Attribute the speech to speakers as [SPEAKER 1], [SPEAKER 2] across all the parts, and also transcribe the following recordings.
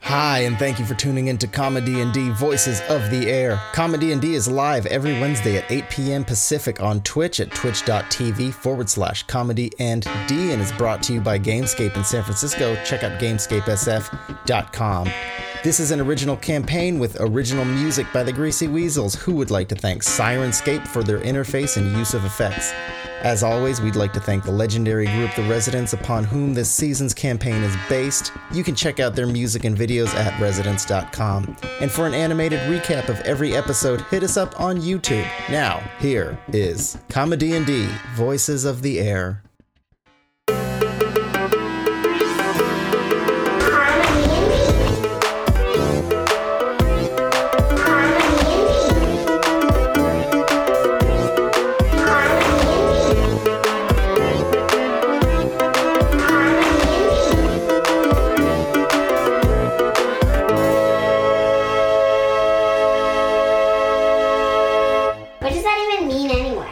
[SPEAKER 1] Hi, and thank you for tuning in to Comedy and D Voices of the Air. Comedy and D is live every Wednesday at 8 p.m. Pacific on Twitch at twitch.tv forward slash comedy and D and is brought to you by Gamescape in San Francisco. Check out gamescapesf.com. This is an original campaign with original music by the Greasy Weasels, who would like to thank Sirenscape for their interface and use of effects. As always, we'd like to thank the legendary group The Residents, upon whom this season's campaign is based. You can check out their music and videos at residents.com. And for an animated recap of every episode, hit us up on YouTube. Now, here is Comedy and D Voices of the Air.
[SPEAKER 2] What does that even mean anyway?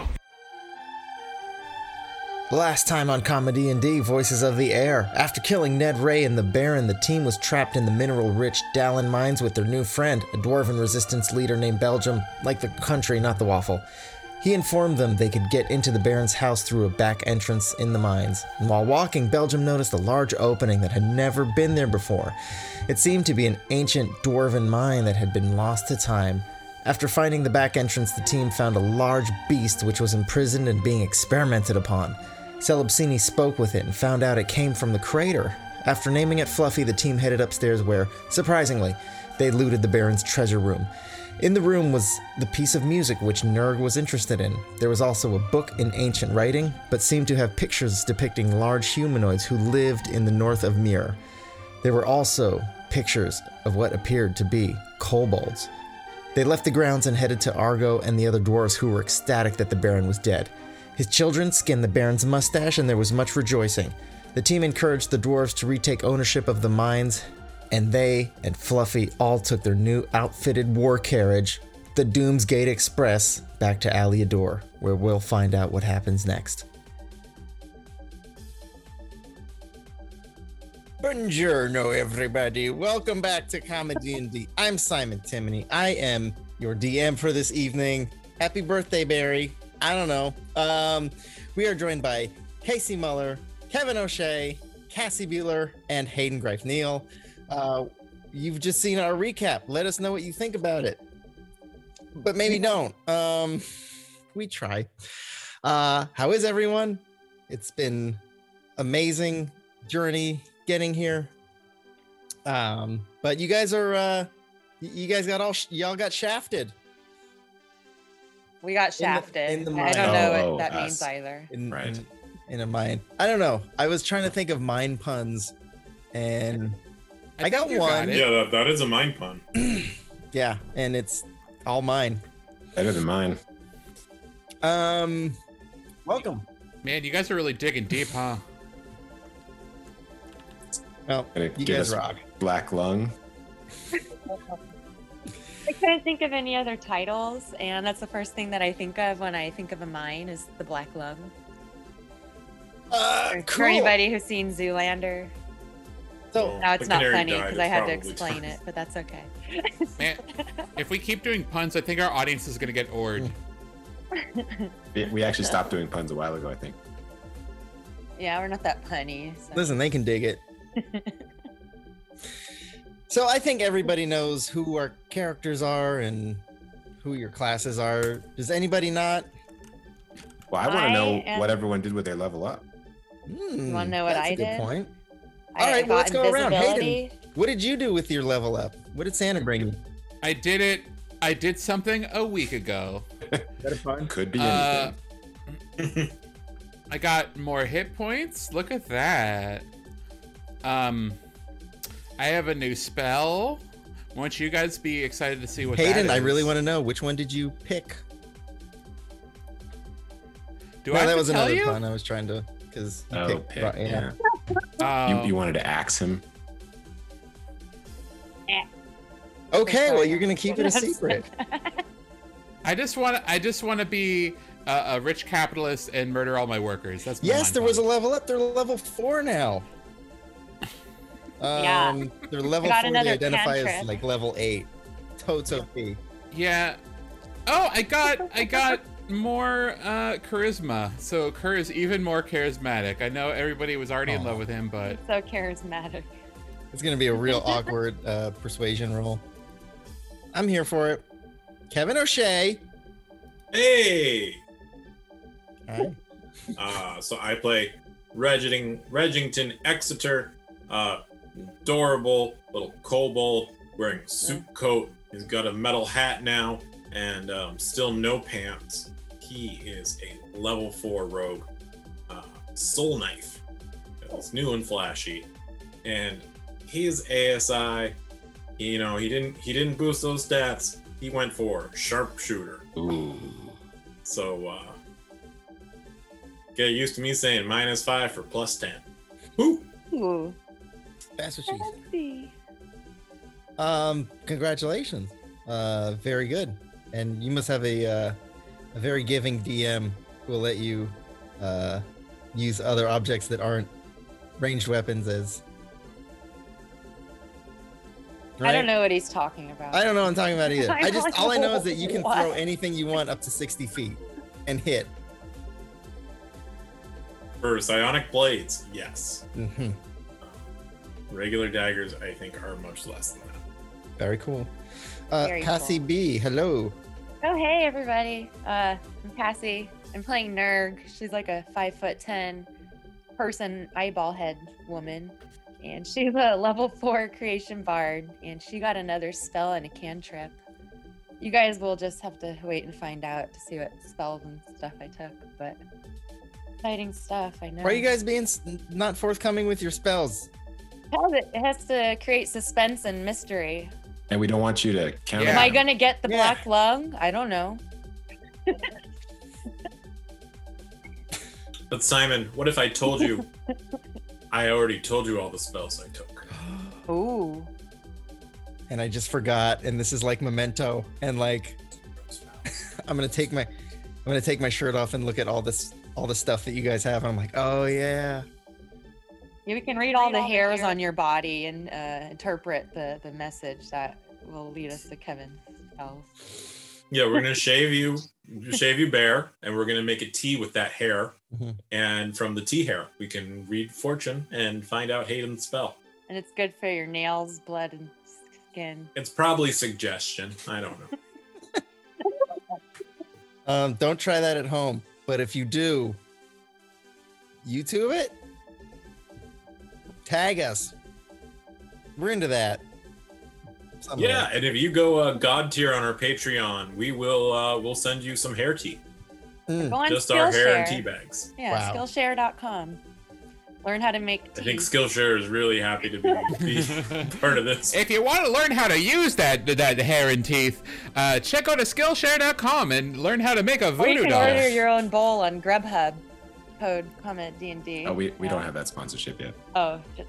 [SPEAKER 1] Last time on Comedy and D, Voices of the Air. After killing Ned Ray and the Baron, the team was trapped in the mineral rich Dallin mines with their new friend, a dwarven resistance leader named Belgium, like the country, not the waffle. He informed them they could get into the Baron's house through a back entrance in the mines. And while walking, Belgium noticed a large opening that had never been there before. It seemed to be an ancient dwarven mine that had been lost to time. After finding the back entrance, the team found a large beast which was imprisoned and being experimented upon. Celebsini spoke with it and found out it came from the crater. After naming it Fluffy, the team headed upstairs where, surprisingly, they looted the Baron's treasure room. In the room was the piece of music which Nerg was interested in. There was also a book in ancient writing, but seemed to have pictures depicting large humanoids who lived in the north of Mir. There were also pictures of what appeared to be kobolds. They left the grounds and headed to Argo and the other dwarves who were ecstatic that the Baron was dead. His children skinned the Baron's mustache and there was much rejoicing. The team encouraged the dwarves to retake ownership of the mines, and they and Fluffy all took their new outfitted war carriage, the Doomsgate Express, back to Aliador, where we'll find out what happens next. Buongiorno, everybody. Welcome back to Comedy and D. I'm Simon Timoney. I am your DM for this evening. Happy birthday, Barry. I don't know. Um, we are joined by Casey Muller, Kevin O'Shea, Cassie Bueller, and Hayden Greif Neal. Uh, you've just seen our recap. Let us know what you think about it. But maybe don't. Um, we try. Uh, how is everyone? It's been amazing journey getting here. Um, but you guys are uh, y- you guys got all sh- y'all got shafted.
[SPEAKER 3] We got shafted.
[SPEAKER 1] in the
[SPEAKER 3] I
[SPEAKER 1] mine.
[SPEAKER 3] don't know what
[SPEAKER 4] Oh,
[SPEAKER 3] that
[SPEAKER 4] us.
[SPEAKER 3] means either.
[SPEAKER 1] in,
[SPEAKER 4] Right.
[SPEAKER 1] in, in a mine. I don't know. I was trying to think of mine puns, and I, got
[SPEAKER 5] you got
[SPEAKER 1] one.
[SPEAKER 5] it.
[SPEAKER 4] Yeah, that, that is a mind pun.
[SPEAKER 1] yeah, and it's all mine.
[SPEAKER 4] Better than mine.
[SPEAKER 1] Um, welcome.
[SPEAKER 5] Man, you guys are really digging deep, huh?
[SPEAKER 1] Well, uh,
[SPEAKER 4] Gonna
[SPEAKER 1] you
[SPEAKER 4] give
[SPEAKER 1] guys
[SPEAKER 4] us
[SPEAKER 1] rock.
[SPEAKER 4] black lung.
[SPEAKER 3] I couldn't think of any other titles, and that's the first thing that I think of when I think of a mine is the Black Lung.
[SPEAKER 1] Uh,
[SPEAKER 3] For- For
[SPEAKER 1] cool.
[SPEAKER 3] anybody who's seen Zoolander,
[SPEAKER 1] So,
[SPEAKER 3] no, it's
[SPEAKER 4] The
[SPEAKER 3] not
[SPEAKER 4] canary
[SPEAKER 3] funny
[SPEAKER 4] died
[SPEAKER 3] because
[SPEAKER 4] is
[SPEAKER 3] I had to
[SPEAKER 4] probably
[SPEAKER 3] explain
[SPEAKER 4] true.
[SPEAKER 3] it, but that's okay.
[SPEAKER 5] Man, if we keep doing puns, I think our audience is gonna get ored.
[SPEAKER 4] We- We actually stopped doing puns a while ago, I think.
[SPEAKER 3] Yeah, we're not that punny. So.
[SPEAKER 1] listen, they can dig it. so I think everybody knows who our characters are and who your classes are. Does anybody not?
[SPEAKER 4] Well, I want
[SPEAKER 3] I
[SPEAKER 4] to know
[SPEAKER 3] am-
[SPEAKER 4] what everyone did with their level up.
[SPEAKER 1] Hmm,
[SPEAKER 3] wanna know what
[SPEAKER 1] that's a
[SPEAKER 3] I
[SPEAKER 1] good
[SPEAKER 3] did?
[SPEAKER 1] Point.
[SPEAKER 3] I-
[SPEAKER 1] all
[SPEAKER 3] I
[SPEAKER 1] right, well, let's
[SPEAKER 3] got
[SPEAKER 1] go around. Hayden.
[SPEAKER 3] invisibility.
[SPEAKER 1] What did you do with your level up? What did Santa bring you?
[SPEAKER 5] I did it. I did something a week ago.
[SPEAKER 4] Could be
[SPEAKER 5] Uh,
[SPEAKER 4] anything.
[SPEAKER 5] I got more hit points. Look at that. Um, I have a new spell. Won't you guys be excited to see what? that
[SPEAKER 1] Hayden, I
[SPEAKER 5] is?
[SPEAKER 1] really want to know which one did you pick?
[SPEAKER 5] Do
[SPEAKER 1] no,
[SPEAKER 5] I have
[SPEAKER 1] that
[SPEAKER 5] to
[SPEAKER 1] was
[SPEAKER 5] tell
[SPEAKER 1] another
[SPEAKER 5] you?
[SPEAKER 1] pun I was trying to because
[SPEAKER 4] Oh, pick, yeah.
[SPEAKER 5] Oh,
[SPEAKER 4] You, you wanted to axe him.
[SPEAKER 1] Okay, well you're gonna keep it a secret.
[SPEAKER 5] I just want. I just want to be a, a rich capitalist and murder all my workers. That's my
[SPEAKER 1] yes,
[SPEAKER 5] mind
[SPEAKER 1] there was a
[SPEAKER 5] pun.
[SPEAKER 1] level up. They're level four now. Um,
[SPEAKER 3] Yeah.
[SPEAKER 1] They're level
[SPEAKER 3] Got
[SPEAKER 1] four. They
[SPEAKER 3] another
[SPEAKER 1] identify as
[SPEAKER 3] cantrip.
[SPEAKER 1] like level eight. Totes OP.
[SPEAKER 5] Yeah. Oh, I got I got more uh charisma. So Kerr is even more charismatic. I know everybody was already in
[SPEAKER 1] Aw.
[SPEAKER 4] Oh.
[SPEAKER 5] love with him, but
[SPEAKER 3] so charismatic.
[SPEAKER 1] It's gonna be a real awkward uh, persuasion roll. I'm here for it. Kevin O'Shea.
[SPEAKER 6] Hey!
[SPEAKER 1] All right.
[SPEAKER 6] Uh, so I play Regging, Reggington Exeter, uh, adorable little kobold wearing suit coat. He's got a metal hat now and um, still no pants. He is a level four rogue, uh, soul knife. It's new and flashy, and his ASI. You know he didn't he didn't boost those stats. He went for sharpshooter.
[SPEAKER 4] Ooh.
[SPEAKER 6] So uh get used to me saying minus five for plus ten. Woo!
[SPEAKER 3] Ooh,
[SPEAKER 1] That's what she said.
[SPEAKER 3] fancy.
[SPEAKER 1] Um, congratulations. Uh, very good. And you must have a uh, a very giving DM who will let you uh, use other objects that aren't ranged weapons as.
[SPEAKER 3] I
[SPEAKER 1] Right?
[SPEAKER 3] don't know what he's talking about.
[SPEAKER 1] I don't know what I'm talking about either.
[SPEAKER 3] I'm
[SPEAKER 1] I just
[SPEAKER 3] like,
[SPEAKER 1] all I know is that you can
[SPEAKER 3] what?
[SPEAKER 1] throw anything you want up to 60 feet and hit.
[SPEAKER 6] For psionic blades, yes.
[SPEAKER 1] hmm
[SPEAKER 6] Regular daggers, I think, are much less than that.
[SPEAKER 1] Very cool. Uh,
[SPEAKER 3] Very
[SPEAKER 1] Cassie
[SPEAKER 3] cool.
[SPEAKER 1] B, hello.
[SPEAKER 3] Oh hey everybody. Uh, I'm Cassie. I'm playing Nerg. She's like a five foot ten person eyeball head woman. And she's a level four creation bard, and she got another spell and a cantrip. You guys will just have to wait and find out to see what spells and stuff I took, but exciting stuff, I know.
[SPEAKER 1] Why are you guys being s- not forthcoming with your spells?
[SPEAKER 3] How's It It has to create suspense and mystery.
[SPEAKER 4] And we don't want you to count.
[SPEAKER 5] Yeah.
[SPEAKER 3] Am I
[SPEAKER 4] it.
[SPEAKER 3] gonna get the
[SPEAKER 1] Yeah.
[SPEAKER 3] black lung? I don't know.
[SPEAKER 6] But Simon, what if I told you I already told you all the spells I took?
[SPEAKER 3] Ooh.
[SPEAKER 1] and I just forgot. And this is like memento. And like, I'm gonna take my, I'm gonna take my shirt off and look at all this, all the stuff that you guys have. And I'm like, oh yeah,
[SPEAKER 3] You can read all the hairs on your body and uh, interpret the, the message that will lead us to Kevin's spells.
[SPEAKER 6] Yeah, we're gonna shave you shave you bare and we're gonna make a tea with that hair.
[SPEAKER 1] Mhm.
[SPEAKER 6] And from the tea hair, we can read fortune and find out Hayden's spell.
[SPEAKER 3] And it's good for your nails, blood, and skin.
[SPEAKER 6] It's probably suggestion. I don't know.
[SPEAKER 1] um, don't try that at home. But if you do, YouTube it, tag us. We're into that. Somewhere.
[SPEAKER 6] Yeah, and if you go uh, God tier on our Patreon, we will uh, we'll send you some hair tea,
[SPEAKER 1] Mm.
[SPEAKER 3] Go on
[SPEAKER 6] just
[SPEAKER 3] Skillshare.
[SPEAKER 6] our hair and tea bags.
[SPEAKER 3] Yeah,
[SPEAKER 1] Wow.
[SPEAKER 3] Skillshare.com. Learn how to make tea.
[SPEAKER 6] I think Skillshare is really happy to be, be part of this.
[SPEAKER 5] If you want to learn how to use that that hair and teeth, uh, check out Skillshare.com and learn how to make a
[SPEAKER 3] or you
[SPEAKER 5] voodoo
[SPEAKER 3] can
[SPEAKER 5] doll.
[SPEAKER 3] order your own bowl on Grubhub. Code comment D and D.
[SPEAKER 4] Oh, we, we don't have that sponsorship yet.
[SPEAKER 3] Oh, just,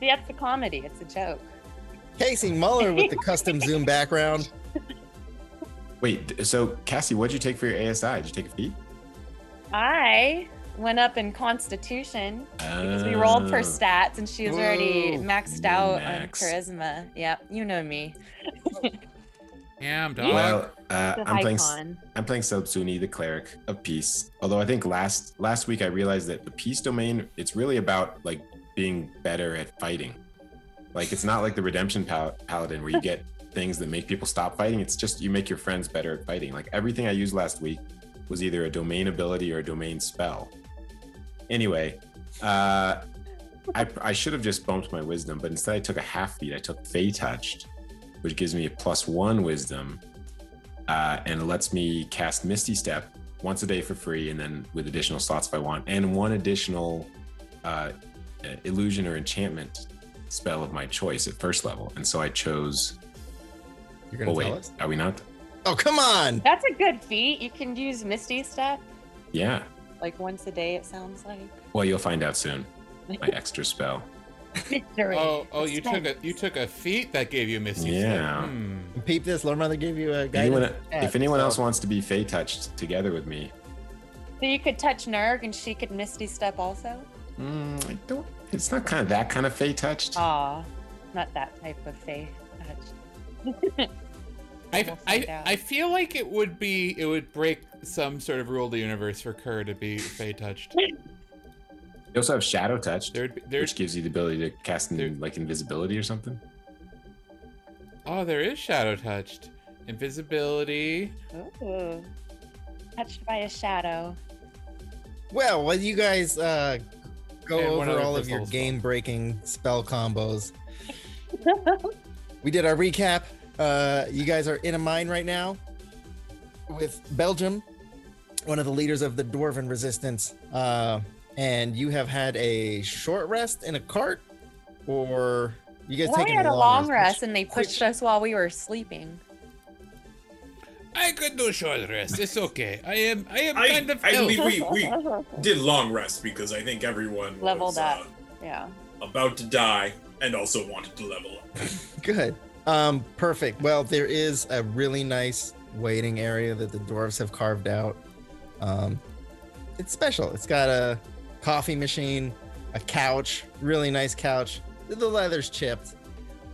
[SPEAKER 3] see, that's a comedy. It's a joke.
[SPEAKER 1] Casey Muller with the custom Zoom background.
[SPEAKER 4] Wait, d- so Cassie, what'd you take for your ASI? Did you take a feat?
[SPEAKER 3] I went up in Constitution because we rolled
[SPEAKER 5] Uh.
[SPEAKER 3] for
[SPEAKER 4] Oh.
[SPEAKER 3] stats and she was already
[SPEAKER 1] Ooh,
[SPEAKER 3] maxed out
[SPEAKER 4] max.
[SPEAKER 3] on charisma. Yeah, you know me.
[SPEAKER 5] Damn dog.
[SPEAKER 4] Well, uh,
[SPEAKER 3] The
[SPEAKER 4] I'm playing. s-
[SPEAKER 3] icon.
[SPEAKER 4] I'm playing Subsuni, the cleric of peace. Although I think last last week I realized that the peace domain, it's really about like being better at fighting. Like it's not like the redemption pal- paladin where you get things that make people stop fighting. It's just you make your friends better at fighting. Like everything I used last week was either a domain ability or a domain spell. Anyway, uh, I I should have just bumped my wisdom, but instead I took a half beat. I took Fey Touched, which gives me a plus one wisdom uh, and lets me cast Misty Step once a day for free, and then with additional slots if I want, and one additional uh, uh, illusion or enchantment spell of my choice at first level. And so I chose.
[SPEAKER 1] You're
[SPEAKER 4] Oh
[SPEAKER 1] gonna
[SPEAKER 4] wait,
[SPEAKER 1] tell us?
[SPEAKER 4] are we not?
[SPEAKER 1] Oh come on!
[SPEAKER 3] That's a good feat. You can use Misty Step
[SPEAKER 4] Yeah.
[SPEAKER 3] like once a day, it sounds like.
[SPEAKER 4] Well, you'll find out soon. My extra spell.
[SPEAKER 3] Mystery.
[SPEAKER 5] oh, oh, you took a you took a feat that gave you Misty. Step.
[SPEAKER 4] Yeah.
[SPEAKER 5] Hmm.
[SPEAKER 1] Peep this. Lord Mother gave you a guidance. Oh.
[SPEAKER 4] Anyone,
[SPEAKER 1] check,
[SPEAKER 4] if anyone
[SPEAKER 1] so-
[SPEAKER 4] else wants to be Fey touched together with me,
[SPEAKER 3] So you could touch Nerg and she could Misty Step also?
[SPEAKER 4] mm, I don't It's not kind of that kind of fey touched.
[SPEAKER 1] Uh,
[SPEAKER 3] Aw, not that type of faith.
[SPEAKER 5] I,
[SPEAKER 3] We'll find
[SPEAKER 5] I,
[SPEAKER 3] out.
[SPEAKER 5] I feel like it would be it would break some sort of rule of the universe for Kerr to be fey touched.
[SPEAKER 4] You also have shadow touched,
[SPEAKER 5] There'd be,
[SPEAKER 4] which
[SPEAKER 5] there's
[SPEAKER 4] gives you the ability to cast in,
[SPEAKER 5] there-
[SPEAKER 4] like invisibility or something.
[SPEAKER 5] oh there is shadow touched, invisibility.
[SPEAKER 3] Ooh, touched by a shadow.
[SPEAKER 1] Well, while you guys uh, go
[SPEAKER 5] And one
[SPEAKER 1] over
[SPEAKER 5] other
[SPEAKER 1] all of your
[SPEAKER 5] crystal spell.
[SPEAKER 1] game breaking spell combos, we did our recap. Uh, you guys are in a mine right now with Belgium, one of the leaders of the Dwarven Resistance. Uh, and you have had a short rest in a cart, or you guys
[SPEAKER 3] Well, we
[SPEAKER 1] taking
[SPEAKER 3] had a long
[SPEAKER 1] rest?
[SPEAKER 3] rest, and they pushed us while we were sleeping.
[SPEAKER 5] I could do short rest. It's okay. I am I am
[SPEAKER 6] I-
[SPEAKER 5] kind of
[SPEAKER 6] I
[SPEAKER 5] ill.
[SPEAKER 6] believe- We- we- Did long rest because I think everyone
[SPEAKER 3] Leveled
[SPEAKER 6] was,
[SPEAKER 3] up.
[SPEAKER 6] uh,
[SPEAKER 3] yeah.
[SPEAKER 6] about to die and also wanted to level up.
[SPEAKER 1] Good. Um, perfect. Well, there is a really nice waiting area that the dwarves have carved out. Um, it's special. It's got a coffee machine, a couch, really nice couch. The leather's chipped.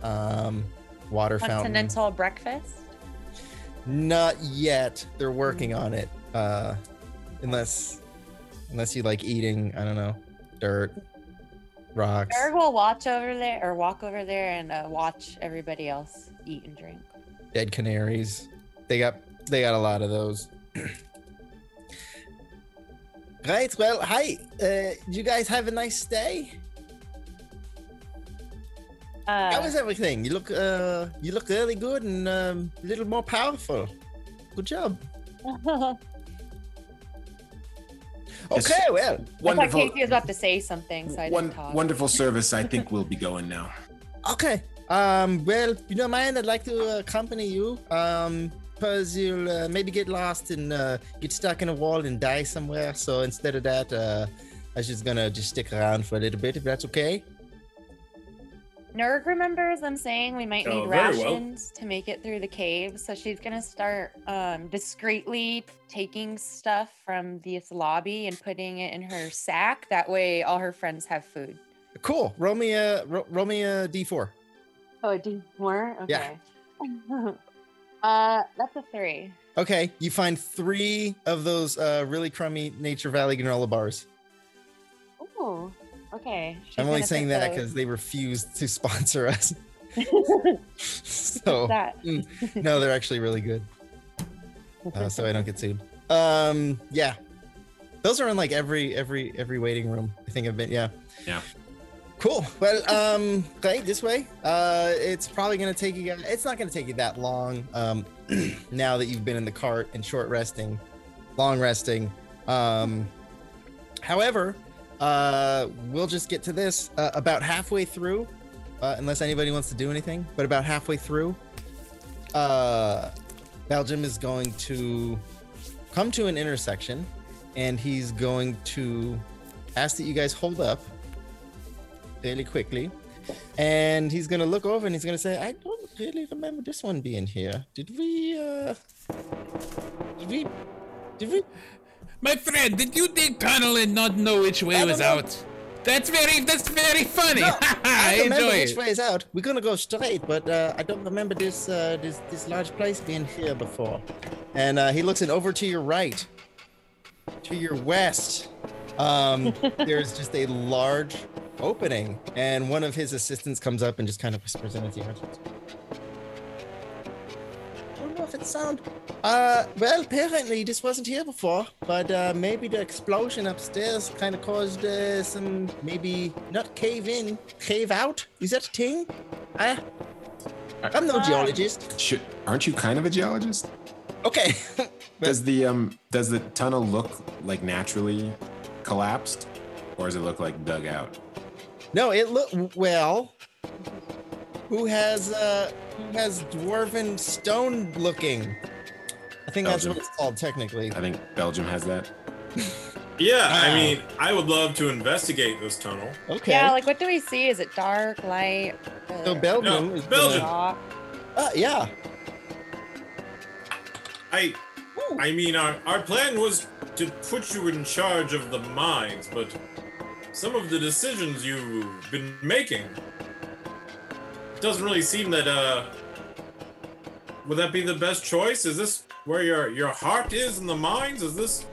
[SPEAKER 1] Um, water fountain.
[SPEAKER 3] Continental breakfast.
[SPEAKER 1] Not yet. They're working on it. Uh, unless, unless you like eating, I don't know, dirt, rocks.
[SPEAKER 3] Erg will watch over there or walk over there and uh, watch everybody else eat and drink.
[SPEAKER 1] dead canaries. They got they got a lot of those. right. Well, hi. Uh, you guys have a nice day.
[SPEAKER 3] Uh,
[SPEAKER 1] How is everything? You look uh you look really good and um, a little more powerful. Good job.
[SPEAKER 4] Yes.
[SPEAKER 1] Okay. Well.
[SPEAKER 3] I thought Casey was about to say something, so I didn't
[SPEAKER 4] Won-
[SPEAKER 3] talk.
[SPEAKER 4] wonderful service. I think we'll be going now.
[SPEAKER 1] Okay. Um. Well, you know, man, I'd like to uh, accompany you. Um. Cause you'll uh, maybe get lost and uh, get stuck in a wall and die somewhere. So instead of that, uh, I was just gonna just stick around for a little bit if that's okay.
[SPEAKER 3] Nerg remembers them saying we might need
[SPEAKER 6] Oh, very well.
[SPEAKER 3] rations to make it through the cave, so she's gonna start um, discreetly taking stuff from this lobby and putting it in her sack. That way, all her friends have food.
[SPEAKER 1] Cool. Roll me a ro- roll me a d4.
[SPEAKER 3] Oh, it did more.
[SPEAKER 1] Yeah.
[SPEAKER 3] Okay. uh, that's a three.
[SPEAKER 1] Okay, you find three of those uh, really crummy Nature Valley granola bars.
[SPEAKER 3] Ooh. Okay. she's
[SPEAKER 1] I'm only
[SPEAKER 3] gonna
[SPEAKER 1] saying
[SPEAKER 3] put
[SPEAKER 1] that
[SPEAKER 3] those-
[SPEAKER 1] because they refused to sponsor us. so
[SPEAKER 3] that.
[SPEAKER 1] no, they're actually really good. Uh, so I don't get sued. Um, yeah, those are in like every every every waiting room. I think I've been. Yeah.
[SPEAKER 4] Yeah.
[SPEAKER 1] Cool. Well, um, right this way. Uh, it's probably gonna take you. guys- It's not gonna take you that long. Um, now that you've been in the cart and short resting, long resting. Um, however, uh, we'll just get to this uh, about halfway through, uh, unless anybody wants to do anything. But about halfway through, uh, Belgium is going to come to an intersection and he's going to ask that you guys hold up really quickly. And he's going to look over and he's going to say, I don't really remember this one being here. Did we, uh, did we, did we?
[SPEAKER 5] My friend, did you dig tunnel and not know which
[SPEAKER 1] I
[SPEAKER 5] way was
[SPEAKER 1] don't know.
[SPEAKER 5] out? That's very that's very funny.
[SPEAKER 1] No,
[SPEAKER 5] I,
[SPEAKER 1] remember
[SPEAKER 5] enjoy
[SPEAKER 1] which
[SPEAKER 5] it.
[SPEAKER 1] way is out. We're going to go straight, but, uh, I don't remember this, uh, this, this large place being here before. And, uh, he looks and over to your right, to your west. um, there's just a large opening, and one of his assistants comes up and just kind of whispers in his ear. I don't know if it sound. Uh, well, apparently this wasn't here before, but uh, maybe the explosion upstairs kind of caused uh, some maybe not cave in, cave out. Is that a thing? I, I'm no
[SPEAKER 3] Ah.
[SPEAKER 1] geologist.
[SPEAKER 4] Should, aren't you kind of a geologist?
[SPEAKER 1] Okay.
[SPEAKER 4] Does the um does the tunnel look like naturally collapsed, or does it look like dug out?
[SPEAKER 1] No, it look well. Who has uh who has dwarven stone looking? I think that's what
[SPEAKER 4] Belgium.
[SPEAKER 1] it's called technically.
[SPEAKER 4] I think Belgium has that.
[SPEAKER 6] Yeah,
[SPEAKER 1] Wow.
[SPEAKER 6] I mean, I would love to investigate this tunnel.
[SPEAKER 1] Okay.
[SPEAKER 3] Yeah, like what do we see? Is it dark, light?
[SPEAKER 1] so
[SPEAKER 3] uh,
[SPEAKER 1] Belgium
[SPEAKER 6] No,
[SPEAKER 1] is gonna-
[SPEAKER 6] Belgium.
[SPEAKER 3] rock?
[SPEAKER 1] Uh, yeah.
[SPEAKER 6] I
[SPEAKER 1] Ooh.
[SPEAKER 6] I mean, our, our plan was to put you in charge of the mines, but some of the decisions you've been making. It doesn't really seem that uh would that be the best choice? Is this where your your heart is in the minds? Is this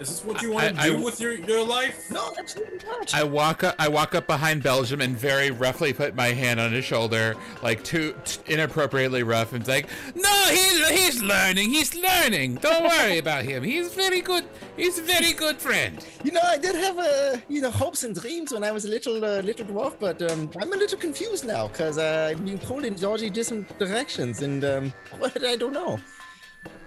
[SPEAKER 6] is this what you want to
[SPEAKER 5] I- I-
[SPEAKER 6] do with your, your life?
[SPEAKER 7] No, absolutely not.
[SPEAKER 5] I walk up. I walk up behind Belgium and very roughly put my hand on his shoulder, like too t- inappropriately rough, and it's like, "No, he's he's learning. He's learning. Don't worry about him. He's very good. He's a very good friend."
[SPEAKER 1] You know, I did have uh, you know hopes and dreams when I was a little uh, little dwarf, but um, I'm a little confused now because uh, I've been pulled in dodgy different directions, and um, what I don't know.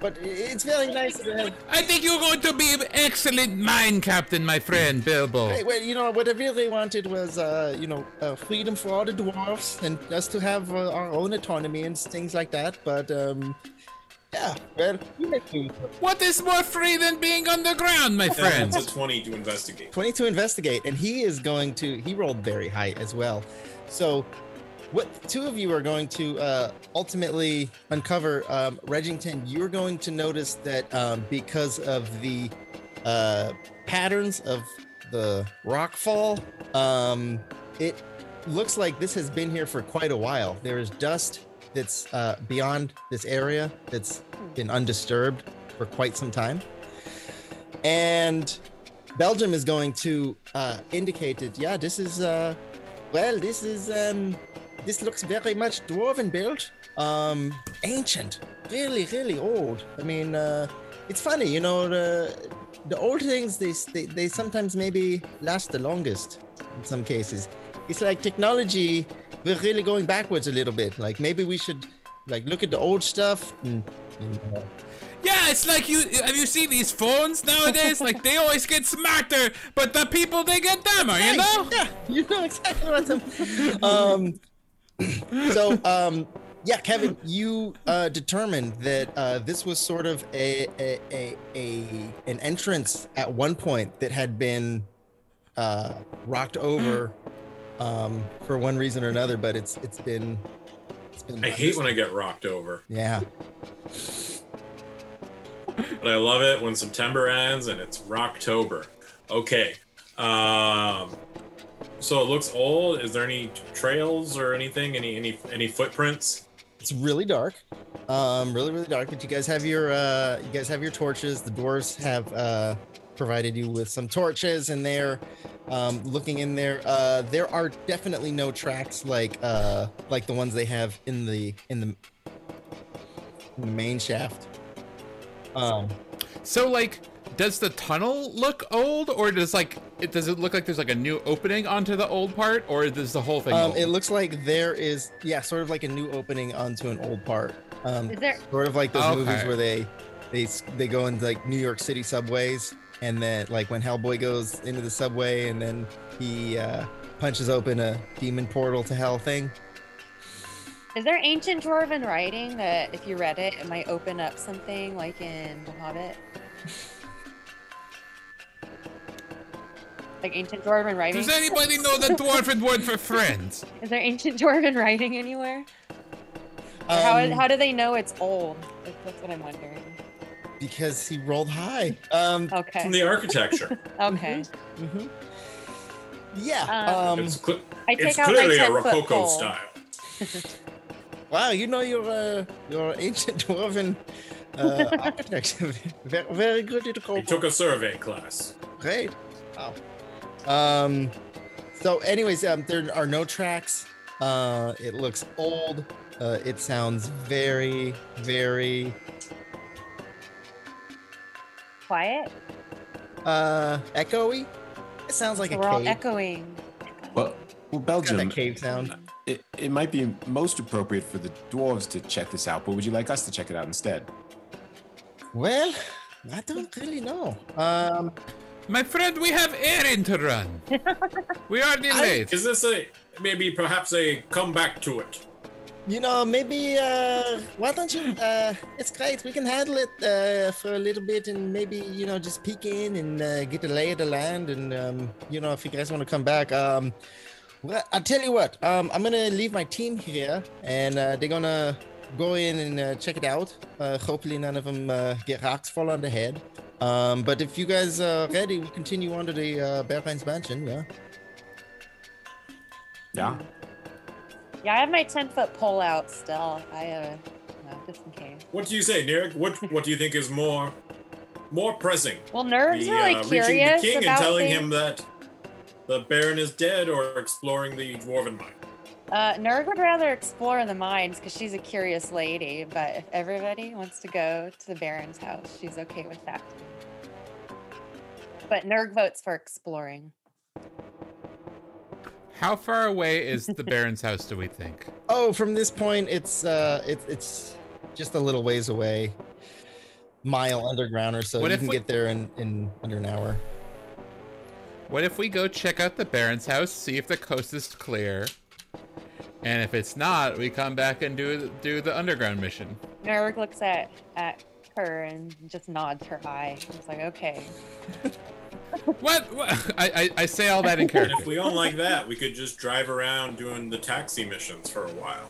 [SPEAKER 1] But i- it's very nice. uh, To have...
[SPEAKER 5] I think you're going to be an excellent mine captain, my friend Bilbo.
[SPEAKER 1] Hey, well, you know what I really wanted was uh, you know uh, freedom for all the dwarfs and us to have uh, our own autonomy and things like that. But um, yeah, well, you make do.
[SPEAKER 5] What is more free than being on the ground, my friend?
[SPEAKER 6] It's a twenty to investigate.
[SPEAKER 1] 22 investigate and he is going to he rolled very high as well so what the two of you are going to uh, ultimately uncover um, regington you're going to notice that um, because of the uh, patterns of the rockfall um, it looks like this has been here for quite a while there is dust that's uh, beyond this area that's been undisturbed for quite some time and Belgium is going to uh, indicate that yeah, this is uh, well, this is um, this looks very much dwarven built, um, ancient, really, really old. I mean, uh, it's funny, you know, the the old things they, s- they they sometimes maybe last the longest in some cases. It's like technology, we're really going backwards a little bit. Like maybe we should like look at the old stuff and, and uh,
[SPEAKER 5] Yeah, it's like you have you seen these phones nowadays? like they always get smarter, but the people they get dumber, you know?
[SPEAKER 1] Yeah, you know exactly what I'm. um, so um, yeah, Kevin, you uh, determined that uh, this was sort of a, a a a an entrance at one point that had been uh, rocked over um, for one reason or another, but it's it's been it's been.
[SPEAKER 6] I hate when I get rocked over,
[SPEAKER 1] Yeah,
[SPEAKER 6] but I love it when September ends and it's Rocktober. Okay. Um so it looks old. Is there any trails or anything? Any any any footprints?
[SPEAKER 1] it's really dark. Um, really, really dark. But you guys have your uh, you guys have your torches. The dwarves have uh, provided you with some torches, and they're um, looking in there. Uh, there are definitely no tracks like uh, like the ones they have in the in the, in the main shaft. Um,
[SPEAKER 5] So like does the tunnel look old or does like it does it look like there's like a new opening onto the old part or does the whole thing
[SPEAKER 1] um,
[SPEAKER 5] old?
[SPEAKER 1] it looks like there is yeah, sort of like a new opening onto an old part. Um,
[SPEAKER 3] Is there
[SPEAKER 1] sort of like those movies
[SPEAKER 5] Okay.
[SPEAKER 1] where they they s- they go into like New York City subways and then like when Hellboy goes into the subway and then he uh, punches open a demon portal to hell thing.
[SPEAKER 3] is there ancient dwarven writing that if you read it, it might open up something like in The Hobbit? Like ancient dwarven writing.
[SPEAKER 5] does anybody know the dwarven word for friends?
[SPEAKER 3] Is there ancient dwarven writing anywhere? Or how,
[SPEAKER 1] Um,
[SPEAKER 3] how do they know it's old? That's- That's what I'm wondering.
[SPEAKER 1] because he rolled high. Um,
[SPEAKER 3] Okay.
[SPEAKER 6] From the Mm-hmm. architecture.
[SPEAKER 3] okay.
[SPEAKER 1] mhm. Yeah.
[SPEAKER 3] Um,
[SPEAKER 1] um,
[SPEAKER 6] it's cl-
[SPEAKER 3] I take
[SPEAKER 6] it's
[SPEAKER 3] out my
[SPEAKER 6] clearly a
[SPEAKER 3] 10 foot
[SPEAKER 6] Rococo
[SPEAKER 3] pole.
[SPEAKER 6] style.
[SPEAKER 1] wow, you know your uh, your ancient dwarven uh, architecture. very, very good at
[SPEAKER 6] We
[SPEAKER 1] Kobold.
[SPEAKER 6] took a survey class.
[SPEAKER 1] Great. Wow. Um, so, anyways, um, there are no tracks. Uh, it looks old. Uh, it sounds very, very
[SPEAKER 3] Quiet.
[SPEAKER 1] uh, echoey. It sounds like
[SPEAKER 3] So
[SPEAKER 1] a
[SPEAKER 3] we're all
[SPEAKER 1] cave.
[SPEAKER 3] echoing.
[SPEAKER 4] Well, well
[SPEAKER 1] Got that
[SPEAKER 4] Belgium,
[SPEAKER 1] cave sound.
[SPEAKER 4] it, it might be most appropriate for the dwarves to check this out, but would you like us to check it out instead?
[SPEAKER 1] Well, I don't really know. Um,
[SPEAKER 5] My friend, we have errand to run. we are delayed.
[SPEAKER 6] Is this a maybe perhaps a come back to it?
[SPEAKER 1] you know, maybe uh, why don't you? Uh, it's great. We can handle it uh, for a little bit, and maybe you know, just peek in and uh, get a lay of the land. And um, you know, if you guys want to come back, um, well, I'll tell you what. Um, I'm gonna leave my team here, and uh, they're gonna go in and uh, check it out. Uh, hopefully, none of them uh, get rocks fall on the head. Um, but if you guys are ready, we'll continue on to the uh, Berghain's mansion. Yeah.
[SPEAKER 4] Yeah.
[SPEAKER 3] Yeah, I have my 10 foot pole out still. I, uh, you know, just in case.
[SPEAKER 6] What do you say, Nerek? What What do you think is more more pressing?
[SPEAKER 3] Well, nerves
[SPEAKER 6] The,
[SPEAKER 3] are like
[SPEAKER 6] uh, reaching the
[SPEAKER 3] curious
[SPEAKER 6] king and
[SPEAKER 3] about
[SPEAKER 6] telling
[SPEAKER 3] things.
[SPEAKER 6] him that the Baron is dead, or exploring the dwarven mine.
[SPEAKER 3] Uh, Nerg would rather explore the mines because she's a curious lady, but if everybody wants to go to the Baron's house, she's okay with that. But Nerg votes for exploring.
[SPEAKER 5] How far away is the Baron's house? Do we think?
[SPEAKER 1] Oh, from this point, it's uh, it, it's just a little ways away, mile underground or so.
[SPEAKER 5] What
[SPEAKER 1] you
[SPEAKER 5] if
[SPEAKER 1] can
[SPEAKER 5] we-
[SPEAKER 1] get there in in under an hour.
[SPEAKER 5] What if we go check out the Baron's house, see if the coast is clear, and if it's not, we come back and do do the underground mission.
[SPEAKER 3] Nerg looks at at her and just nods her eye. It's like, okay.
[SPEAKER 5] What? what? I, I I say all that in
[SPEAKER 6] And if
[SPEAKER 5] character.
[SPEAKER 6] we don't like that, we could just drive around doing the taxi missions for a while.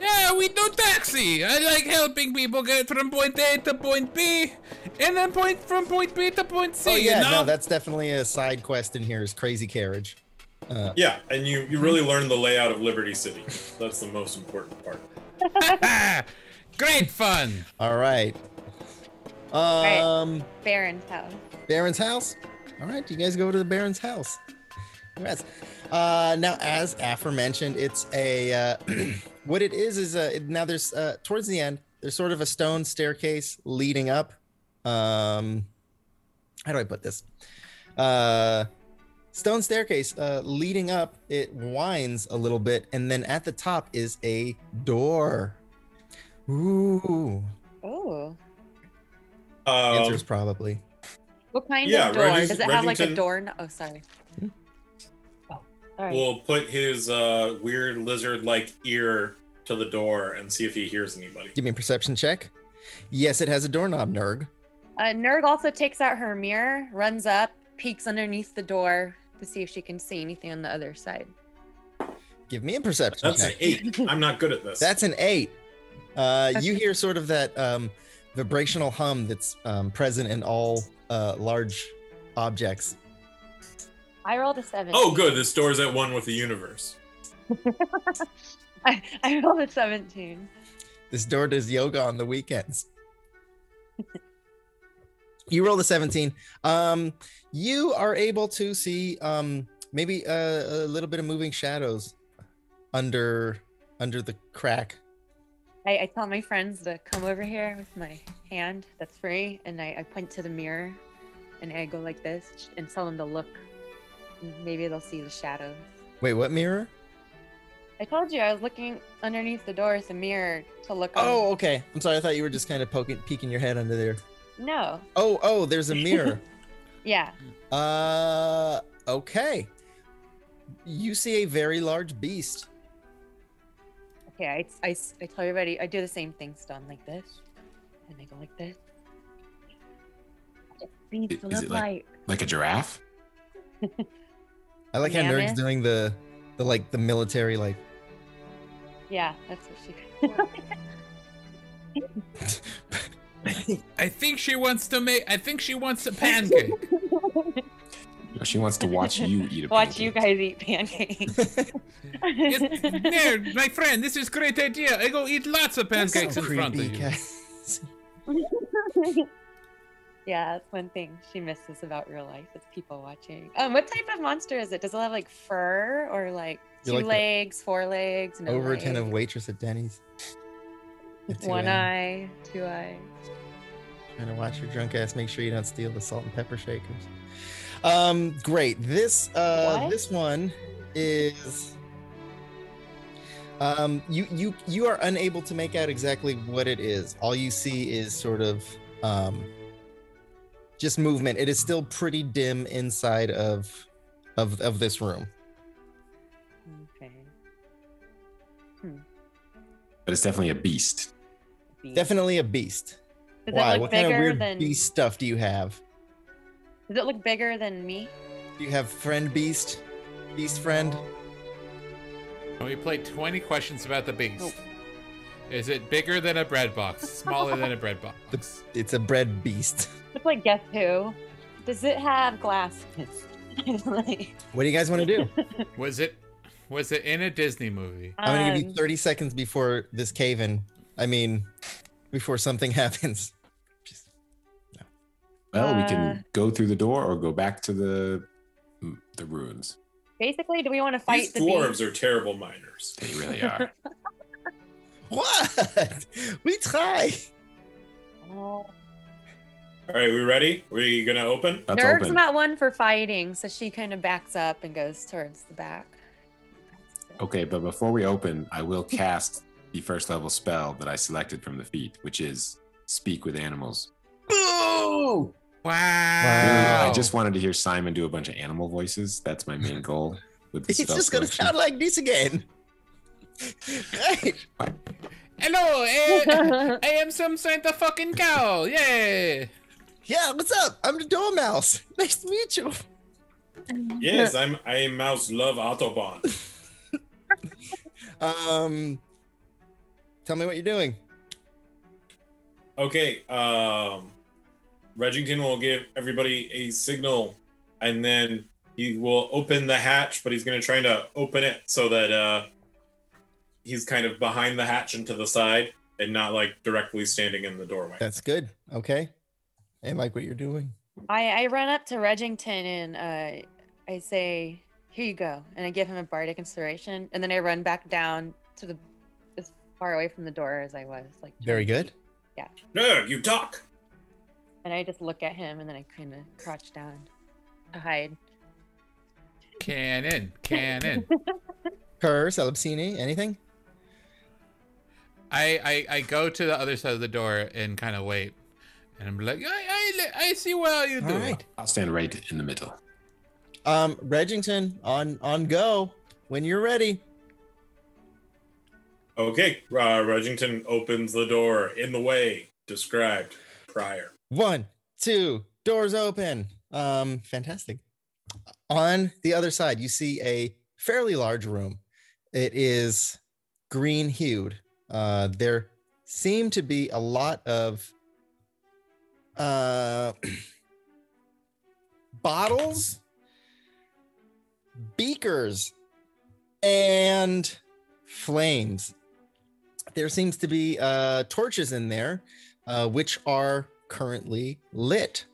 [SPEAKER 5] Yeah, we do taxi. I like helping people get from point A to point B, and then point from point B to point C.
[SPEAKER 1] oh yeah,
[SPEAKER 5] you know?
[SPEAKER 1] no, that's definitely a side quest in here. Is crazy carriage. Uh,
[SPEAKER 6] Yeah, and you you really learn the layout of Liberty City. That's the most important part.
[SPEAKER 5] Ah, great fun.
[SPEAKER 1] all right. Um,
[SPEAKER 3] Baron's house.
[SPEAKER 1] Baron's house. All right, you guys go to the Baron's house. Congrats. Uh, now, as aforementioned, it's a uh, what it is is uh now there's uh, towards the end there's sort of a stone staircase leading up. Um, how do I put this? Uh, stone staircase uh, leading up. It winds a little bit, and then at the top is a door. Ooh,
[SPEAKER 3] Ooh.
[SPEAKER 6] Um,
[SPEAKER 1] answers probably.
[SPEAKER 3] What kind
[SPEAKER 6] yeah,
[SPEAKER 3] of door?
[SPEAKER 6] Reggie's-
[SPEAKER 3] Does it have like a
[SPEAKER 6] Reggington-
[SPEAKER 3] door? kn- Oh, sorry. Oh, sorry.
[SPEAKER 6] we'll put his uh, weird lizard-like ear to the door and see if he hears anybody.
[SPEAKER 1] Give me a perception check. Yes, it has a doorknob, Nerg.
[SPEAKER 3] Uh, Nerg also takes out her mirror, runs up, peeks underneath the door to see if she can see anything on the other side.
[SPEAKER 1] Give me a perception
[SPEAKER 6] That's an
[SPEAKER 1] check.
[SPEAKER 6] eight. I'm not good at this.
[SPEAKER 1] That's an eight. Uh, you hear sort of that um, vibrational hum that's um, present in all uh, large objects.
[SPEAKER 3] I rolled a seven.
[SPEAKER 6] oh, good. This door's at one with the universe.
[SPEAKER 3] I, I rolled a 17.
[SPEAKER 1] This door does yoga on the weekends. you roll the 17. Um, you are able to see um, maybe a, a little bit of moving shadows under under the crack.
[SPEAKER 3] I, I tell my friends to come over here with my hand that's free, and I, I point to the mirror and I go like this and tell them to look. Maybe they'll see the shadows.
[SPEAKER 1] Wait, what mirror?
[SPEAKER 3] I told you I was looking underneath the door with a mirror to look.
[SPEAKER 1] Oh,
[SPEAKER 3] on.
[SPEAKER 1] okay. I'm sorry. I thought you were just kind of poking, peeking your head under there.
[SPEAKER 3] no.
[SPEAKER 1] Oh, oh, there's a mirror.
[SPEAKER 3] Yeah.
[SPEAKER 1] Uh, okay. You see a very large beast.
[SPEAKER 3] Okay. I, I, I tell everybody I do the same thing, so I'm like this, and I go like this. Beats
[SPEAKER 4] Is-
[SPEAKER 3] the
[SPEAKER 4] is
[SPEAKER 3] look
[SPEAKER 4] it like-
[SPEAKER 3] like
[SPEAKER 4] Like a giraffe?
[SPEAKER 1] I like how Nerd's
[SPEAKER 3] Mammoth.
[SPEAKER 1] doing the, the like the military like.
[SPEAKER 3] Yeah, that's what she.
[SPEAKER 5] I think she wants to make. I think she wants a pancake.
[SPEAKER 4] No, She wants to watch you eat a
[SPEAKER 3] Watch you
[SPEAKER 4] pancake.
[SPEAKER 3] guys eat pancakes.
[SPEAKER 5] It's- there, my friend, this is great idea. I go eat lots of pancakes
[SPEAKER 1] So
[SPEAKER 5] in front of
[SPEAKER 1] creepy,
[SPEAKER 5] you.
[SPEAKER 1] guys.
[SPEAKER 3] yeah, that's one thing she misses about real life is people watching. Um, what type of monster is it? Does it have like fur or like
[SPEAKER 1] You
[SPEAKER 3] two
[SPEAKER 1] like the-
[SPEAKER 3] legs, four legs, no
[SPEAKER 1] Over a ten of
[SPEAKER 3] legs,
[SPEAKER 1] waitress at Denny's.
[SPEAKER 3] one eye, two eyes?
[SPEAKER 1] Trying to watch your drunk ass. Make sure you don't steal the salt and pepper shakers. Um, great. This uh,
[SPEAKER 3] What?
[SPEAKER 1] this one is. Um, you you you are unable to make out exactly what it is. All you see is sort of um, just movement. It is still pretty dim inside of of of this room.
[SPEAKER 3] Okay.
[SPEAKER 4] But it's definitely a beast.
[SPEAKER 3] Beast.
[SPEAKER 1] Definitely a beast.
[SPEAKER 3] Does
[SPEAKER 1] Why?
[SPEAKER 3] it look
[SPEAKER 1] What
[SPEAKER 3] bigger
[SPEAKER 1] kind of weird
[SPEAKER 3] than?
[SPEAKER 1] beast stuff do you have?
[SPEAKER 3] Does it look bigger than me?
[SPEAKER 1] Do you have friend beast, beast friend?
[SPEAKER 5] And we played 20 questions about the beast.
[SPEAKER 3] Nope.
[SPEAKER 5] Is it bigger than a bread box? Smaller than a bread box?
[SPEAKER 1] It's a bread beast.
[SPEAKER 3] It's like Guess Who. Does it have glasses? like,
[SPEAKER 1] What do you guys want to do?
[SPEAKER 5] Was it was it in a Disney movie?
[SPEAKER 1] I'm going to give
[SPEAKER 3] um,
[SPEAKER 1] you 30 seconds before this cave in. I mean, before something happens.
[SPEAKER 4] Well, we
[SPEAKER 3] Uh.
[SPEAKER 4] can go through the door or go back to the the ruins.
[SPEAKER 3] Basically, do we want to
[SPEAKER 6] These
[SPEAKER 3] fight the
[SPEAKER 6] dwarves
[SPEAKER 3] beast?
[SPEAKER 6] are terrible miners.
[SPEAKER 4] They really are.
[SPEAKER 1] What? We try.
[SPEAKER 3] Oh.
[SPEAKER 6] All right, we ready? We gonna open?
[SPEAKER 4] That's
[SPEAKER 3] Nerg's
[SPEAKER 4] open.
[SPEAKER 3] not one for fighting, so she kind of backs up and goes towards the back.
[SPEAKER 4] Okay, but before we open, I will cast the first level spell that I selected from the feat, which is Speak with Animals.
[SPEAKER 1] Boo!
[SPEAKER 5] Wow.
[SPEAKER 4] Really,
[SPEAKER 1] Wow.
[SPEAKER 4] I just wanted to hear Simon do a bunch of animal voices. That's my main goal with the
[SPEAKER 1] It's
[SPEAKER 4] spell
[SPEAKER 1] just going to
[SPEAKER 4] selection.
[SPEAKER 1] sound like this again. Great.
[SPEAKER 5] Hello, eh, I am some sort of fucking cow. Yeah.
[SPEAKER 1] Yeah, what's up? I'm the Dormouse. Nice to meet you.
[SPEAKER 3] Mm-hmm.
[SPEAKER 6] Yes, I'm. I am Mouse Love Autobahn.
[SPEAKER 1] Um, tell me what you're doing.
[SPEAKER 6] Okay. Um, Regington will give everybody a signal, and then he will open the hatch. But he's gonna try to open it so that uh, he's kind of behind the hatch and to the side, and not like directly standing in the doorway.
[SPEAKER 1] That's good. Okay. I like what you're doing.
[SPEAKER 3] I, I run up to Regington and uh, I say, "Here you go," and I give him a bardic inspiration, and then I run back down to the as far away from the door as I was, like
[SPEAKER 1] Very good.
[SPEAKER 6] Nerg, you talk.
[SPEAKER 3] And I just look at him, and then I kind of crouch down to hide.
[SPEAKER 5] Cannon. Cannon.
[SPEAKER 1] Curse, Elipsini, anything?
[SPEAKER 5] I, I I go to the other side of the door and kind of wait, and I'm like, I I, I see what you
[SPEAKER 1] All
[SPEAKER 5] do.
[SPEAKER 1] right.
[SPEAKER 4] I'll stand right in the middle.
[SPEAKER 1] Um, Regington, on on go when you're ready.
[SPEAKER 6] Okay. Uh, Regington opens the door in the way described prior.
[SPEAKER 1] One, two, doors open. Um, fantastic. On the other side, you see a fairly large room. It is green hued. Uh, there seem to be a lot of uh, bottles, beakers, and flames. There seems to be uh, torches in there uh, which are currently lit.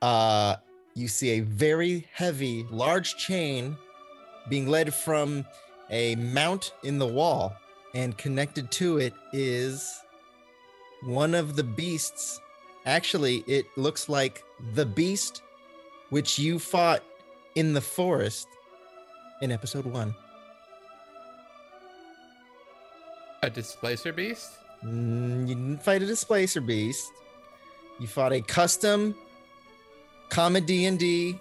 [SPEAKER 1] Uh, you see a very heavy, large chain being led from a mount in the wall, and connected to it is one of the beasts. Actually, it looks like the beast which you fought in the forest in episode one.
[SPEAKER 5] A displacer beast.
[SPEAKER 1] Mm, you didn't fight a displacer beast. You fought a custom, comma D and D,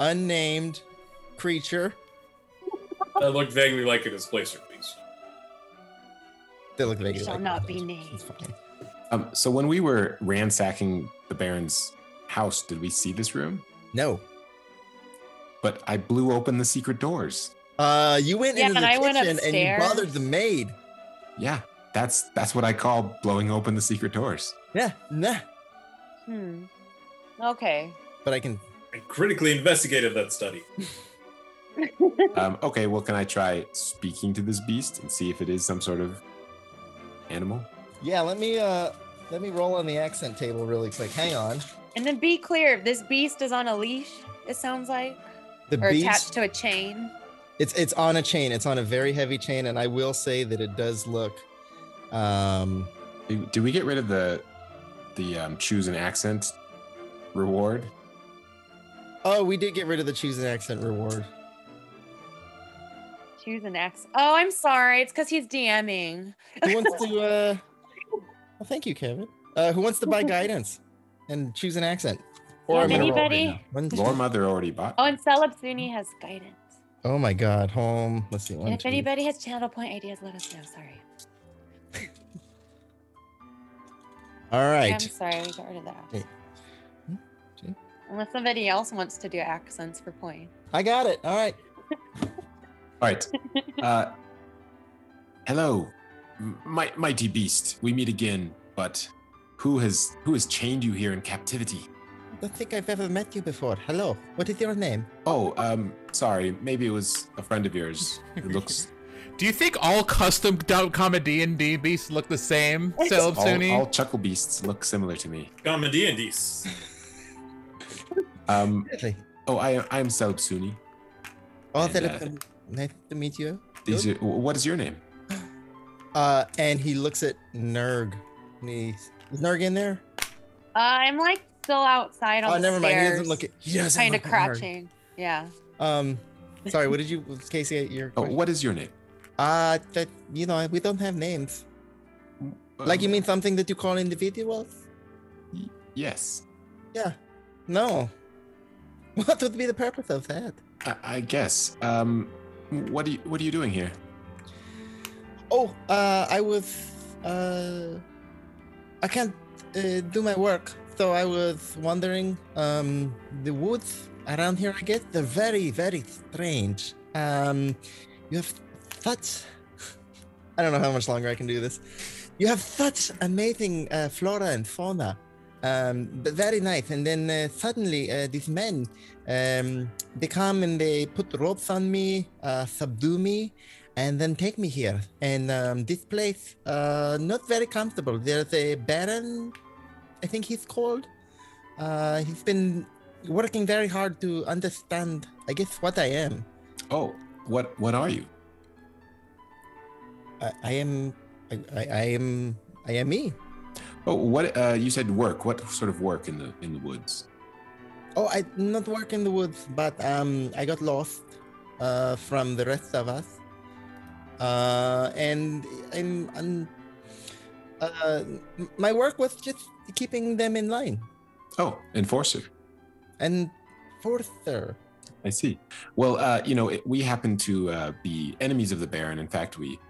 [SPEAKER 1] unnamed creature
[SPEAKER 6] That looked vaguely like a displacer beast.
[SPEAKER 1] that looked vaguely
[SPEAKER 3] Shall
[SPEAKER 1] like
[SPEAKER 3] not be
[SPEAKER 1] It's
[SPEAKER 3] named.
[SPEAKER 1] fine.
[SPEAKER 4] Um, so when we were ransacking the Baron's house, did we see this room?
[SPEAKER 1] No.
[SPEAKER 4] But I blew open the secret doors.
[SPEAKER 1] Uh, you went
[SPEAKER 3] Yeah,
[SPEAKER 1] into the
[SPEAKER 3] and I went
[SPEAKER 1] kitchen and you
[SPEAKER 3] upstairs.
[SPEAKER 1] bothered the maid.
[SPEAKER 4] Yeah, that's that's what I call blowing open the secret doors.
[SPEAKER 1] Yeah, nah.
[SPEAKER 3] Hmm. Okay.
[SPEAKER 1] But I can.
[SPEAKER 6] I critically investigated that study.
[SPEAKER 4] Um, okay, well, can I try speaking to this beast and see if it is some sort of animal?
[SPEAKER 1] Yeah, let me. Uh, let me roll on the accent table really quick. Hang on.
[SPEAKER 3] And then be clear: this beast is on a leash. It sounds like,
[SPEAKER 1] The
[SPEAKER 3] or
[SPEAKER 1] beast.
[SPEAKER 3] attached to a chain.
[SPEAKER 1] It's it's on a chain. It's on a very heavy chain, and I will say that it does look. Um,
[SPEAKER 4] Did did we get rid of the the um, choose an accent reward?
[SPEAKER 1] oh, we did get rid of the choose an accent reward.
[SPEAKER 3] Choose an X. Oh, I'm sorry. It's because he's DMing.
[SPEAKER 1] who wants to uh well, thank you kevin uh who wants to buy guidance and choose an accent
[SPEAKER 3] Yeah,
[SPEAKER 1] I mean,
[SPEAKER 4] Lore already
[SPEAKER 3] anybody?
[SPEAKER 4] know.
[SPEAKER 1] one-
[SPEAKER 4] Lore mother already bought.
[SPEAKER 3] Oh, and Celebsuni has guidance.
[SPEAKER 1] oh my god home let's see one,
[SPEAKER 3] and if
[SPEAKER 1] two-
[SPEAKER 3] anybody has channel point ideas, let us know. Sorry.
[SPEAKER 1] all
[SPEAKER 3] I'm
[SPEAKER 1] right
[SPEAKER 3] sorry. We got rid of that.
[SPEAKER 1] Okay. Hmm, see?
[SPEAKER 3] Unless somebody else wants to do accents for point.
[SPEAKER 1] i got it all right
[SPEAKER 4] All right. Uh, hello, M- mi- mighty beast, we meet again, but who has who has chained you here in captivity?
[SPEAKER 1] I don't think I've ever met you before. Hello. What is your name?
[SPEAKER 4] Oh, um, sorry, maybe it was a friend of yours. It looks
[SPEAKER 5] Do you think all custom comedy and D beasts look the same, Caleb
[SPEAKER 4] all,
[SPEAKER 5] Suni?
[SPEAKER 4] all chuckle beasts look similar to me.
[SPEAKER 6] Come and D&Ds.
[SPEAKER 4] Um,
[SPEAKER 1] Really?
[SPEAKER 4] oh, I I am Selb Suni.
[SPEAKER 1] Oh,
[SPEAKER 4] And,
[SPEAKER 1] Philip,
[SPEAKER 4] uh,
[SPEAKER 1] um, nice to meet you.
[SPEAKER 4] These are, what is your name?
[SPEAKER 1] Uh, and he looks at Nerg. And he, is Nerg in there?
[SPEAKER 3] Uh, I'm like still outside on
[SPEAKER 1] Oh,
[SPEAKER 3] the
[SPEAKER 1] never mind. He doesn't
[SPEAKER 3] stairs,
[SPEAKER 1] look at. He doesn't
[SPEAKER 3] Kind of
[SPEAKER 1] look at Nerg.
[SPEAKER 3] crouching. Yeah.
[SPEAKER 1] Um, sorry. What did you, Casey? Your
[SPEAKER 4] Oh,
[SPEAKER 1] question?
[SPEAKER 4] what is your name?
[SPEAKER 1] Uh, that you know, we don't have names. Like you
[SPEAKER 4] Um,
[SPEAKER 1] mean something that you call individuals?
[SPEAKER 4] Yes,
[SPEAKER 1] Yeah. No. What would be the purpose of that?
[SPEAKER 4] I, I guess. Um, what are you what are you doing here?
[SPEAKER 1] Oh, uh, I was. Uh, I can't uh, do my work, so I was wandering um, the woods around here. I guess they're very, very strange. Um, you have such. I don't know how much longer I can do this. You have such amazing uh, flora and fauna. Um, but very nice. And then uh, suddenly, uh, these men um, they come and they put ropes on me, uh, subdue me, and then take me here. And um, this place, uh, not very comfortable. There's a baron, I think he's called. Uh, he's been working very hard to understand, I guess, what I am.
[SPEAKER 4] Oh, what what are you?
[SPEAKER 1] I, I am, I, I, I am, I am me.
[SPEAKER 4] Oh, what uh, you said work. What sort of work in the in the woods?
[SPEAKER 1] Oh, I not work in the woods, but um, I got lost uh, from the rest of us, uh, and I'm, I'm uh, m- my work was just keeping them in line
[SPEAKER 4] Oh, enforcer.
[SPEAKER 1] and further.
[SPEAKER 4] I see. Well, uh, you know, it, we happen to uh, be enemies of the Baron. In fact, we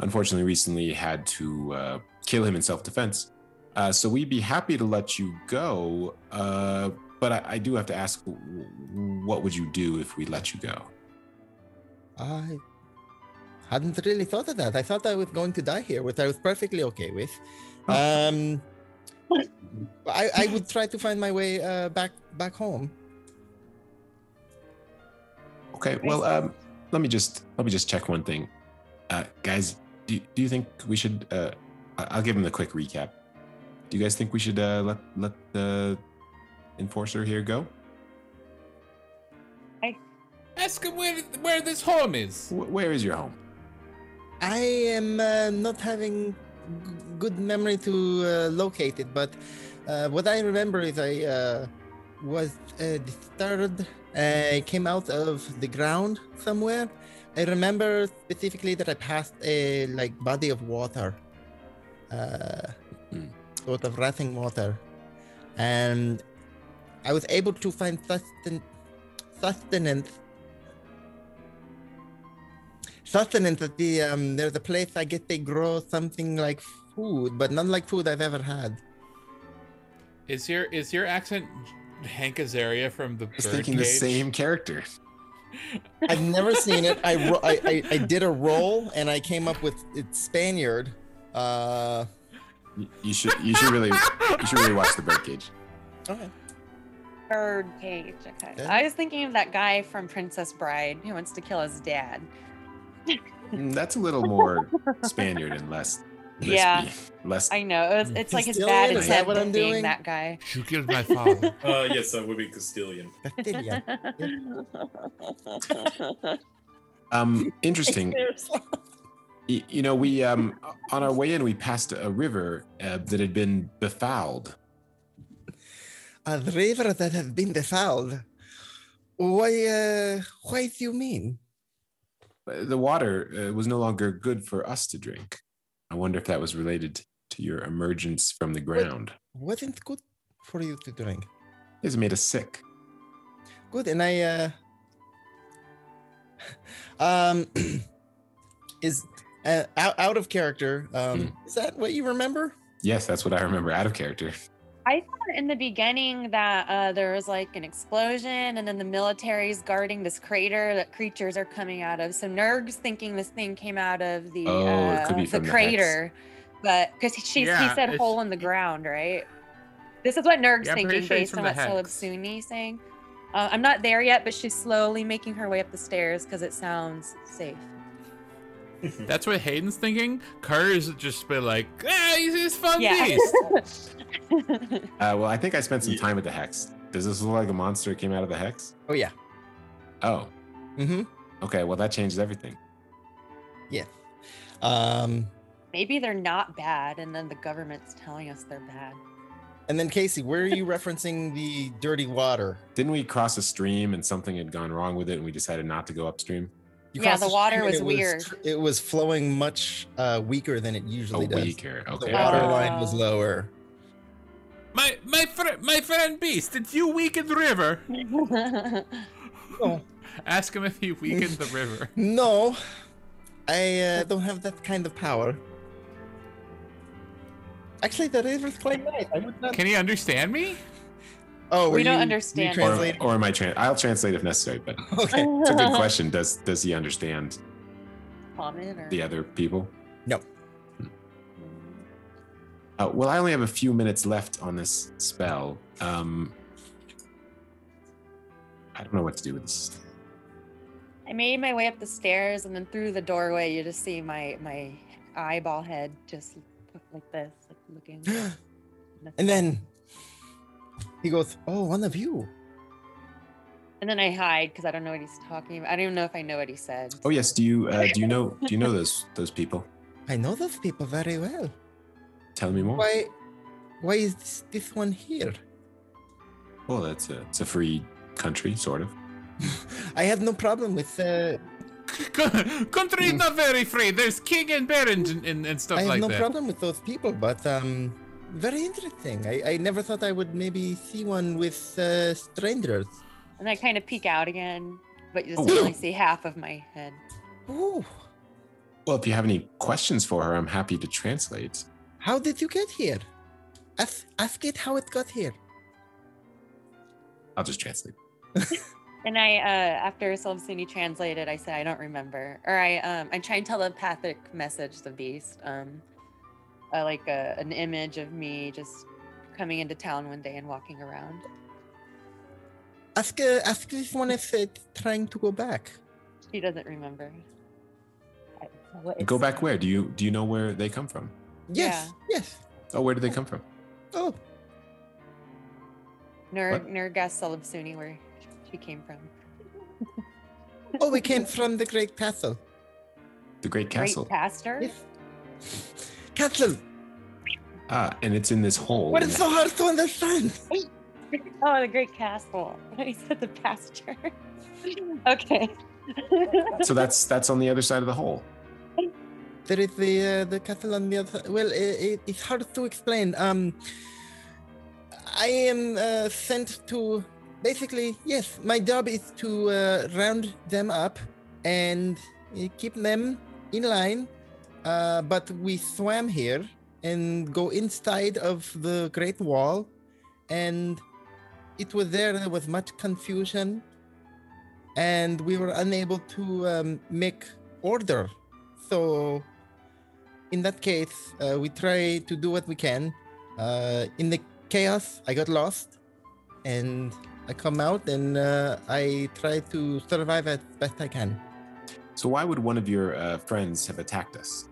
[SPEAKER 4] unfortunately recently had to uh, kill him in self-defense. Uh, so we'd be happy to let you go, uh, but I, I do have to ask, w- w- what would you do if we let you go?
[SPEAKER 1] I hadn't really thought of that. I thought I was going to die here, which I was perfectly okay with. Um, I, I would try to find my way uh, back back home.
[SPEAKER 4] Okay. Well, um, let me just let me just check one thing, uh, guys. Do, do you think we should? Uh, I- I'll give him the quick recap. Do you guys think we should uh, let let the enforcer here go?
[SPEAKER 5] Ask him where, where this home is.
[SPEAKER 4] Wh- where is your home?
[SPEAKER 1] I am uh, not having g- good memory to uh, locate it, but uh, what I remember is I uh, was uh, disturbed. I came out of the ground somewhere. I remember specifically that I passed a like body of water, uh,
[SPEAKER 4] Mm.
[SPEAKER 1] sort of rushing water, and I was able to find susten- sustenance sustenance at the um there's a place I guess they grow something like food, but not like food I've ever had.
[SPEAKER 5] Is your is your accent Hank Azaria from the
[SPEAKER 4] I was thinking the same character.
[SPEAKER 1] I've never seen it. I, ro- I, I I did a roll and I came up with it's Spaniard. Uh
[SPEAKER 4] You, you should you should really you should really watch the birdcage.
[SPEAKER 1] okay.
[SPEAKER 3] Third cage. Okay.
[SPEAKER 1] Yeah.
[SPEAKER 3] I was thinking of that guy from Princess Bride who wants to kill his dad.
[SPEAKER 4] Mm, That's a little more Spaniard and less. lispy.
[SPEAKER 3] Yeah.
[SPEAKER 4] Less.
[SPEAKER 3] I know. It was,
[SPEAKER 1] Mm.
[SPEAKER 3] it's like his
[SPEAKER 1] Sicilian?
[SPEAKER 3] dad
[SPEAKER 4] Is
[SPEAKER 3] attempt
[SPEAKER 1] that what
[SPEAKER 3] at
[SPEAKER 1] I'm
[SPEAKER 3] being
[SPEAKER 1] doing?
[SPEAKER 3] that guy.
[SPEAKER 5] You killed my father.
[SPEAKER 6] Uh, yes, that would be Castilian.
[SPEAKER 1] Castilian.
[SPEAKER 4] Um. Interesting.
[SPEAKER 1] Seriously.
[SPEAKER 4] Y- You know, we um on our way in we passed a river uh, that had been befouled.
[SPEAKER 1] a river that has been defiled. Why uh why do you mean?
[SPEAKER 4] Uh, The water uh, was no longer good for us to drink. I wonder if that was related to your emergence from the ground.
[SPEAKER 1] Wasn't good for you to drink.
[SPEAKER 4] It's made us sick.
[SPEAKER 1] good and i uh um is uh, out, out of character um is that what you remember
[SPEAKER 4] Yes, that's what I remember out of character.
[SPEAKER 3] I thought in the beginning that uh, there was like an explosion, and then the military's guarding this crater that creatures are coming out of. So Nerg's thinking this thing came out of the
[SPEAKER 4] Oh, it could
[SPEAKER 3] uh,
[SPEAKER 4] be
[SPEAKER 3] the
[SPEAKER 4] from the hex.
[SPEAKER 3] crater, but because she
[SPEAKER 5] Yeah,
[SPEAKER 3] he said
[SPEAKER 5] it's-
[SPEAKER 3] hole in the ground, right? This is what Nerg's
[SPEAKER 5] Yeah, I'm pretty
[SPEAKER 3] thinking
[SPEAKER 5] sure it's
[SPEAKER 3] based
[SPEAKER 5] from
[SPEAKER 3] on
[SPEAKER 5] the
[SPEAKER 3] what Solib
[SPEAKER 5] hex.
[SPEAKER 3] Suni's saying. Uh, I'm not there yet, but she's slowly making her way up the stairs because it sounds safe.
[SPEAKER 5] That's what Hayden's thinking. Carter's just been like, ah, he's this fun
[SPEAKER 3] Yeah.
[SPEAKER 5] beast.
[SPEAKER 4] Uh, well, I think I spent some
[SPEAKER 6] Yeah.
[SPEAKER 4] time at the hex. Does this look like a monster that came out of the hex?
[SPEAKER 1] Oh yeah.
[SPEAKER 4] Oh,
[SPEAKER 1] Mm-hmm.
[SPEAKER 4] okay. Well, that changes everything.
[SPEAKER 1] Um,
[SPEAKER 3] Maybe they're not bad, and then the government's telling us they're bad.
[SPEAKER 1] and then Casey, where are you referencing the dirty water?
[SPEAKER 4] Didn't we cross a stream and something had gone wrong with it, and we decided not to go upstream?
[SPEAKER 1] You
[SPEAKER 3] Yeah,
[SPEAKER 1] crossed
[SPEAKER 3] the
[SPEAKER 1] stream
[SPEAKER 3] water
[SPEAKER 1] and
[SPEAKER 3] was
[SPEAKER 1] it
[SPEAKER 3] weird.
[SPEAKER 1] tr- It was flowing much uh, weaker than it
[SPEAKER 4] A
[SPEAKER 1] usually does.
[SPEAKER 4] week or okay.
[SPEAKER 1] The water
[SPEAKER 3] Oh.
[SPEAKER 1] line was lower.
[SPEAKER 5] My my friend, my friend Beast, did you weaken the river?
[SPEAKER 1] No.
[SPEAKER 5] Ask him if he weakened the river.
[SPEAKER 1] No, I uh, don't have that kind of power. Actually, the river's quite nice. I would not.
[SPEAKER 5] Can he understand me?
[SPEAKER 1] Oh,
[SPEAKER 3] We
[SPEAKER 1] were
[SPEAKER 3] don't
[SPEAKER 1] you
[SPEAKER 3] understand.
[SPEAKER 4] Or,
[SPEAKER 1] retranslating?
[SPEAKER 4] or am I tran- I'll translate if necessary, but
[SPEAKER 1] Okay.
[SPEAKER 4] it's a good question. Does does he understand
[SPEAKER 3] Common or
[SPEAKER 4] the other people? Hmm.
[SPEAKER 3] Mm.
[SPEAKER 4] Uh, well, I only have a few minutes left on this spell. Um, I don't know what to do with this.
[SPEAKER 3] I made my way up the stairs and then through the doorway. You just see my my eyeball head just like this, like looking.
[SPEAKER 1] And then he goes, "Oh, one of you."
[SPEAKER 3] and then I hide because I don't know what he's talking about. I don't even know if I know what he said.
[SPEAKER 4] Oh yes, do you uh, do you know do you know those those people?
[SPEAKER 1] I know those people very well.
[SPEAKER 4] Tell me more.
[SPEAKER 1] Why? Why is this, this one here?
[SPEAKER 4] Well, that's a it's a free country, sort of.
[SPEAKER 1] I have no problem with. Uh,
[SPEAKER 5] Country is not very free. There's king and baron and, and, and stuff
[SPEAKER 1] I have
[SPEAKER 5] like
[SPEAKER 1] no
[SPEAKER 5] that.
[SPEAKER 1] problem with those people, but um, very interesting. I, I never thought I would maybe see one with uh, strangers.
[SPEAKER 3] And I kind of peek out again, but you just
[SPEAKER 4] Oh.
[SPEAKER 3] only see half of my head.
[SPEAKER 1] Oh,
[SPEAKER 4] Well, if you have any questions for her, I'm happy to translate.
[SPEAKER 1] how did you get here? Ask, ask it how it got here.
[SPEAKER 4] I'll just translate.
[SPEAKER 3] And I, uh, after Solvsuni translated, I said I don't remember, or I, um, I try and telepathic message the beast, um, uh, like a, an image of me just coming into town one day and walking around.
[SPEAKER 1] Ask, uh, ask this one if it's trying to go back.
[SPEAKER 3] She doesn't remember. I- what
[SPEAKER 4] Uh, Go
[SPEAKER 3] it's-
[SPEAKER 4] back where? Do you do you know where they come from?
[SPEAKER 1] Yes, yes.
[SPEAKER 4] Oh, where did they come from?
[SPEAKER 1] Oh,
[SPEAKER 3] Ner
[SPEAKER 4] What?
[SPEAKER 3] Nerg asked Solibsuni where she came from.
[SPEAKER 1] oh, we came from the great castle.
[SPEAKER 4] The Great Castle.
[SPEAKER 3] Great pastor.
[SPEAKER 1] Yes. Castle.
[SPEAKER 4] ah, and it's in this hole.
[SPEAKER 1] What
[SPEAKER 4] in
[SPEAKER 1] is
[SPEAKER 4] the-
[SPEAKER 1] so hard to understand?
[SPEAKER 3] Oh, the great castle. He said the pasture. okay.
[SPEAKER 4] so that's that's on the other side of the hole.
[SPEAKER 1] There is the uh, the castle on the other. Well, i it, it's hard to explain. Um, I am uh, sent to basically yes. My job is to uh, round them up and uh, keep them in line. Uh, but we swam here and go inside of the Great Wall, and it was there. There was much confusion, and we were unable to um, make order. So in that case, uh, we try to do what we can. Uh, in the chaos, I got lost, and I come out and uh, I try to survive as best I can.
[SPEAKER 4] So why would one of your uh, friends have attacked us?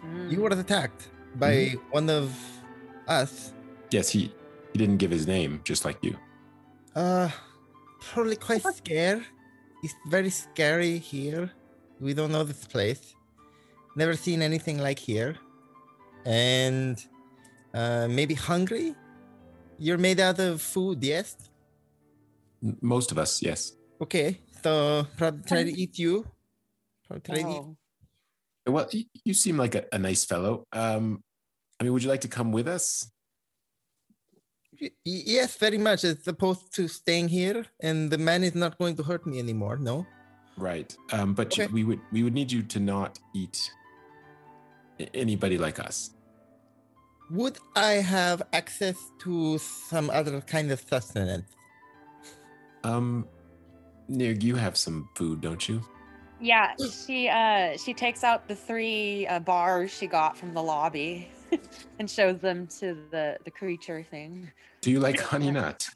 [SPEAKER 3] Hmm.
[SPEAKER 1] You were attacked by one of us.
[SPEAKER 4] Yes, he he didn't give his name, just like you.
[SPEAKER 1] Uh, probably quite scared. It's very scary here. We don't know this place. Never seen anything like here. And uh, maybe hungry? You're made out of food, yes?
[SPEAKER 4] M- Most of us, yes.
[SPEAKER 1] Okay, so probably try to eat you. Probably try to eat.
[SPEAKER 3] Oh.
[SPEAKER 4] Well, y- you seem like a, a nice fellow. Um, I mean, would you like to come with us?
[SPEAKER 1] Y- Yes, very much. As opposed to staying here, and the man is not going to hurt me anymore. No.
[SPEAKER 4] Right. Um, but you-
[SPEAKER 1] Okay.
[SPEAKER 4] we would we would need you to not eat a- anybody like us.
[SPEAKER 1] Would I have access to some other kind of sustenance?
[SPEAKER 4] Um, Nirg, you have some food, don't you?
[SPEAKER 3] Yeah, she uh she takes out the three uh, bars she got from the lobby and shows them to the the creature thing.
[SPEAKER 4] Do you like honey nut?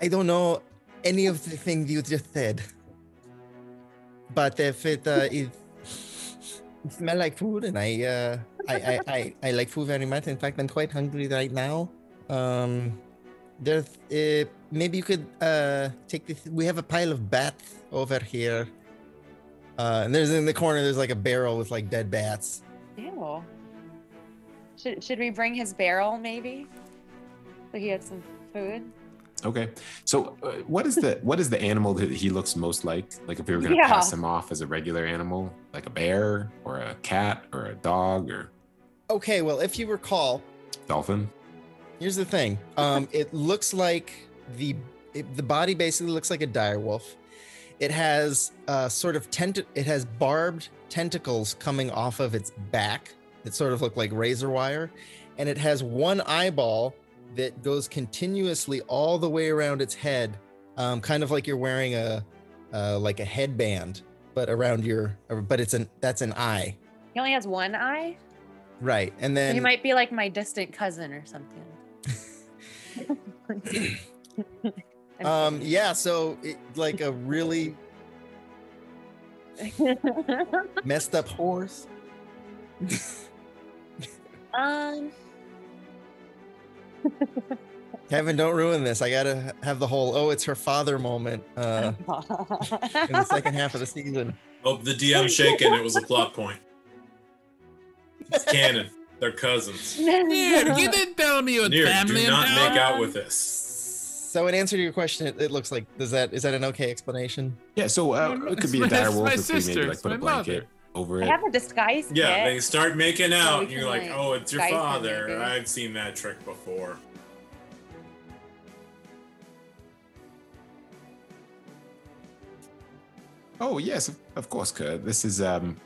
[SPEAKER 1] I don't know any of the things you just said. But if it uh, is it smell like food, and I, uh, I, I, I, I like food very much. In fact, I'm quite hungry right now. Um, there's uh, maybe you could uh, take this. We have a pile of bats over here. Uh, and there's in the corner. There's like a barrel with like dead bats.
[SPEAKER 3] Ew. Should should we bring his barrel maybe? So he had some food.
[SPEAKER 4] Okay. So, uh, what is the what is the animal that he looks most like? Like, if we were gonna
[SPEAKER 3] Yeah.
[SPEAKER 4] pass him off as a regular animal, like a bear or a cat or a dog or
[SPEAKER 1] Okay, well, if you recall,
[SPEAKER 4] dolphin?
[SPEAKER 1] Here's the thing. Um, it looks like the it, the body basically looks like a dire wolf. It has uh, sort of tent. It has barbed tentacles coming off of its back that sort of look like razor wire, and it has one eyeball that goes continuously all the way around its head, um, kind of like you're wearing a uh, like a headband, but around your but it's an that's an eye,
[SPEAKER 3] He only has one eye.
[SPEAKER 1] right? And then
[SPEAKER 3] he might be like my distant cousin or something. I'm
[SPEAKER 1] um, yeah, so it, like a really
[SPEAKER 3] kidding.
[SPEAKER 1] messed up horse.
[SPEAKER 3] um
[SPEAKER 1] Kevin, don't ruin this. I gotta have the whole "oh, it's her father" moment uh, in the second half of the season.
[SPEAKER 6] Oh, the DM shaking. It was a plot point. It's canon. They're cousins.
[SPEAKER 5] Nerd, you didn't tell me you had
[SPEAKER 6] Near,
[SPEAKER 5] family
[SPEAKER 6] do
[SPEAKER 5] in
[SPEAKER 6] not
[SPEAKER 5] town.
[SPEAKER 6] make out with this.
[SPEAKER 1] So, in answer to your question, it, it looks like does that is that an okay explanation?
[SPEAKER 4] Yeah. So uh,
[SPEAKER 5] No, no,
[SPEAKER 4] it could be a
[SPEAKER 5] it's my-
[SPEAKER 4] dire
[SPEAKER 5] it's
[SPEAKER 4] wolf
[SPEAKER 5] my
[SPEAKER 4] if we
[SPEAKER 5] sister,
[SPEAKER 4] maybe like
[SPEAKER 5] it's
[SPEAKER 4] put a
[SPEAKER 5] my mother.
[SPEAKER 4] blanket over
[SPEAKER 3] I
[SPEAKER 4] it.
[SPEAKER 3] have a disguise kit.
[SPEAKER 6] Yeah, they start making out. and
[SPEAKER 3] can,
[SPEAKER 6] You're like,
[SPEAKER 3] like,
[SPEAKER 6] oh, it's your
[SPEAKER 3] dice them,
[SPEAKER 6] father.
[SPEAKER 3] maybe.
[SPEAKER 6] I've seen that trick before.
[SPEAKER 4] Oh yes, of- of course, Kurt. This is um.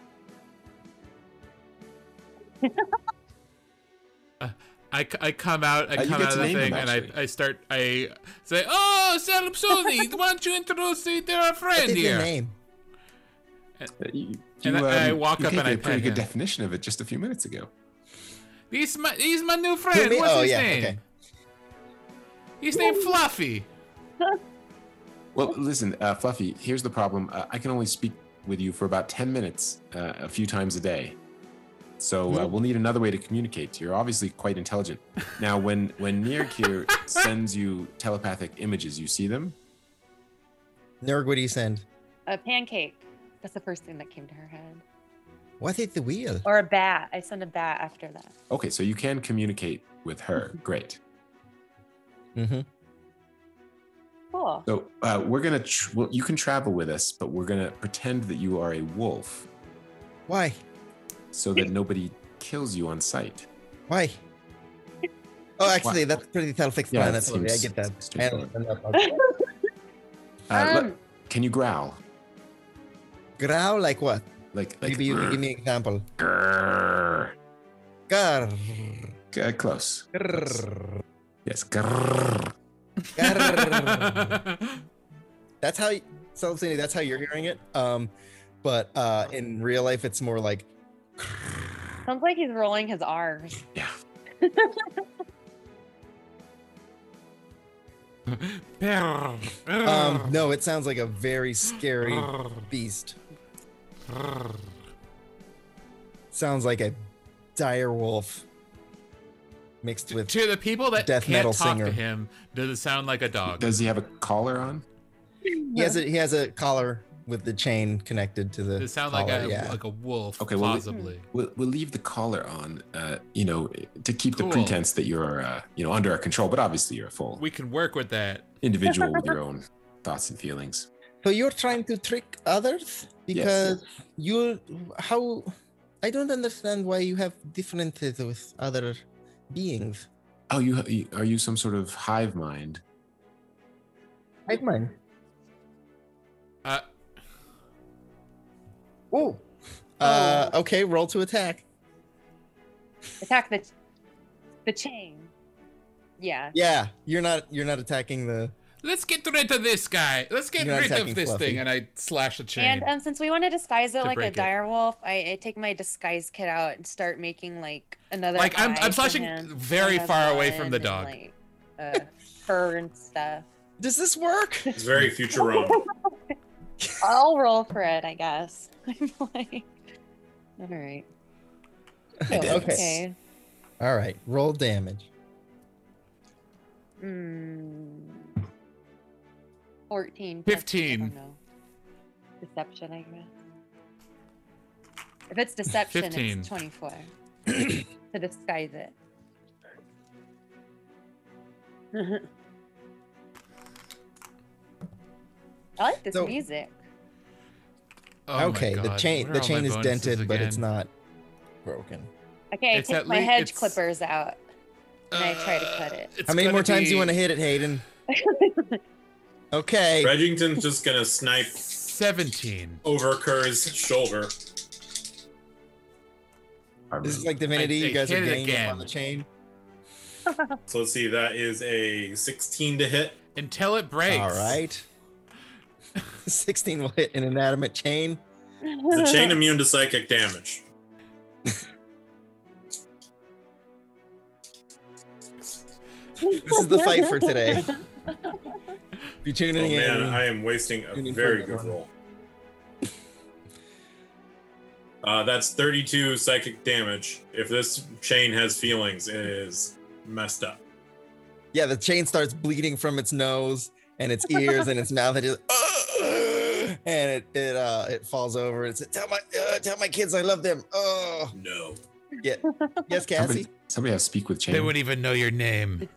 [SPEAKER 5] I, c- I come out, I
[SPEAKER 4] Uh, you
[SPEAKER 5] come
[SPEAKER 4] get
[SPEAKER 5] out
[SPEAKER 4] to
[SPEAKER 5] of the
[SPEAKER 4] name them,
[SPEAKER 5] thing, and I,
[SPEAKER 4] actually.
[SPEAKER 5] I start, I say, Oh, Salapsoni, why don't you introduce me to our friend
[SPEAKER 1] What's your
[SPEAKER 5] here?
[SPEAKER 1] name?
[SPEAKER 4] You, um,
[SPEAKER 5] And I- I walk
[SPEAKER 4] you
[SPEAKER 5] up
[SPEAKER 4] gave
[SPEAKER 5] and
[SPEAKER 4] me
[SPEAKER 5] I
[SPEAKER 4] a pretty
[SPEAKER 5] pet
[SPEAKER 4] good
[SPEAKER 5] him.
[SPEAKER 4] definition of it just a few minutes ago.
[SPEAKER 5] He's my, he's my new friend.
[SPEAKER 1] me?
[SPEAKER 5] What's
[SPEAKER 1] Oh,
[SPEAKER 5] his
[SPEAKER 1] yeah,
[SPEAKER 5] name?
[SPEAKER 1] okay.
[SPEAKER 5] He's named Fluffy.
[SPEAKER 4] Well, listen, uh, Fluffy. Here's the problem. Uh, I can only speak with you for about ten minutes, uh, a few times a day. So uh,
[SPEAKER 1] Nope.
[SPEAKER 4] we'll need another way to communicate. You're obviously quite intelligent. Now, when when Nirk here sends you telepathic images, you see them.
[SPEAKER 1] Nerg, what do you send?
[SPEAKER 3] A pancake. That's the first thing that came to her head.
[SPEAKER 1] What is the wheel?
[SPEAKER 3] Or a bat. I sent a bat after that.
[SPEAKER 4] Okay, so you can communicate with her. Great.
[SPEAKER 1] Mm-hmm.
[SPEAKER 3] Cool.
[SPEAKER 4] So uh, we're gonna. Tr- well, you can travel with us, but we're gonna pretend that you are a wolf,
[SPEAKER 1] Why?
[SPEAKER 4] so that nobody kills you on sight.
[SPEAKER 1] Why? Oh, actually, that's pretty self-explanatory. I
[SPEAKER 4] seems
[SPEAKER 1] get that. I
[SPEAKER 4] straightforward.
[SPEAKER 1] understand that part.
[SPEAKER 4] Uh,
[SPEAKER 3] um,
[SPEAKER 4] le- can you growl?
[SPEAKER 1] Growl like what?
[SPEAKER 4] Like, like
[SPEAKER 1] Maybe you can give me an example.
[SPEAKER 4] grrr.
[SPEAKER 1] Grr,
[SPEAKER 4] C- uh, close.
[SPEAKER 1] grr,
[SPEAKER 4] Yes. Grrr.
[SPEAKER 1] Um, grr. That's how so I'm saying that's how you're hearing it. Um, but uh, in real life, it's more like
[SPEAKER 3] sounds like he's rolling his R's.
[SPEAKER 1] um, no, it sounds like a very scary beast. Sounds like a dire wolf mixed with.
[SPEAKER 5] to the people that
[SPEAKER 1] Death
[SPEAKER 5] can't
[SPEAKER 1] metal
[SPEAKER 5] talk
[SPEAKER 1] singer.
[SPEAKER 5] to him, does it sound like a dog?
[SPEAKER 4] Does he have a collar on?
[SPEAKER 1] He has a he has a collar with the chain connected to the.
[SPEAKER 5] Does it sound
[SPEAKER 1] collar,
[SPEAKER 5] like a
[SPEAKER 1] Oh, yeah.
[SPEAKER 5] like a wolf?
[SPEAKER 4] Okay,
[SPEAKER 5] Okay,
[SPEAKER 4] well, we-
[SPEAKER 5] possibly.
[SPEAKER 4] We'll, we'll leave the collar on, uh, you know, to keep
[SPEAKER 5] Cool.
[SPEAKER 4] the pretense that you're, uh, you know, under our control. But obviously, you're a full
[SPEAKER 5] we can work with that.
[SPEAKER 4] individual with your own thoughts and feelings.
[SPEAKER 1] So you're trying to trick others because you how I don't understand why you have differences with other beings.
[SPEAKER 4] Oh, you you- are you some sort of hive mind?
[SPEAKER 1] Like mine.
[SPEAKER 5] Uh,
[SPEAKER 1] Oh. Uh, okay, roll to attack.
[SPEAKER 3] Attack the the chain. Yeah.
[SPEAKER 1] Yeah, you're not you're not attacking the.
[SPEAKER 5] Let's get rid of this guy. Let's get
[SPEAKER 1] You're not
[SPEAKER 5] rid
[SPEAKER 1] attacking
[SPEAKER 5] of this
[SPEAKER 1] Fluffy.
[SPEAKER 5] thing. And I slash the chain.
[SPEAKER 3] And um, since we want to disguise it
[SPEAKER 5] To
[SPEAKER 3] like a
[SPEAKER 5] break it.
[SPEAKER 3] dire wolf, I, I take my disguise kit out and start making like another.
[SPEAKER 5] like I'm,
[SPEAKER 3] eye
[SPEAKER 5] I'm
[SPEAKER 3] for
[SPEAKER 5] slashing
[SPEAKER 3] him,
[SPEAKER 5] very
[SPEAKER 3] another
[SPEAKER 5] far away
[SPEAKER 3] one,
[SPEAKER 5] from the
[SPEAKER 3] and,
[SPEAKER 5] dog.
[SPEAKER 3] like, uh, fur and stuff.
[SPEAKER 1] Does this work?
[SPEAKER 6] It's very Futurama.
[SPEAKER 3] I'll roll for it, I guess. I'm like, all right.
[SPEAKER 4] I
[SPEAKER 3] Oh,
[SPEAKER 4] did
[SPEAKER 1] Okay.
[SPEAKER 3] okay.
[SPEAKER 1] All right, roll damage.
[SPEAKER 3] Mm, 14.
[SPEAKER 5] 15.
[SPEAKER 3] No. Deception, I guess. If it's deception,
[SPEAKER 5] 15.
[SPEAKER 3] it's 24. to disguise it. I like this
[SPEAKER 1] So-
[SPEAKER 3] music.
[SPEAKER 5] Oh my
[SPEAKER 1] okay, the
[SPEAKER 5] God,
[SPEAKER 1] chain
[SPEAKER 5] where
[SPEAKER 1] the
[SPEAKER 5] are all
[SPEAKER 1] chain
[SPEAKER 5] my
[SPEAKER 1] is
[SPEAKER 5] bonuses
[SPEAKER 1] dented, but it's
[SPEAKER 5] again?
[SPEAKER 1] not broken.
[SPEAKER 3] Okay, I
[SPEAKER 5] It's
[SPEAKER 3] take
[SPEAKER 5] at
[SPEAKER 3] my
[SPEAKER 5] lea-
[SPEAKER 3] hedge
[SPEAKER 5] it's-
[SPEAKER 3] clippers out and I try to cut it.
[SPEAKER 5] It's
[SPEAKER 1] How many
[SPEAKER 5] gonna
[SPEAKER 1] more times do
[SPEAKER 5] be
[SPEAKER 1] you want to hit it, Hayden? Okay.
[SPEAKER 6] Regington's just gonna snipe
[SPEAKER 5] Seventeen.
[SPEAKER 6] over Kerr's shoulder.
[SPEAKER 1] This is like divinity.
[SPEAKER 5] I- I
[SPEAKER 1] you guys are
[SPEAKER 5] hit it
[SPEAKER 1] ganging up
[SPEAKER 5] again.
[SPEAKER 1] on the chain.
[SPEAKER 6] So let's see, that is a 16 to hit.
[SPEAKER 5] Until it breaks.
[SPEAKER 1] All right. 16 will hit an inanimate chain.
[SPEAKER 5] uh,
[SPEAKER 6] Is the chain immune to psychic damage?
[SPEAKER 1] This is the fight for today. If you're
[SPEAKER 6] Oh
[SPEAKER 1] tuning in,
[SPEAKER 6] man, I am wasting a
[SPEAKER 1] You need
[SPEAKER 6] very
[SPEAKER 1] to
[SPEAKER 6] good
[SPEAKER 1] find
[SPEAKER 6] roll. Uh, that's 32 psychic damage. If this chain has feelings, it is messed up.
[SPEAKER 1] yeah, the chain starts bleeding from its nose and its ears and its mouth. It just, and it it uh it falls over. It's tell my uh, tell my kids I love them. Oh
[SPEAKER 6] No.
[SPEAKER 1] yes, Cassie.
[SPEAKER 4] Somebody, somebody have speak with chain.
[SPEAKER 5] They wouldn't even know your name.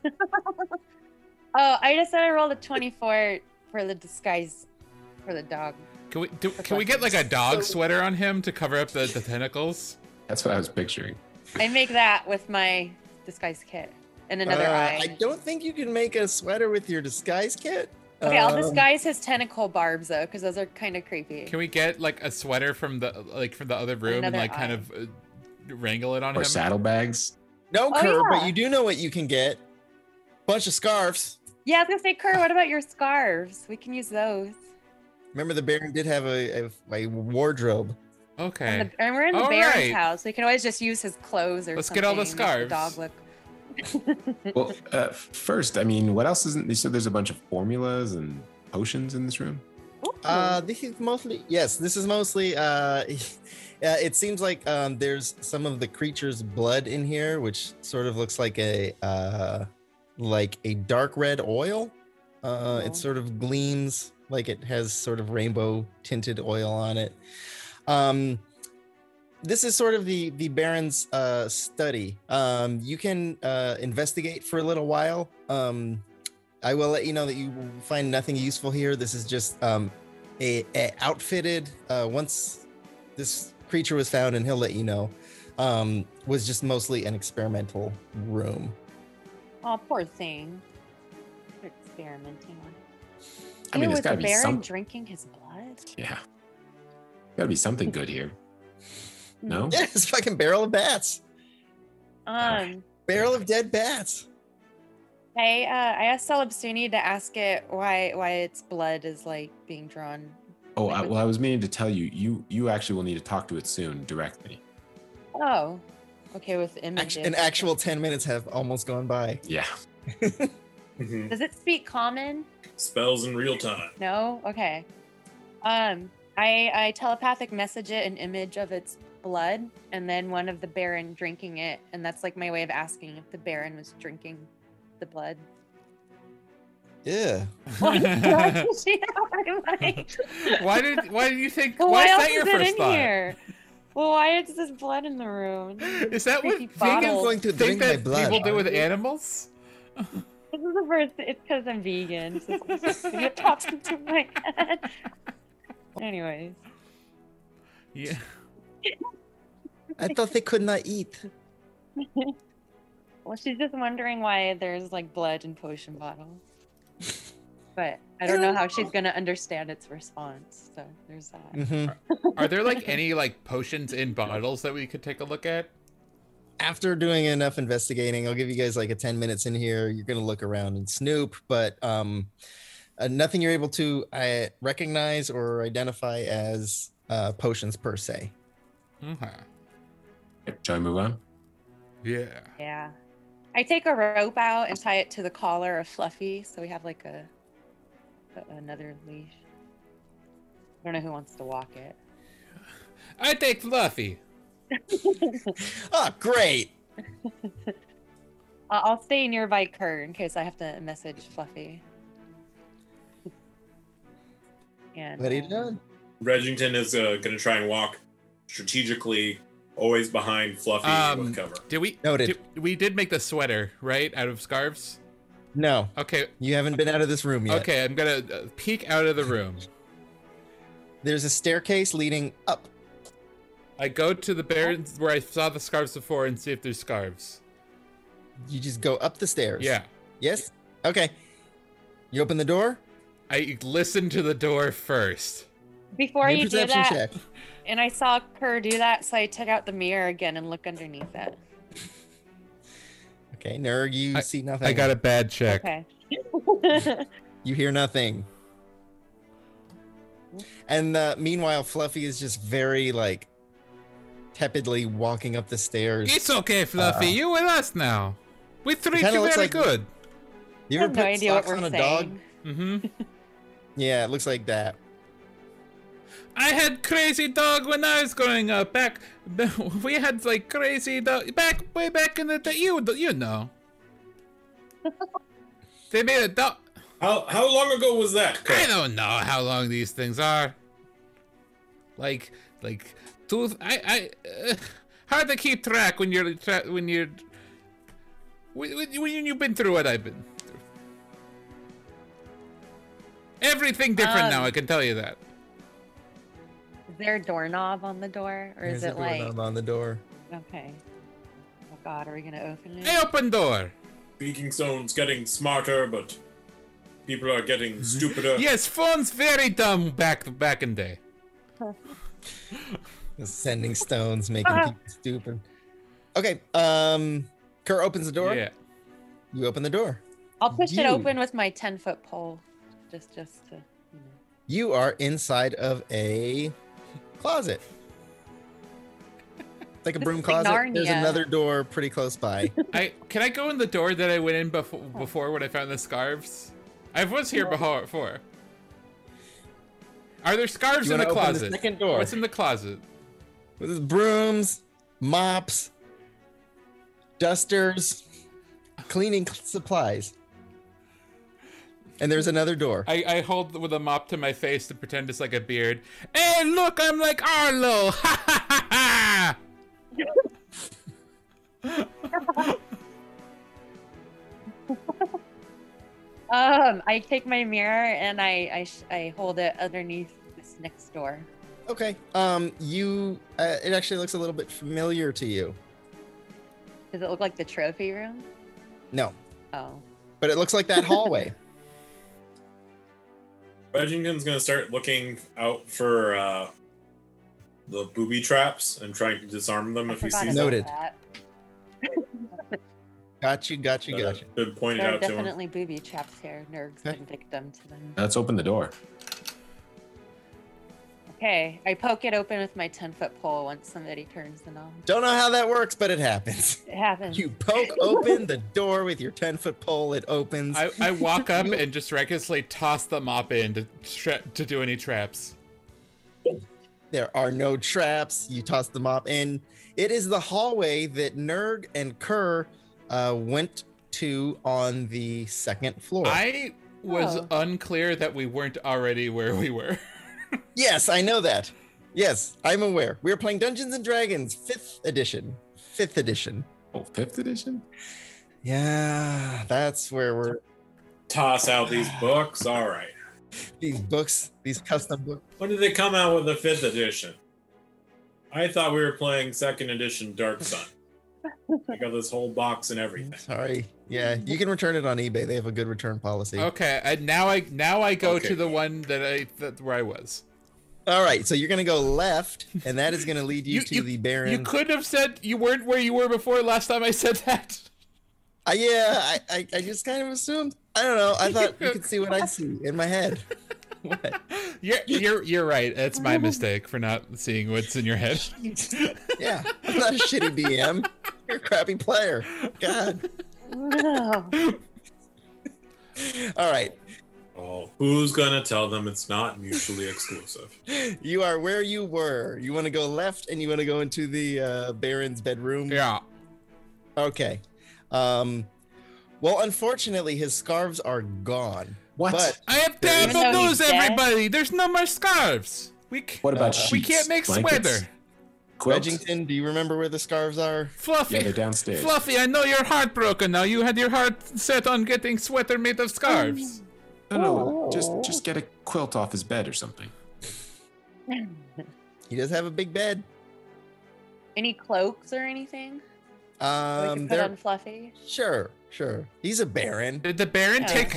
[SPEAKER 3] Oh, I just said I rolled a 24 for the disguise for the dog.
[SPEAKER 5] Can we do, can we get like a dog sweater on him to cover up the, the tentacles?
[SPEAKER 4] That's what I was picturing.
[SPEAKER 3] I make that with my disguise kit and another
[SPEAKER 1] Uh,
[SPEAKER 3] eye.
[SPEAKER 1] I don't think you can make a sweater with your disguise kit.
[SPEAKER 3] Okay, I'll
[SPEAKER 1] Um,
[SPEAKER 3] disguise his tentacle barbs though, because those are kind of creepy.
[SPEAKER 5] Can we get like a sweater from the like from the other room and
[SPEAKER 3] Another
[SPEAKER 5] like kind
[SPEAKER 3] eye.
[SPEAKER 5] of uh, wrangle it on
[SPEAKER 4] Or
[SPEAKER 5] him?
[SPEAKER 4] saddlebags.
[SPEAKER 1] No
[SPEAKER 3] Oh,
[SPEAKER 1] curve,
[SPEAKER 3] yeah.
[SPEAKER 1] but you do know what you can get. Bunch of scarves.
[SPEAKER 3] Yeah, I was gonna say, Kerr, what about your scarves? We can use those.
[SPEAKER 1] Remember, the Baron did have a, a, a wardrobe.
[SPEAKER 5] Okay.
[SPEAKER 3] And, the, and we're in the
[SPEAKER 5] All
[SPEAKER 3] Baron's
[SPEAKER 5] right.
[SPEAKER 3] house. We can always just use his clothes or
[SPEAKER 5] Let's
[SPEAKER 3] something.
[SPEAKER 5] get all the
[SPEAKER 3] make
[SPEAKER 5] scarves.
[SPEAKER 3] dog look.
[SPEAKER 4] Well, uh, first, I mean, what else isn't? You said there's a bunch of formulas and potions in this room.
[SPEAKER 1] Uh, this is mostly yes. This is mostly. Uh, yeah, it seems like um, there's some of the creature's blood in here, which sort of looks like a uh, like a dark red oil. Uh,
[SPEAKER 3] Oh.
[SPEAKER 1] It sort of gleams like it has sort of rainbow tinted oil on it. Um, this is sort of the the Baron's uh, study. Um, you can uh, investigate for a little while. Um, I will let you know that you will find nothing useful here. This is just um, a, a outfitted. Uh, once this creature was found, and he'll let you know, um, was just mostly an experimental room.
[SPEAKER 3] oh, poor thing. They're experimenting on.
[SPEAKER 4] I
[SPEAKER 3] Ew,
[SPEAKER 4] mean, it's
[SPEAKER 3] with the
[SPEAKER 4] gotta be
[SPEAKER 3] Baron
[SPEAKER 4] some-
[SPEAKER 3] drinking his blood.
[SPEAKER 4] Yeah. Gotta be something good here. No?
[SPEAKER 1] Yeah, it's fucking barrel of bats,
[SPEAKER 3] Um,
[SPEAKER 1] barrel of dead bats.
[SPEAKER 3] I uh, I asked Celebsuni to ask it why why its blood is like being drawn.
[SPEAKER 4] Oh, I, well, I was meaning to tell you, you you actually will need to talk to it soon directly.
[SPEAKER 3] Oh, okay, with images.
[SPEAKER 1] Actu- an actual ten minutes have almost gone by.
[SPEAKER 4] Yeah.
[SPEAKER 5] Mm-hmm.
[SPEAKER 6] Mhm.
[SPEAKER 3] Does it speak common?
[SPEAKER 6] Spells in real time.
[SPEAKER 3] No. Okay. Um, I I telepathic message it an image of its blood, and then one of the Baron drinking it, and that's like my way of asking if the Baron was drinking the blood.
[SPEAKER 1] Yeah.
[SPEAKER 3] Why does she have my mic?
[SPEAKER 5] why did why do you think
[SPEAKER 3] Well, why
[SPEAKER 5] why is
[SPEAKER 3] else
[SPEAKER 5] that your
[SPEAKER 3] is it
[SPEAKER 5] first
[SPEAKER 3] in
[SPEAKER 5] thought?
[SPEAKER 3] here? Well, why is this blood in the room?
[SPEAKER 5] Is that what
[SPEAKER 3] Creepy
[SPEAKER 5] vegans
[SPEAKER 3] bottle.
[SPEAKER 1] going to
[SPEAKER 5] think
[SPEAKER 1] drink my
[SPEAKER 5] that
[SPEAKER 1] blood.
[SPEAKER 5] people do with animals?
[SPEAKER 3] This is the first. It's because I'm vegan. So it pops into my head. Anyways,
[SPEAKER 5] Yeah.
[SPEAKER 1] I thought they could not eat.
[SPEAKER 3] well, she's just wondering why there's like blood in potion bottles. But I
[SPEAKER 1] I
[SPEAKER 3] don't know
[SPEAKER 1] don't
[SPEAKER 3] how she's gonna understand its response. So there's that.
[SPEAKER 1] Mm-hmm.
[SPEAKER 5] Are there like any like potions in bottles that we could take a look at?
[SPEAKER 1] after doing enough investigating, I'll give you guys like a 10 minutes in here. You're going to look around and snoop, but um, uh, nothing you're able to uh, recognize or identify as uh, potions per se.
[SPEAKER 5] Okay.
[SPEAKER 4] Shall I move on?
[SPEAKER 5] Yeah.
[SPEAKER 3] Yeah. I take a rope out and tie it to the collar of Fluffy, so we have like a, a- another leash. I don't know who wants to walk it.
[SPEAKER 5] I take Fluffy.
[SPEAKER 1] Oh, great.
[SPEAKER 3] I- I'll stay nearby Kerr in case I have to message Fluffy. And
[SPEAKER 1] What are you
[SPEAKER 3] um,
[SPEAKER 1] doing?
[SPEAKER 6] Regington is uh, going to try and walk strategically, always behind Fluffy
[SPEAKER 5] Um,
[SPEAKER 6] with cover.
[SPEAKER 5] Did we?
[SPEAKER 1] Noted.
[SPEAKER 5] did- we did make the sweater right out of scarves.
[SPEAKER 1] No,
[SPEAKER 5] Okay.
[SPEAKER 1] you haven't been out of this room yet.
[SPEAKER 5] Okay. I'm gonna uh, peek out of the room.
[SPEAKER 1] There's a staircase leading up.
[SPEAKER 5] I go to the barrens where I saw the scarves before and see if there's scarves.
[SPEAKER 1] You just go up the stairs.
[SPEAKER 5] Yeah.
[SPEAKER 1] Yes. Okay. You open the door.
[SPEAKER 5] I listen to the door first.
[SPEAKER 3] Before
[SPEAKER 1] Make a
[SPEAKER 3] you do
[SPEAKER 1] perception
[SPEAKER 3] that,
[SPEAKER 1] check.
[SPEAKER 3] and I saw Kerr do that, so I took out the mirror again and looked underneath it.
[SPEAKER 1] Okay, Nerg, you see nothing.
[SPEAKER 5] I got a bad check.
[SPEAKER 3] Okay.
[SPEAKER 1] You hear nothing. And uh, meanwhile, Fluffy is just very like tepidly walking up the stairs.
[SPEAKER 5] It's okay, Fluffy.
[SPEAKER 1] Uh,
[SPEAKER 5] you with us now. We treat
[SPEAKER 1] kinda
[SPEAKER 5] you very
[SPEAKER 1] looks like-
[SPEAKER 5] good.
[SPEAKER 1] you
[SPEAKER 3] I
[SPEAKER 1] ever
[SPEAKER 3] have
[SPEAKER 1] put
[SPEAKER 3] no idea what
[SPEAKER 1] socks
[SPEAKER 3] we're
[SPEAKER 1] on a
[SPEAKER 3] saying.
[SPEAKER 1] dog?
[SPEAKER 5] hmm
[SPEAKER 1] Yeah, it looks like that.
[SPEAKER 5] I had crazy dog when I was growing up. Back, we had like crazy dog back way back in the day. You you know. they made a dog.
[SPEAKER 6] How how long ago was that?
[SPEAKER 5] I don't know how long these things are. Like like two. I I uh, hard to keep track when you're tra- when you're when, when, when you've been through what I've been through. Everything different now.
[SPEAKER 3] Um,
[SPEAKER 5] I can tell you that.
[SPEAKER 3] Is there a doorknob on the door, or is
[SPEAKER 1] There's a
[SPEAKER 3] it like
[SPEAKER 1] doorknob on the door?
[SPEAKER 3] okay? Oh God, are we gonna open it?
[SPEAKER 5] I open door.
[SPEAKER 6] Speaking stone's getting smarter, but people are getting
[SPEAKER 5] Mm-hmm.
[SPEAKER 6] stupider.
[SPEAKER 5] Yes, phones very dumb back back in day.
[SPEAKER 1] Sending stones, making
[SPEAKER 3] Ah.
[SPEAKER 1] people stupid. Okay. Um, Kerr opens the door.
[SPEAKER 5] Yeah.
[SPEAKER 1] You open the door.
[SPEAKER 3] I'll push
[SPEAKER 1] You.
[SPEAKER 3] it open with my ten foot pole, just just to. You know.
[SPEAKER 1] You are inside of a closet. It's like a
[SPEAKER 3] This
[SPEAKER 1] broom
[SPEAKER 3] is like
[SPEAKER 1] closet. There's
[SPEAKER 3] Narnia.
[SPEAKER 1] another door pretty close by.
[SPEAKER 5] I can I go in the door that I went in before before when I found the scarves. I was here before. before. Are there scarves
[SPEAKER 1] You
[SPEAKER 5] in the
[SPEAKER 1] wanna open the
[SPEAKER 5] closet?
[SPEAKER 1] second door?
[SPEAKER 5] What's in the closet?
[SPEAKER 1] with his brooms, mops, dusters, cleaning supplies. And there's another door.
[SPEAKER 5] I, I hold with a mop to my face to pretend it's like a beard. Hey, look, I'm like Arlo. Ha ha ha ha.
[SPEAKER 3] Um, I take my mirror and I I, sh- I hold it underneath this next door.
[SPEAKER 1] Okay. Um, you. Uh, it actually looks a little bit familiar to you.
[SPEAKER 3] Does it look like the trophy room?
[SPEAKER 1] No,
[SPEAKER 3] Oh,
[SPEAKER 1] but it looks like that hallway.
[SPEAKER 6] Regington's gonna start looking out for uh, the booby traps and trying to disarm them
[SPEAKER 3] I
[SPEAKER 6] if he
[SPEAKER 3] forgot
[SPEAKER 6] sees
[SPEAKER 3] about
[SPEAKER 6] them.
[SPEAKER 1] Noted.
[SPEAKER 3] that.
[SPEAKER 1] got you. Got you. Got you.
[SPEAKER 6] Uh, Been pointed
[SPEAKER 3] There are
[SPEAKER 6] out to him.
[SPEAKER 3] definitely booby traps here. Nerg's
[SPEAKER 1] Okay.
[SPEAKER 3] been victim to them.
[SPEAKER 4] Now let's open the door.
[SPEAKER 3] Okay, I poke it open with my ten foot pole once somebody turns the knob.
[SPEAKER 1] Don't know how that works, but it happens.
[SPEAKER 3] It happens.
[SPEAKER 1] You poke open the door with your ten foot pole. It opens.
[SPEAKER 5] I, I walk up and just recklessly toss the mop in to tra- to do any traps.
[SPEAKER 1] There are no traps. You toss the mop in. It is the hallway that Nerg and Kerr uh, went to on the second floor.
[SPEAKER 5] I was
[SPEAKER 3] Oh.
[SPEAKER 5] unclear that we weren't already where we were.
[SPEAKER 1] yes, I know that. Yes, I'm aware. We are playing Dungeons and Dragons, fifth edition. Fifth edition.
[SPEAKER 4] Oh, fifth edition?
[SPEAKER 1] Yeah, that's where we're.
[SPEAKER 6] Toss out these books. All right.
[SPEAKER 1] These books, these custom books.
[SPEAKER 6] When did they come out with the fifth edition? I thought we were playing second edition Dark Sun. I got this whole box and everything.
[SPEAKER 1] Sorry. Yeah, you can return it on eBay. They have a good return policy.
[SPEAKER 5] Okay, I, now I now I go
[SPEAKER 6] Okay.
[SPEAKER 5] to the one that I that where I was.
[SPEAKER 1] All right, so you're gonna go left, and that is gonna lead you,
[SPEAKER 5] You-
[SPEAKER 1] to
[SPEAKER 5] you-
[SPEAKER 1] the
[SPEAKER 5] You
[SPEAKER 1] Baron.
[SPEAKER 5] couldn't have said you weren't where you were before last time I said that.
[SPEAKER 1] Uh, yeah, I, I, I just kind of assumed. I don't know. I thought you could see what I see in my head. What?
[SPEAKER 5] You're you're you're right. It's my mistake for not seeing what's in your head.
[SPEAKER 1] Yeah, I'm not a shitty DM. You're a crappy player. God.
[SPEAKER 3] Wow.
[SPEAKER 1] All right,
[SPEAKER 6] Oh, who's gonna tell them it's not mutually exclusive?
[SPEAKER 1] you are where you were. You want to go left, and you want to go into the uh, Baron's bedroom.
[SPEAKER 5] Yeah.
[SPEAKER 1] Okay. Um. Well, unfortunately, his scarves are gone.
[SPEAKER 4] What?
[SPEAKER 1] But
[SPEAKER 5] I have
[SPEAKER 4] Even
[SPEAKER 5] terrible
[SPEAKER 3] though he's
[SPEAKER 5] news,
[SPEAKER 3] dead?
[SPEAKER 5] everybody. There's no more scarves. We c-
[SPEAKER 4] What about
[SPEAKER 1] Uh,
[SPEAKER 4] sheets?
[SPEAKER 5] we can't make
[SPEAKER 4] blankets,
[SPEAKER 5] sweater.
[SPEAKER 4] quilts?
[SPEAKER 1] Wedgington, do you remember where the scarves are?
[SPEAKER 5] Fluffy.
[SPEAKER 4] Yeah, they're downstairs.
[SPEAKER 5] Fluffy, I know you're heartbroken now. You had your heart set on getting sweater made of scarves.
[SPEAKER 4] No, no, just just get a quilt off his bed or something.
[SPEAKER 1] He does have a big bed.
[SPEAKER 3] Any cloaks or anything? Um, we
[SPEAKER 1] Um,
[SPEAKER 3] could put
[SPEAKER 1] there-
[SPEAKER 3] on Fluffy.
[SPEAKER 1] sure, sure. He's a
[SPEAKER 4] Oh.
[SPEAKER 1] baron.
[SPEAKER 5] Did the Baron
[SPEAKER 3] Yeah.
[SPEAKER 5] take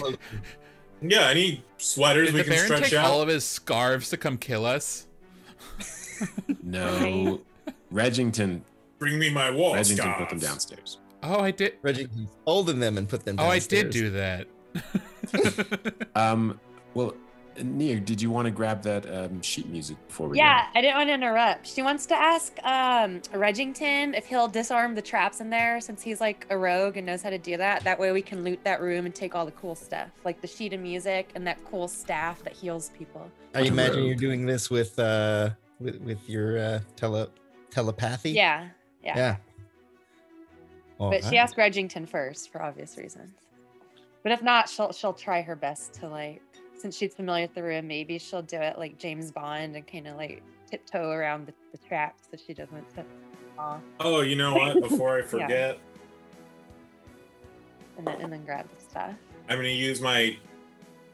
[SPEAKER 6] Yeah, any sweaters
[SPEAKER 5] did
[SPEAKER 6] we
[SPEAKER 5] the
[SPEAKER 6] can
[SPEAKER 5] Baron
[SPEAKER 6] stretch
[SPEAKER 5] take
[SPEAKER 6] out?
[SPEAKER 5] all of his scarves to come kill us?
[SPEAKER 4] No. Regington
[SPEAKER 6] Bring me my wall
[SPEAKER 4] Regington put them
[SPEAKER 6] scarves.
[SPEAKER 4] downstairs.
[SPEAKER 5] Oh I did
[SPEAKER 1] Reggie folded them and put them.
[SPEAKER 5] Oh I did
[SPEAKER 1] downstairs.
[SPEAKER 5] do that.
[SPEAKER 4] Um well Nier, did you want to grab that um, sheet music before we
[SPEAKER 3] Yeah, I didn't want to interrupt. She wants to ask um Regington if he'll disarm the traps in there since he's like a rogue and knows how to do that. That way we can loot that room and take all the cool stuff, like the sheet of music and that cool staff that heals people.
[SPEAKER 1] I imagine you're
[SPEAKER 4] Rogue.
[SPEAKER 1] doing this with uh with with your uh tele telepathy.
[SPEAKER 3] Yeah. Yeah.
[SPEAKER 1] Yeah. All
[SPEAKER 3] But she
[SPEAKER 1] right.
[SPEAKER 3] asked Regington first for obvious reasons. But if not, she'll she'll try her best to like since she's familiar with the room, maybe she'll do it like James Bond and kind of like tiptoe around the, the traps so she doesn't tip off
[SPEAKER 6] Oh, you know what? Before I forget,
[SPEAKER 3] and then and then grab the stuff.
[SPEAKER 6] I'm gonna use my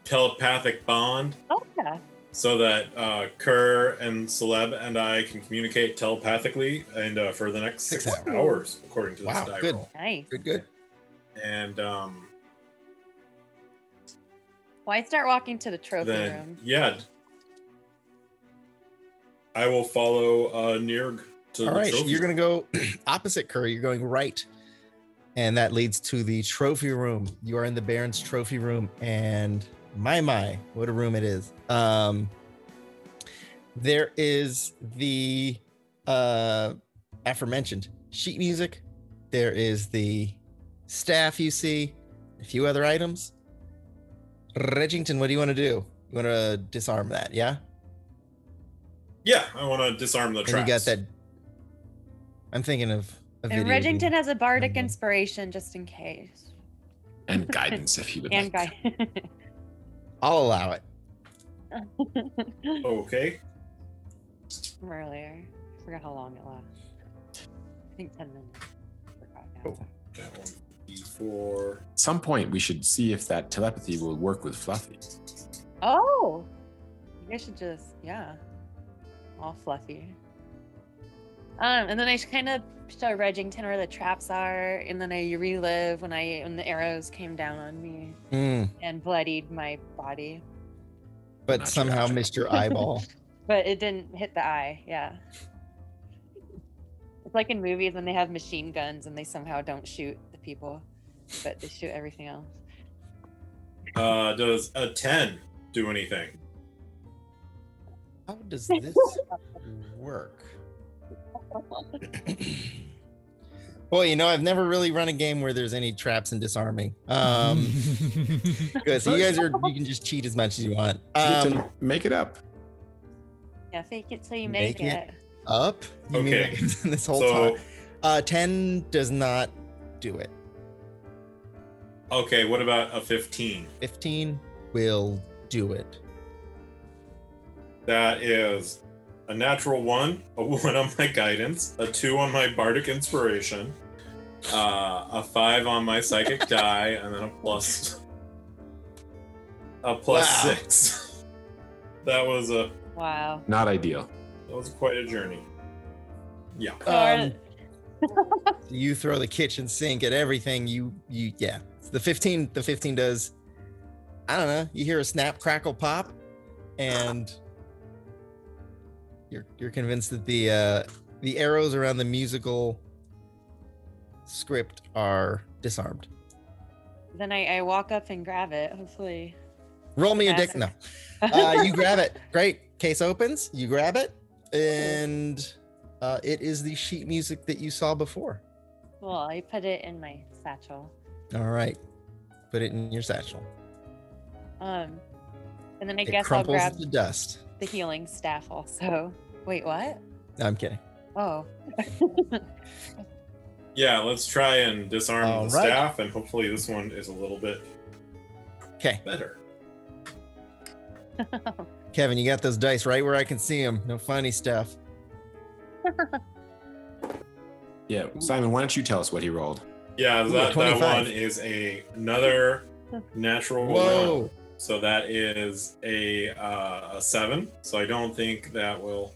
[SPEAKER 6] telepathic bond
[SPEAKER 3] Oh yeah.
[SPEAKER 6] so that uh, Kerr and Celeb and I can communicate telepathically and uh, for the next six
[SPEAKER 1] Six
[SPEAKER 3] hours.
[SPEAKER 6] hours, according to this
[SPEAKER 1] Wow,
[SPEAKER 6] die
[SPEAKER 1] good.
[SPEAKER 6] roll.
[SPEAKER 3] Nice.
[SPEAKER 1] Good, good.
[SPEAKER 6] And um,
[SPEAKER 3] Well, I start walking to the trophy
[SPEAKER 6] then
[SPEAKER 3] room.
[SPEAKER 6] yeah, I will follow uh, Nirg to
[SPEAKER 1] All
[SPEAKER 6] the
[SPEAKER 1] right,
[SPEAKER 6] trophy
[SPEAKER 1] you're gonna go opposite Curry. You're going right, and that leads to the trophy room. You are in the Baron's trophy room, and my my, what a room it is. Um, there is the uh aforementioned sheet music. There is the staff you see, a few other items. Regington, what do you want to do? You want to disarm that, yeah?
[SPEAKER 6] Yeah, I want to disarm the
[SPEAKER 1] And you
[SPEAKER 6] traps.
[SPEAKER 1] got that. I'm thinking of. a
[SPEAKER 3] And
[SPEAKER 1] video game.
[SPEAKER 3] Regington has a bardic
[SPEAKER 1] Mhm.
[SPEAKER 3] inspiration just in case.
[SPEAKER 4] do that? And guidance if you would
[SPEAKER 3] And
[SPEAKER 4] like.
[SPEAKER 3] guy.
[SPEAKER 1] I'll allow it.
[SPEAKER 6] Oh, Okay.
[SPEAKER 3] From earlier. I forgot how long it lasts. I think 10 minutes. Forgot now.
[SPEAKER 6] Oh. That one before.
[SPEAKER 4] At some point we should see if that telepathy will work with Fluffy.
[SPEAKER 3] Oh, you guys should just yeah, all fluffy. Um, and then I kind of show Regington where the traps are, and then I relive when I when the arrows came down on me
[SPEAKER 1] Mm.
[SPEAKER 3] and bloodied my body,
[SPEAKER 1] but
[SPEAKER 4] Not sure,
[SPEAKER 1] somehow
[SPEAKER 4] not sure.
[SPEAKER 1] missed your eyeball.
[SPEAKER 3] but it didn't hit the eye. Yeah, it's like in movies when they have machine guns and they somehow don't shoot the people, but they shoot everything else.
[SPEAKER 6] Uh, does a 10 do anything?
[SPEAKER 1] How does this work? Well, you know, I've never really run a game where there's any traps and disarming. Um, good. So you guys are you can just cheat as much as you want.
[SPEAKER 4] Um,
[SPEAKER 1] Um,
[SPEAKER 4] make it up.
[SPEAKER 3] yeah, fake it till you make,
[SPEAKER 1] Make
[SPEAKER 3] it.
[SPEAKER 1] it. up. You mean
[SPEAKER 6] Okay.
[SPEAKER 1] this whole
[SPEAKER 6] so,
[SPEAKER 1] time? Uh, ten does not do it.
[SPEAKER 6] okay, what about a 15?
[SPEAKER 1] Fifteen will do it.
[SPEAKER 6] That is a natural one, a one on my guidance, a two on my bardic inspiration, uh, a five on my psychic die, and then a plus a plus
[SPEAKER 1] Wow.
[SPEAKER 6] six. That was a
[SPEAKER 3] Wow.
[SPEAKER 4] Not ideal.
[SPEAKER 6] that was quite a journey. Yeah.
[SPEAKER 3] So are-
[SPEAKER 1] Um, you throw the kitchen sink at everything you you yeah the 15 the 15 does i don't know you hear a snap crackle pop and You're you're convinced that the uh, the arrows around the musical script are disarmed.
[SPEAKER 3] Then I, I walk up and grab it. Hopefully.
[SPEAKER 1] Roll me a dick.
[SPEAKER 3] Classic.
[SPEAKER 1] No, uh, you grab it. Great. Case opens. You grab it, and uh, it is the sheet music that you saw before.
[SPEAKER 3] Well, I put it in my satchel.
[SPEAKER 1] All right. Put it in your satchel.
[SPEAKER 3] Um, and then I
[SPEAKER 1] it
[SPEAKER 3] guess I'll
[SPEAKER 1] crumples
[SPEAKER 3] grab
[SPEAKER 1] to dust.
[SPEAKER 3] the healing staff also. Wait, what?
[SPEAKER 1] No, I'm kidding.
[SPEAKER 3] Oh,
[SPEAKER 6] Yeah, let's try and disarm
[SPEAKER 1] All
[SPEAKER 6] the
[SPEAKER 1] right.
[SPEAKER 6] staff, and hopefully this one is a little bit
[SPEAKER 1] Okay,
[SPEAKER 6] better.
[SPEAKER 1] Kevin, you got those dice right where I can see them. No funny stuff.
[SPEAKER 4] Yeah,
[SPEAKER 1] Mm.
[SPEAKER 4] Simon, why don't you tell us what he rolled?
[SPEAKER 6] Yeah,
[SPEAKER 1] Ooh,
[SPEAKER 6] that, that
[SPEAKER 1] 25.
[SPEAKER 6] one is a another natural one.
[SPEAKER 1] Whoa.
[SPEAKER 6] So that is a uh, a seven. So I don't think that will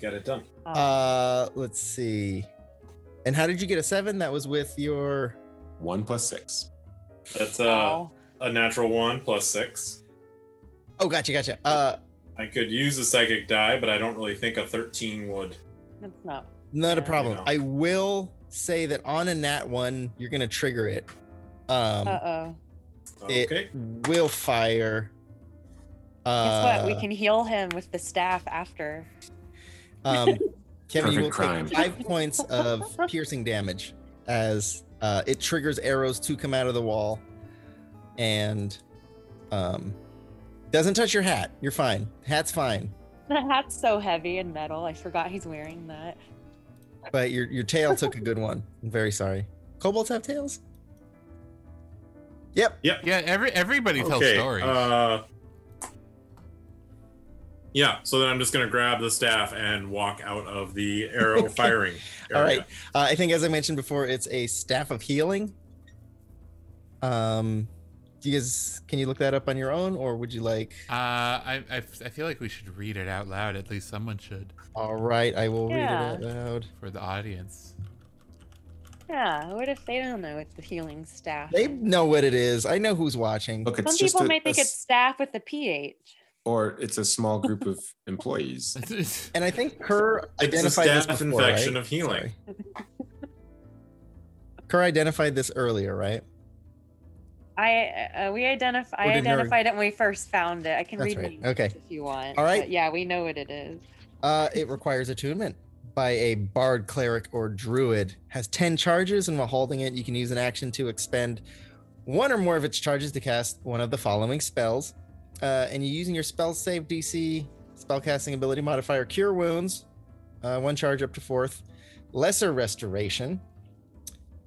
[SPEAKER 6] get it done.
[SPEAKER 3] oh,
[SPEAKER 1] Uh, let's see. And how did you get a seven? That was with your.
[SPEAKER 4] One plus six.
[SPEAKER 6] That's uh,
[SPEAKER 3] oh.
[SPEAKER 6] a natural one plus six.
[SPEAKER 1] Oh, gotcha, gotcha. Uh,
[SPEAKER 6] I could use a psychic die, but I don't really think a thirteen would.
[SPEAKER 3] that's not.
[SPEAKER 1] not a
[SPEAKER 3] Yeah, I
[SPEAKER 1] problem.
[SPEAKER 6] know.
[SPEAKER 1] I will say that on a nat one, you're gonna trigger it. Um,
[SPEAKER 3] Uh oh.
[SPEAKER 1] it
[SPEAKER 6] Okay.
[SPEAKER 1] will fire.
[SPEAKER 3] Guess
[SPEAKER 1] Uh,
[SPEAKER 3] what? We can heal him with the staff after.
[SPEAKER 1] Um, Kevin, you
[SPEAKER 4] Perfect
[SPEAKER 1] will
[SPEAKER 4] crime.
[SPEAKER 1] take five points of piercing damage as uh, it triggers arrows to come out of the wall, and um, doesn't touch your hat. You're fine. Hat's fine,
[SPEAKER 3] The hat's so heavy and metal. I forgot he's wearing that.
[SPEAKER 1] but your your tail took a good one. I'm very sorry. Kobolds have tails. Yep.
[SPEAKER 5] Yeah, every everybody tells
[SPEAKER 6] okay.
[SPEAKER 5] stories.
[SPEAKER 6] Uh, yeah. So then I'm just gonna grab the staff and walk out of the arrow firing.
[SPEAKER 1] All
[SPEAKER 6] area.
[SPEAKER 1] right. Uh, I think, as I mentioned before, it's a staff of healing. Um, do you guys can you look that up on your own, or would you like?
[SPEAKER 5] Uh, I, I, I feel like we should read it out loud. At least someone should
[SPEAKER 1] All right, I will read it
[SPEAKER 3] Yeah.
[SPEAKER 1] out loud.
[SPEAKER 5] for the audience.
[SPEAKER 3] Yeah. What if they don't know it's the healing staff?
[SPEAKER 1] They know what it is. I know who's watching.
[SPEAKER 4] Look, it's
[SPEAKER 3] Some
[SPEAKER 4] just
[SPEAKER 3] people
[SPEAKER 4] a,
[SPEAKER 3] might think
[SPEAKER 4] a s-
[SPEAKER 3] it's staff with the ph.
[SPEAKER 4] or it's a small group of employees.
[SPEAKER 1] And I think Kerr
[SPEAKER 6] It's a
[SPEAKER 1] identified this
[SPEAKER 6] staff
[SPEAKER 1] before,
[SPEAKER 6] infection
[SPEAKER 1] right?
[SPEAKER 6] of healing.
[SPEAKER 1] Sorry. Kerr identified this earlier, right?
[SPEAKER 3] I uh, we identify.
[SPEAKER 1] Or
[SPEAKER 3] I
[SPEAKER 1] did Nerd-
[SPEAKER 3] identified it when we first found it. I can
[SPEAKER 1] That's
[SPEAKER 3] read
[SPEAKER 1] right.
[SPEAKER 3] names
[SPEAKER 1] Okay.
[SPEAKER 3] if you want.
[SPEAKER 1] All right.
[SPEAKER 3] But yeah, we know what it is.
[SPEAKER 1] Uh, it requires attunement by a bard, cleric, or druid. Has 10 charges, and while holding it, you can use an action to expend one or more of its charges to cast one of the following spells. Uh, and you're using your spell save DC, spellcasting ability modifier, cure wounds, uh, one charge up to fourth, lesser restoration,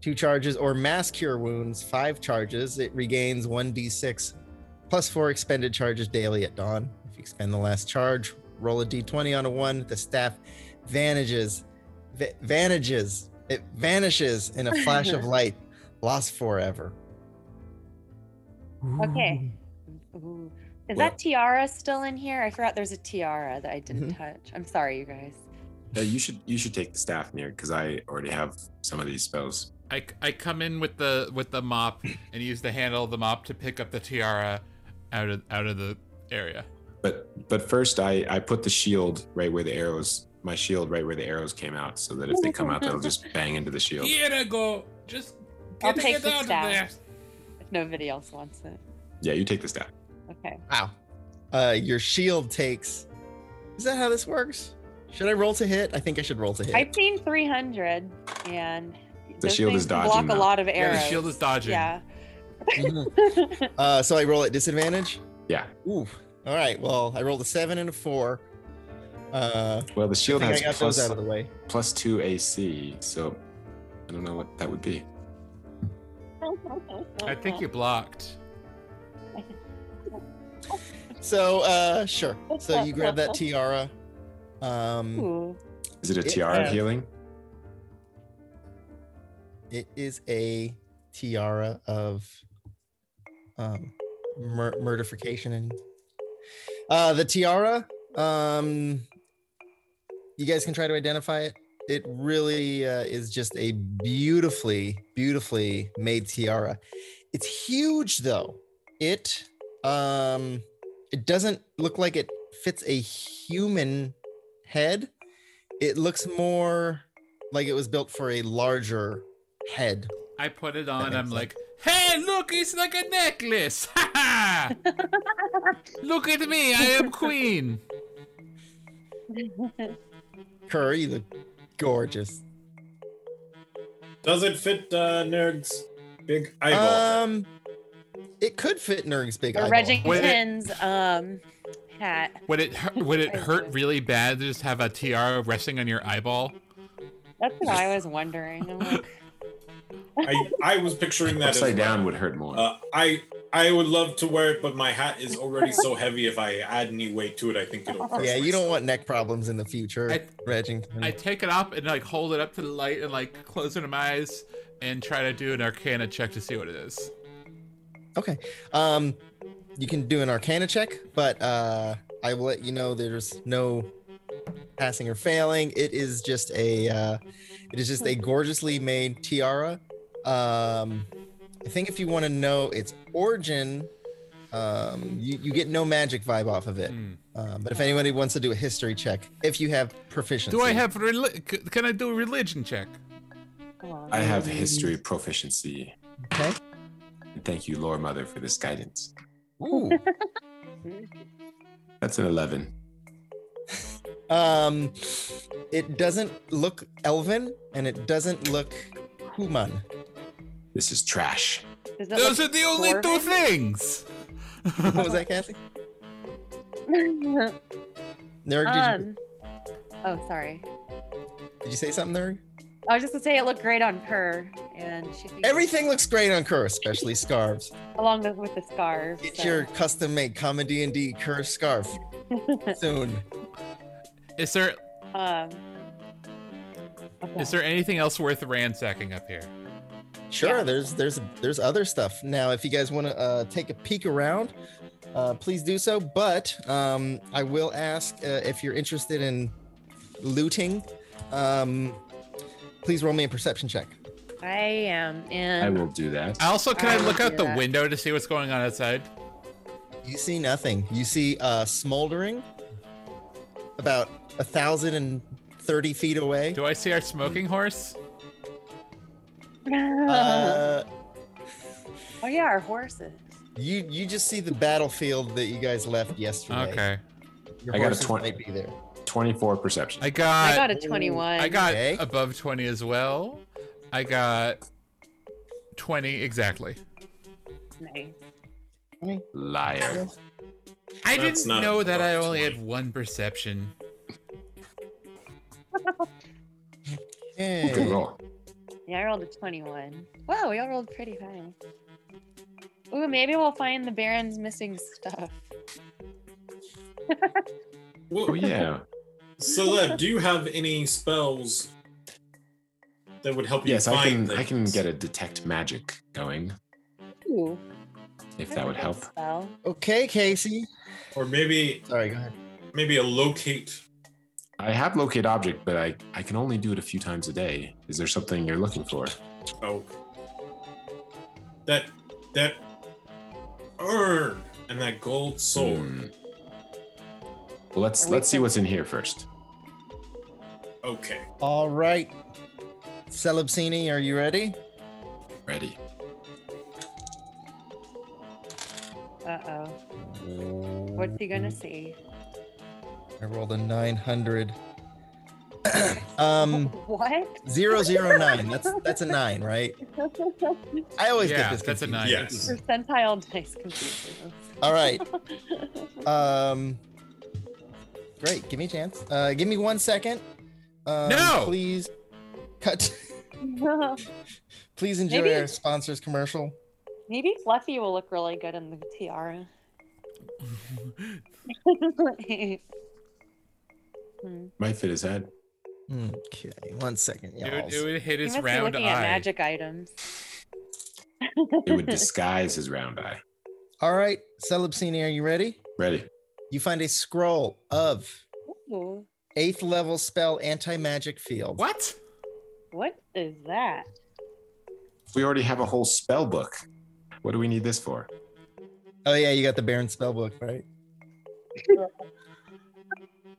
[SPEAKER 1] two charges, or mass cure wounds, five charges. It regains 1d6 plus four expended charges daily at dawn. If you expend the last charge, roll a d20 on a one. The staff vanishes, va- vanishes, it vanishes in a flash of light, lost forever.
[SPEAKER 3] Okay.
[SPEAKER 5] Mm-hmm.
[SPEAKER 3] Ooh. Is
[SPEAKER 4] Well-
[SPEAKER 3] that tiara still in here? I forgot there's a tiara that I didn't
[SPEAKER 5] Mm-hmm.
[SPEAKER 3] touch. I'm sorry, you guys.
[SPEAKER 4] Uh, you should you should take the staff near because I already have some of these spells.
[SPEAKER 5] I, I come in with the with the mop and use the handle of the mop to pick up the tiara out of out of the area.
[SPEAKER 4] But but first I I put the shield right where the arrows my shield right where the arrows came out so that if they come out they'll just bang into the shield.
[SPEAKER 5] Here I go. Just
[SPEAKER 3] I'll
[SPEAKER 5] get,
[SPEAKER 3] take
[SPEAKER 5] get
[SPEAKER 3] the
[SPEAKER 5] out
[SPEAKER 3] staff.
[SPEAKER 5] of there.
[SPEAKER 3] If nobody else wants it.
[SPEAKER 4] Yeah, you take the staff.
[SPEAKER 3] Okay.
[SPEAKER 1] Wow. Uh, your shield takes. Is that how this works? Should I roll to hit? I think I should roll to hit.
[SPEAKER 3] I've seen 300 and those
[SPEAKER 4] shield
[SPEAKER 3] things
[SPEAKER 4] is
[SPEAKER 3] can
[SPEAKER 4] dodging
[SPEAKER 3] block a
[SPEAKER 4] now.
[SPEAKER 3] lot of
[SPEAKER 5] Yeah,
[SPEAKER 3] arrows.
[SPEAKER 5] the shield is dodging.
[SPEAKER 3] Yeah.
[SPEAKER 1] Mhm. uh, so I roll at disadvantage.
[SPEAKER 4] Yeah.
[SPEAKER 1] Ooh. All right. Well, I rolled a seven and a four. Uh,
[SPEAKER 4] Well, the
[SPEAKER 1] I
[SPEAKER 4] shield
[SPEAKER 1] think I
[SPEAKER 4] has
[SPEAKER 1] got those out of
[SPEAKER 4] plus
[SPEAKER 1] the way.
[SPEAKER 4] plus two AC, so I don't know what that would be.
[SPEAKER 5] I think you blocked.
[SPEAKER 1] So uh sure. So you grab that tiara. Um
[SPEAKER 3] Ooh.
[SPEAKER 4] Is it a
[SPEAKER 1] It
[SPEAKER 4] tiara
[SPEAKER 1] has-
[SPEAKER 4] healing?
[SPEAKER 1] it is a tiara of um mur- murderfication and uh the tiara um you guys can try to identify it. It really uh, is just a beautifully beautifully made tiara. It's huge though. It um it doesn't look like it fits a human head, it looks more like it was built for a larger head.
[SPEAKER 5] I put it on.
[SPEAKER 1] makes
[SPEAKER 5] I'm
[SPEAKER 1] sense.
[SPEAKER 5] like, hey, look, it's like a necklace. Ha ha! Look at me. I am queen.
[SPEAKER 1] Kerr, you look gorgeous.
[SPEAKER 6] Does it fit uh, Nerg's big eyeball?
[SPEAKER 1] Um, it could fit Nerg's big
[SPEAKER 3] Or
[SPEAKER 1] eyeball.
[SPEAKER 5] Wait.
[SPEAKER 3] Reggington's um hat.
[SPEAKER 5] Would it hu- would it hurt really bad to just have a tiara resting on your eyeball?
[SPEAKER 3] That's what I was wondering. I'm like,
[SPEAKER 6] I, I was picturing that as
[SPEAKER 4] Upside
[SPEAKER 6] well.
[SPEAKER 4] down would hurt more.
[SPEAKER 6] Uh, I I would love to wear it, but my hat is already so heavy. If I add any weight to it, I think it'll. crush
[SPEAKER 1] Yeah, you don't
[SPEAKER 6] myself.
[SPEAKER 1] want neck problems in the future,
[SPEAKER 5] I-
[SPEAKER 1] Reggington.
[SPEAKER 5] I take it up and like hold it up to the light and like close it in my eyes and try to do an arcana check to see what it is.
[SPEAKER 1] Okay. Um, you can do an Arcana check, but uh, I will let you know there's no passing or failing. It is just a, uh, it is just a gorgeously made tiara. Um, I think if you want to know its origin, um, you, you get no magic vibe off of it.
[SPEAKER 5] Hmm.
[SPEAKER 1] Um, but if anybody wants to do a history check, if you have proficiency,
[SPEAKER 5] Do I have reli- c- can I do a religion check?
[SPEAKER 3] come on.
[SPEAKER 4] I have history proficiency.
[SPEAKER 1] Okay.
[SPEAKER 4] And thank you, Lore Mother, for this guidance.
[SPEAKER 1] Ooh.
[SPEAKER 4] That's an 11.
[SPEAKER 1] Um, it doesn't look elven, and it doesn't look human.
[SPEAKER 4] This is trash.
[SPEAKER 3] Does it
[SPEAKER 5] Those
[SPEAKER 3] look
[SPEAKER 5] are the only two
[SPEAKER 3] dwarven?
[SPEAKER 5] things.
[SPEAKER 1] What was that, Kathy? Nerg, did, you,
[SPEAKER 3] um, oh, sorry.
[SPEAKER 1] did you say something, Nerg?
[SPEAKER 3] I was just gonna say it looked great on her, and she can-
[SPEAKER 1] Everything looks great on Kerr, especially scarves.
[SPEAKER 3] along the, with the scarves.
[SPEAKER 1] Get
[SPEAKER 3] so-
[SPEAKER 1] your custom-made comedy and D Kerr scarf soon.
[SPEAKER 5] Is there
[SPEAKER 3] um.
[SPEAKER 5] is there anything else worth ransacking up here?
[SPEAKER 1] Sure,
[SPEAKER 3] Yeah.
[SPEAKER 1] there's there's there's other stuff. Now, if you guys want to uh, take a peek around, uh, please do so. But um, I will ask uh, if you're interested in looting. Um, please roll me a perception check.
[SPEAKER 3] I am in.
[SPEAKER 4] I will do that.
[SPEAKER 5] Also, can I,
[SPEAKER 3] I
[SPEAKER 5] look
[SPEAKER 3] will
[SPEAKER 5] out
[SPEAKER 3] do
[SPEAKER 5] the
[SPEAKER 3] that.
[SPEAKER 5] window to see what's going on outside?
[SPEAKER 1] You see nothing. You see uh, smoldering about a thousand and thirty feet away.
[SPEAKER 5] Do I see our smoking horse?
[SPEAKER 1] Uh,
[SPEAKER 3] oh yeah, our horses.
[SPEAKER 1] you you just see the battlefield that you guys left yesterday.
[SPEAKER 5] Okay.
[SPEAKER 1] Your
[SPEAKER 4] I got a
[SPEAKER 1] horses
[SPEAKER 4] 20.
[SPEAKER 1] might be there.
[SPEAKER 4] 24 perception.
[SPEAKER 5] I
[SPEAKER 3] I
[SPEAKER 5] got
[SPEAKER 3] got a twenty-one.
[SPEAKER 5] I got
[SPEAKER 1] Okay.
[SPEAKER 5] above 20 as well. I got 20 exactly.
[SPEAKER 3] Nice.
[SPEAKER 4] Liar.
[SPEAKER 5] I
[SPEAKER 6] That's
[SPEAKER 5] didn't
[SPEAKER 6] not
[SPEAKER 5] know that I
[SPEAKER 6] above
[SPEAKER 5] only
[SPEAKER 6] 20.
[SPEAKER 5] had one perception.
[SPEAKER 4] Good
[SPEAKER 1] Yay.
[SPEAKER 4] roll.
[SPEAKER 3] Yeah, I rolled a twenty-one. Wow, we all rolled pretty high. Ooh, maybe we'll find the Baron's missing stuff.
[SPEAKER 4] Oh,
[SPEAKER 6] Well,
[SPEAKER 4] yeah.
[SPEAKER 6] Celeb, do you have any spells that would help you
[SPEAKER 4] Yes, I
[SPEAKER 6] find
[SPEAKER 4] can, I can
[SPEAKER 6] things?
[SPEAKER 4] get a detect magic going
[SPEAKER 3] Ooh, that's
[SPEAKER 4] if that
[SPEAKER 3] a
[SPEAKER 4] would
[SPEAKER 3] good
[SPEAKER 4] help.
[SPEAKER 3] Spell.
[SPEAKER 1] Okay, Casey.
[SPEAKER 6] Or maybe
[SPEAKER 1] Sorry, go ahead.
[SPEAKER 6] maybe a locate.
[SPEAKER 4] I have locate object, but I, I can only do it a few times a day. Is there something you're looking for?
[SPEAKER 6] Oh, that that urn and that gold sword.
[SPEAKER 4] Hmm. Well, let's
[SPEAKER 3] Are we
[SPEAKER 4] let's see
[SPEAKER 3] fin-
[SPEAKER 4] what's in here first.
[SPEAKER 6] Okay.
[SPEAKER 1] All right. Celebsini, are you ready?
[SPEAKER 4] Ready.
[SPEAKER 3] Uh oh. What's he gonna see?
[SPEAKER 1] I rolled a 900. um,
[SPEAKER 3] what?
[SPEAKER 1] zero zero nine. That's that's a nine, right? I always
[SPEAKER 5] Yeah,
[SPEAKER 1] get this.
[SPEAKER 5] that's a
[SPEAKER 1] confused.
[SPEAKER 5] nine.
[SPEAKER 6] Yes.
[SPEAKER 3] Percentile dice confusion.
[SPEAKER 1] All right. Um. Great. Give me a chance. Uh, give me one second. Um,
[SPEAKER 5] No!
[SPEAKER 1] Please cut. please enjoy
[SPEAKER 3] Maybe-
[SPEAKER 1] our sponsors commercial.
[SPEAKER 3] Maybe Fluffy will look really good in the tiara. Hmm.
[SPEAKER 4] Might fit his head.
[SPEAKER 1] Okay. One second,
[SPEAKER 5] It
[SPEAKER 1] y'all.
[SPEAKER 5] would, it would hit
[SPEAKER 3] He
[SPEAKER 5] his
[SPEAKER 3] must be
[SPEAKER 5] round
[SPEAKER 3] looking
[SPEAKER 5] eye.
[SPEAKER 3] at magic items.
[SPEAKER 4] It would disguise his round eye.
[SPEAKER 1] All right, Celebsini, are you ready?
[SPEAKER 4] Ready.
[SPEAKER 1] You find a scroll of
[SPEAKER 3] Ooh,
[SPEAKER 1] eighth level spell anti magic field.
[SPEAKER 5] What?
[SPEAKER 3] what is that?
[SPEAKER 4] We already have a whole spell book. What do we need this for?
[SPEAKER 1] Oh yeah, you got the Baron spell book, right?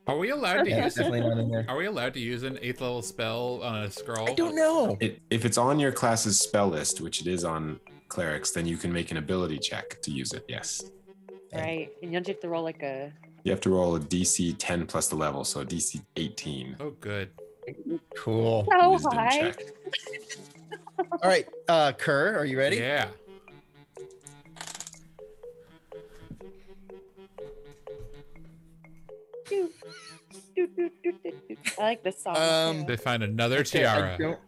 [SPEAKER 5] Are we allowed to
[SPEAKER 1] Yeah,
[SPEAKER 5] use?
[SPEAKER 1] it's definitely not in there.
[SPEAKER 5] Are we allowed to use an eighth level spell on a scroll?
[SPEAKER 1] I don't know.
[SPEAKER 4] It, if it's on your class's spell list, which it is on clerics, then you can make an ability check to use it. Yes.
[SPEAKER 3] right? And you'll just have to roll like a
[SPEAKER 4] You have to roll a DC 10 plus the level, so DC 18.
[SPEAKER 5] Oh, good.
[SPEAKER 1] Cool.
[SPEAKER 3] so
[SPEAKER 4] Wisdom
[SPEAKER 3] high.
[SPEAKER 4] check.
[SPEAKER 1] All right, uh, Kerr, are you ready?
[SPEAKER 5] Yeah.
[SPEAKER 3] Doo, doo, doo, doo, doo, doo. I like this song.
[SPEAKER 1] Um,
[SPEAKER 5] They find another
[SPEAKER 1] Okay, I
[SPEAKER 5] tiara.
[SPEAKER 1] don't-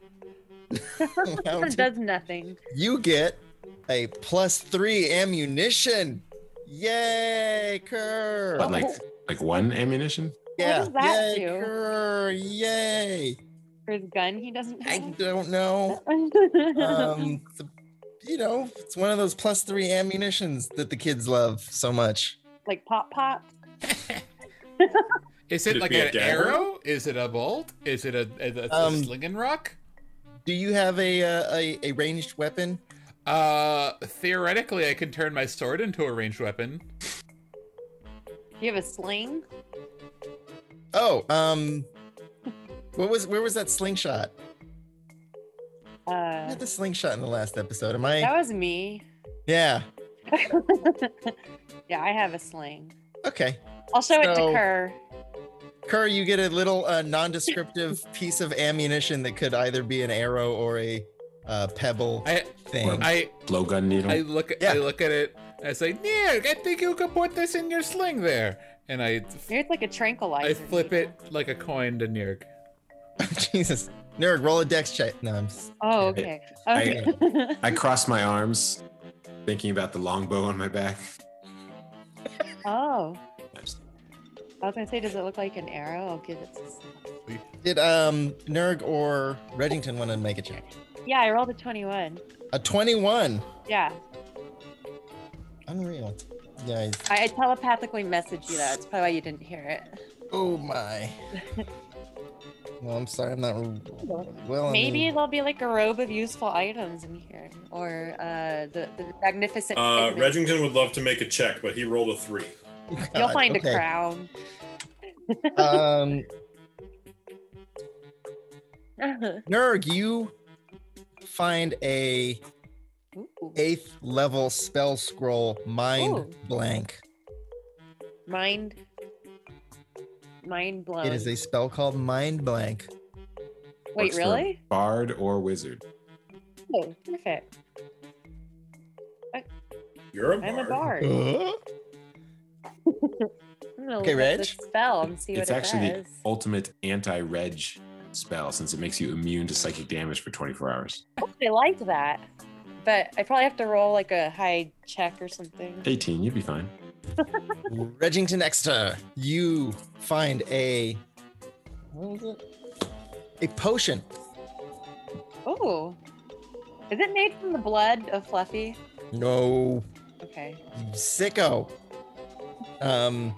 [SPEAKER 1] I
[SPEAKER 3] too.
[SPEAKER 1] don't-
[SPEAKER 3] It does nothing.
[SPEAKER 1] you get a plus three ammunition. Yay, Kerr!
[SPEAKER 4] But like, like one ammunition?
[SPEAKER 1] yeah,
[SPEAKER 3] does that
[SPEAKER 1] yay,
[SPEAKER 3] do?
[SPEAKER 1] Kerr! Yay!
[SPEAKER 3] For his gun, he doesn't
[SPEAKER 1] I
[SPEAKER 3] have.
[SPEAKER 1] don't know. um, the, you know, it's one of those plus three ammunitions that the kids love so much.
[SPEAKER 3] like pop pop.
[SPEAKER 5] Is it
[SPEAKER 6] Could it
[SPEAKER 5] like
[SPEAKER 6] be a
[SPEAKER 5] an
[SPEAKER 6] dagger?
[SPEAKER 5] arrow? Is it a bolt? Is it a, a, a
[SPEAKER 1] Um,
[SPEAKER 5] slinging rock?
[SPEAKER 1] Do you have a uh, a, a ranged weapon?
[SPEAKER 5] Uh, theoretically, I can turn my sword into a ranged weapon.
[SPEAKER 3] You have a sling.
[SPEAKER 1] Oh, um, what was where was that slingshot? I
[SPEAKER 3] Uh,
[SPEAKER 1] had the slingshot in the last episode. Am I?
[SPEAKER 3] that was me.
[SPEAKER 1] Yeah.
[SPEAKER 3] yeah, I have a sling.
[SPEAKER 1] Okay.
[SPEAKER 3] I'll show it
[SPEAKER 1] So-
[SPEAKER 3] to Kerr.
[SPEAKER 1] Kerr, you get a little uh, nondescriptive piece of ammunition that could either be an arrow or a uh, pebble
[SPEAKER 5] I
[SPEAKER 1] thing.
[SPEAKER 5] I
[SPEAKER 4] Blowgun needle?
[SPEAKER 5] I look at I
[SPEAKER 1] Mm. Yeah.
[SPEAKER 5] look at it. And I say, Nick, I think you could put this in your sling there. And I
[SPEAKER 3] Maybe it's like a tranquilizer.
[SPEAKER 5] I flip it
[SPEAKER 3] needle.
[SPEAKER 5] like a coin to Nirk.
[SPEAKER 1] Jesus. Nerd, roll a dex check. No, I'm just,
[SPEAKER 3] Oh, okay.
[SPEAKER 4] I-
[SPEAKER 1] uh,
[SPEAKER 3] Okay.
[SPEAKER 4] I cross my arms, thinking about the longbow on my back.
[SPEAKER 3] oh,
[SPEAKER 4] I just-
[SPEAKER 3] I was gonna say, does it look like an arrow? I'll give it. To...
[SPEAKER 1] did um Nurg or Reddington want to make a check?
[SPEAKER 3] Yeah, I rolled a twenty-one.
[SPEAKER 1] A 21.
[SPEAKER 3] Yeah,
[SPEAKER 1] Unreal. Guys.
[SPEAKER 3] I, I telepathically messaged you that. That's probably why you didn't hear it.
[SPEAKER 1] Oh my. Well, I'm sorry. I'm not. Well, I
[SPEAKER 3] Maybe
[SPEAKER 1] mean,
[SPEAKER 3] there'll be like a robe of useful items in here, or uh, the the magnificent.
[SPEAKER 6] Uh,
[SPEAKER 3] pigment.
[SPEAKER 6] Regington would love to make a check, but he rolled a three.
[SPEAKER 3] You'll
[SPEAKER 1] God,
[SPEAKER 3] find
[SPEAKER 1] okay.
[SPEAKER 3] a crown.
[SPEAKER 1] um, Nurg, you find a
[SPEAKER 3] Ooh,
[SPEAKER 1] eighth level spell scroll mind
[SPEAKER 3] Ooh.
[SPEAKER 1] blank.
[SPEAKER 3] mind, mind blown.
[SPEAKER 1] It is a spell called mind blank.
[SPEAKER 3] Wait,
[SPEAKER 4] works for a
[SPEAKER 3] really?
[SPEAKER 4] Bard or wizard?
[SPEAKER 3] Oh, perfect.
[SPEAKER 6] You're a bard.
[SPEAKER 3] I'm a bard. I'm
[SPEAKER 1] Okay,
[SPEAKER 3] gonna look up the
[SPEAKER 1] Reg?
[SPEAKER 3] Spell and see what
[SPEAKER 4] it's
[SPEAKER 3] it
[SPEAKER 4] actually
[SPEAKER 3] does.
[SPEAKER 4] the ultimate anti-reg spell since it makes you immune to psychic damage for 24 hours.
[SPEAKER 3] I like that, but I probably have to roll like a high check or something.
[SPEAKER 4] 18, you'd be fine.
[SPEAKER 1] Regington Exeter, you find a what was it? A potion.
[SPEAKER 3] Ooh, is it made from the blood of Fluffy?
[SPEAKER 1] No,
[SPEAKER 3] Okay.
[SPEAKER 1] sicko. Um,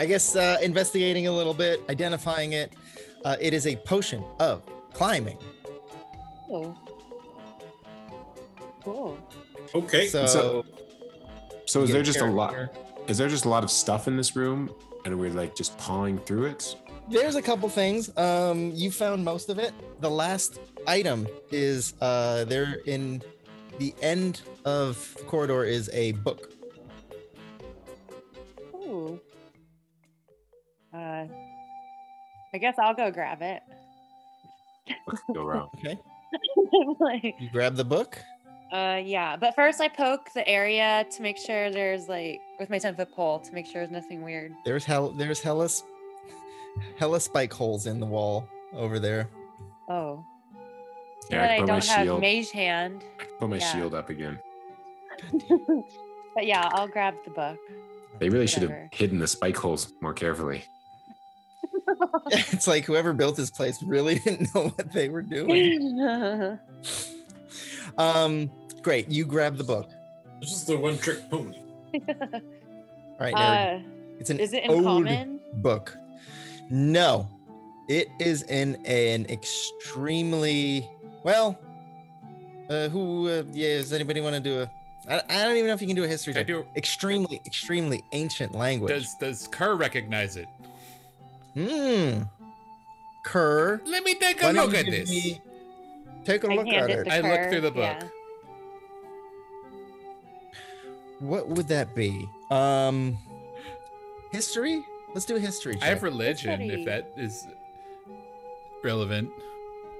[SPEAKER 1] I guess uh, investigating a little bit, identifying it. Uh, it is a potion of climbing.
[SPEAKER 3] Oh. Cool.
[SPEAKER 6] Okay.
[SPEAKER 1] So,
[SPEAKER 4] So- So is
[SPEAKER 1] you
[SPEAKER 4] there
[SPEAKER 1] get
[SPEAKER 4] just a lot
[SPEAKER 1] character.
[SPEAKER 4] is there just a lot of stuff in this room and we're like just pawing through it?
[SPEAKER 1] There's a couple things. Um, you found most of it. The last item is uh, there in the end of the corridor is a book.
[SPEAKER 3] Ooh. Uh, I guess I'll go grab it.
[SPEAKER 4] What could go wrong?
[SPEAKER 1] Okay.
[SPEAKER 3] like,
[SPEAKER 1] You grab the book.
[SPEAKER 3] uh, yeah. But first, I poke the area to make sure there's like with my ten foot pole to make sure there's nothing weird.
[SPEAKER 1] There's hell. There's hella, hella spike holes in the wall over there.
[SPEAKER 3] Oh, so
[SPEAKER 4] Yeah,
[SPEAKER 3] that
[SPEAKER 4] I
[SPEAKER 3] I
[SPEAKER 4] put my
[SPEAKER 3] don't have
[SPEAKER 4] shield
[SPEAKER 3] mage hand.
[SPEAKER 4] put my
[SPEAKER 3] yeah.
[SPEAKER 4] shield up again.
[SPEAKER 3] but yeah, I'll grab the book.
[SPEAKER 4] They really should have
[SPEAKER 3] Whatever.
[SPEAKER 4] hidden the spike holes more carefully.
[SPEAKER 1] it's like whoever built this place really didn't know what they were doing.
[SPEAKER 3] Ooh,
[SPEAKER 1] um, great. You grab the book.
[SPEAKER 6] This is the one trick pony.
[SPEAKER 1] All right. Nerd.
[SPEAKER 3] uh,
[SPEAKER 1] it's an
[SPEAKER 3] is it in
[SPEAKER 1] ode
[SPEAKER 3] common?
[SPEAKER 1] book. No, it is in an extremely well. Uh, who? Uh, yeah, does anybody want to do a I, I don't even know if you can do a history
[SPEAKER 5] Can I
[SPEAKER 1] check.
[SPEAKER 5] do?
[SPEAKER 1] Extremely, extremely ancient language.
[SPEAKER 5] Does does Kerr recognize it?
[SPEAKER 1] Hmm. Kerr.
[SPEAKER 5] Let me take a
[SPEAKER 1] why don't
[SPEAKER 5] look
[SPEAKER 1] you
[SPEAKER 5] at
[SPEAKER 1] give
[SPEAKER 5] this.
[SPEAKER 1] me- Take a
[SPEAKER 3] I
[SPEAKER 1] look at
[SPEAKER 3] hand
[SPEAKER 1] it.
[SPEAKER 3] it to
[SPEAKER 5] I looked
[SPEAKER 3] her,
[SPEAKER 5] through the book.
[SPEAKER 3] yeah.
[SPEAKER 1] What would that be? Um, history. Let's do a history check.
[SPEAKER 5] I have religion, if
[SPEAKER 3] Study.
[SPEAKER 5] that is relevant.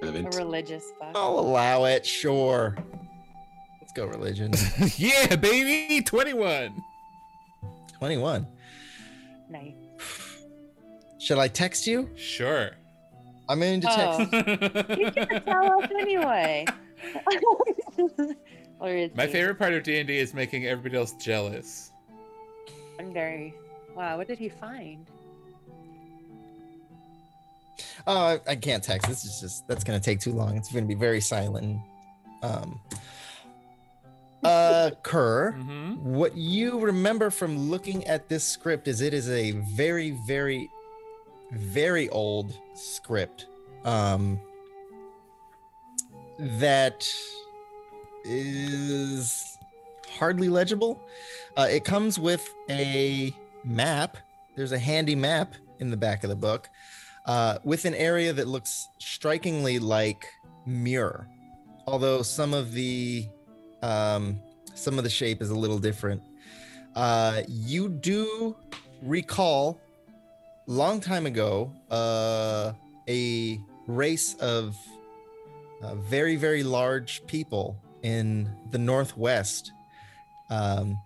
[SPEAKER 3] A
[SPEAKER 4] Relevant.
[SPEAKER 3] religious book.
[SPEAKER 1] I'll allow it. Sure. Let's go religion.
[SPEAKER 5] yeah, baby, twenty-one.
[SPEAKER 1] Twenty-one.
[SPEAKER 3] Nice.
[SPEAKER 1] Shall I text you?
[SPEAKER 5] Sure.
[SPEAKER 1] I'm going to text.
[SPEAKER 3] Oh. You can't tell us anyway. or is
[SPEAKER 5] My
[SPEAKER 3] he?
[SPEAKER 5] favorite part of D and D is making everybody else jealous.
[SPEAKER 3] I'm very. Wow, what did he find?
[SPEAKER 1] Oh, I- I can't text. This is just that's gonna take too long. It's gonna be very silent. Um. Uh, Kerr.
[SPEAKER 5] Mm-hmm.
[SPEAKER 1] What you remember from looking at this script is it is a very, very, very old script um, that is hardly legible. Uh, it comes with a map. There's a handy map in the back of the book uh, with an area that looks strikingly like Muir, although some of the um, some of the shape is a little different. Uh, you do recall long time ago uh, a race of uh, very very large people in the northwest um,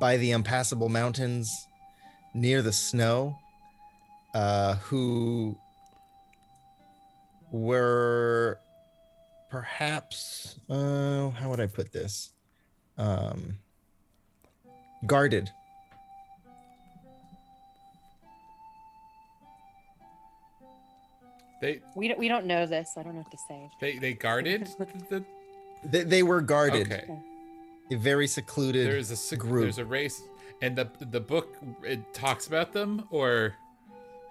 [SPEAKER 1] by the impassable mountains near the snow uh, who were perhaps uh, how would i put this um, guarded.
[SPEAKER 5] They
[SPEAKER 3] We don't. We don't know this. I don't know what to say.
[SPEAKER 5] they they guarded. The,
[SPEAKER 1] They, they were guarded,
[SPEAKER 5] okay.
[SPEAKER 1] a very secluded.
[SPEAKER 5] There's a sec-
[SPEAKER 1] group.
[SPEAKER 5] there's a race, and the the book it talks about them or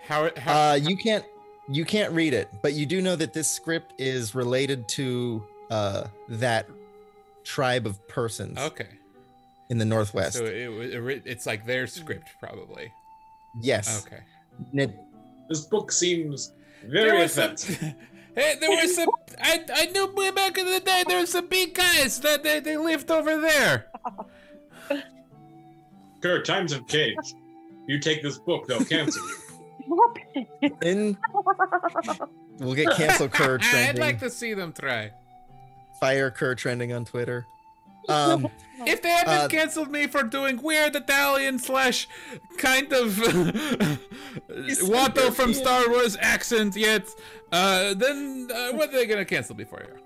[SPEAKER 5] how how
[SPEAKER 1] uh, you can't you can't read it, but you do know that this script is related to uh, that tribe of persons
[SPEAKER 5] okay.
[SPEAKER 1] in the northwest.
[SPEAKER 5] So it, wa- it ri- it's like their script probably.
[SPEAKER 1] yes,
[SPEAKER 5] Okay.
[SPEAKER 1] It-
[SPEAKER 6] This book seems very
[SPEAKER 5] were some,
[SPEAKER 6] offensive.
[SPEAKER 5] Hey, there were some. I, I knew way back in the day there were some big guys that they, they lived over there.
[SPEAKER 6] Kurt, times have changed. You take this book, they'll cancel you.
[SPEAKER 1] in we'll get cancel Kerr
[SPEAKER 5] I'd
[SPEAKER 1] trending,
[SPEAKER 5] like to see them try.
[SPEAKER 1] fire Kerr trending on Twitter. Um,
[SPEAKER 5] If they haven't
[SPEAKER 1] Uh,
[SPEAKER 5] canceled me for doing weird Italian slash kind of uh, Watto from Star Wars accent yet, uh, then uh, what are they gonna cancel me for here?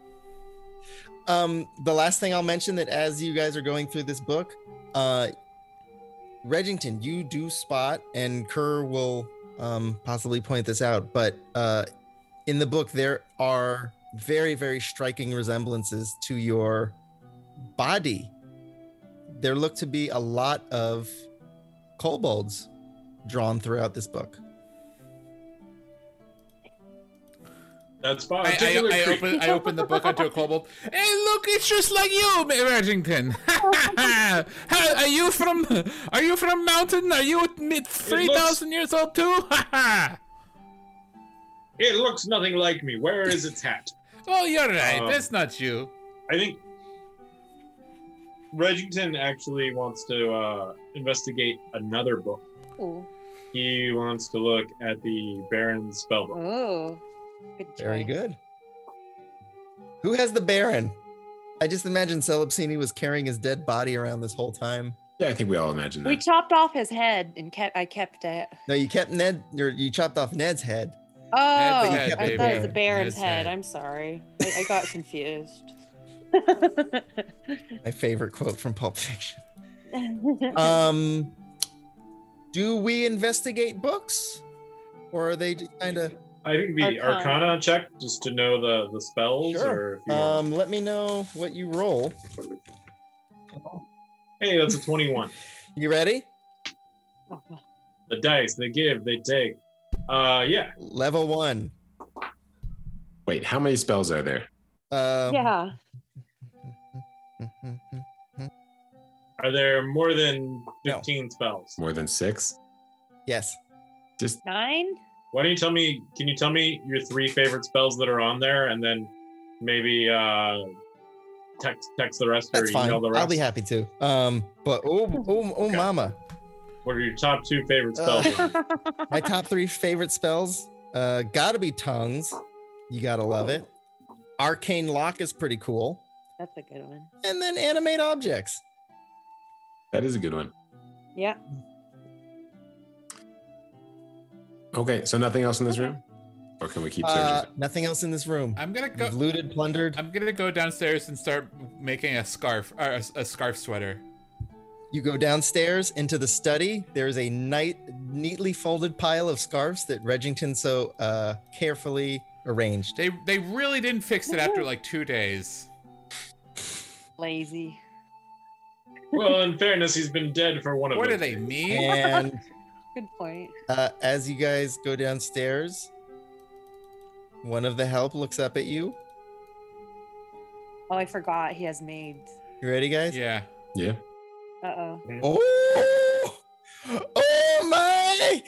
[SPEAKER 1] um the last thing i'll mention that as you guys are going through this book uh regington you do spot and kerr will um possibly point this out but uh in the book there are very very striking resemblances to your body there look to be a lot of kobolds drawn throughout this book
[SPEAKER 6] That's fine.
[SPEAKER 5] I,
[SPEAKER 6] Particular
[SPEAKER 5] I, I
[SPEAKER 6] creep.
[SPEAKER 5] open I open the book onto a kobold. Hey, look, it's just like you, Ma- Regington. How- are you from? Are you from mountain? Are you mid three thousand years old too?
[SPEAKER 6] It looks nothing like me. Where is its hat?
[SPEAKER 5] well, you're right.
[SPEAKER 6] Um,
[SPEAKER 5] That's not you.
[SPEAKER 6] I think Regington actually wants to uh, investigate another book.
[SPEAKER 3] Ooh.
[SPEAKER 6] He wants to look at the Baron's spellbook.
[SPEAKER 3] Ooh. Good
[SPEAKER 1] very
[SPEAKER 3] choice.
[SPEAKER 1] good who has the baron i just imagine celebsini was carrying his dead body around this whole time
[SPEAKER 4] Yeah, I think we all imagine
[SPEAKER 3] We
[SPEAKER 4] that.
[SPEAKER 3] chopped off his head and kept. I kept it.
[SPEAKER 1] No, you kept Ned. Or you chopped off Ned's head.
[SPEAKER 3] Oh,
[SPEAKER 5] Head's
[SPEAKER 1] head,
[SPEAKER 3] I thought it was the
[SPEAKER 5] baby.
[SPEAKER 3] Baron's
[SPEAKER 5] Head's
[SPEAKER 3] head.
[SPEAKER 5] head.
[SPEAKER 3] I'm sorry. I, I got confused.
[SPEAKER 1] My favorite quote from Pulp Fiction. Um, do we investigate books, or are they just kind of?
[SPEAKER 6] I think the
[SPEAKER 3] Arcana.
[SPEAKER 6] Arcana. check just to know the the spells,
[SPEAKER 1] Sure.
[SPEAKER 6] or if you want-
[SPEAKER 1] Um, let me know what you roll.
[SPEAKER 6] hey, that's a twenty-one.
[SPEAKER 1] You ready?
[SPEAKER 6] the dice they give, they take. Uh, yeah,
[SPEAKER 1] Level one.
[SPEAKER 4] Wait, how many spells are there?
[SPEAKER 1] Um,
[SPEAKER 3] yeah.
[SPEAKER 6] Are there more than
[SPEAKER 1] No.
[SPEAKER 6] 15 spells?
[SPEAKER 4] More than six?
[SPEAKER 1] Yes.
[SPEAKER 4] Just
[SPEAKER 3] Nine?
[SPEAKER 6] Why don't you tell me? Can you tell me your three favorite spells that are on there, and then maybe uh, text text the rest
[SPEAKER 1] That's
[SPEAKER 6] or
[SPEAKER 1] fine.
[SPEAKER 6] email the rest?
[SPEAKER 1] I'll be happy to. Um, but oh, oh, oh,
[SPEAKER 6] Okay.
[SPEAKER 1] mama.
[SPEAKER 6] What are your top two favorite
[SPEAKER 1] Uh,
[SPEAKER 6] spells?
[SPEAKER 1] My top three favorite spells uh, gotta be tongues. You gotta love it. Arcane lock is pretty cool,
[SPEAKER 3] That's a good one.
[SPEAKER 1] and then animate objects.
[SPEAKER 4] that is a good one.
[SPEAKER 3] Yeah.
[SPEAKER 4] Okay, so nothing else in this room? Or can we keep searching?
[SPEAKER 1] Uh, nothing else in this room.
[SPEAKER 5] I'm gonna
[SPEAKER 1] You've
[SPEAKER 5] go.
[SPEAKER 1] looted, plundered.
[SPEAKER 5] I'm gonna go downstairs and start making a scarf, or a, a scarf sweater.
[SPEAKER 1] You go downstairs into the study. There is a night, neatly folded pile of scarves that Regington so uh, carefully arranged.
[SPEAKER 5] They they really didn't fix it after like two days.
[SPEAKER 3] Lazy.
[SPEAKER 6] well, in fairness, he's been dead for one of
[SPEAKER 5] What do
[SPEAKER 6] them.
[SPEAKER 5] they mean?
[SPEAKER 1] And
[SPEAKER 3] Good point.
[SPEAKER 1] uh, as you guys go downstairs, one of the help looks up at you.
[SPEAKER 3] Oh, I forgot he has maids.
[SPEAKER 1] You ready, guys?
[SPEAKER 5] Yeah.
[SPEAKER 4] yeah.
[SPEAKER 3] Uh oh.
[SPEAKER 1] Oh, oh my!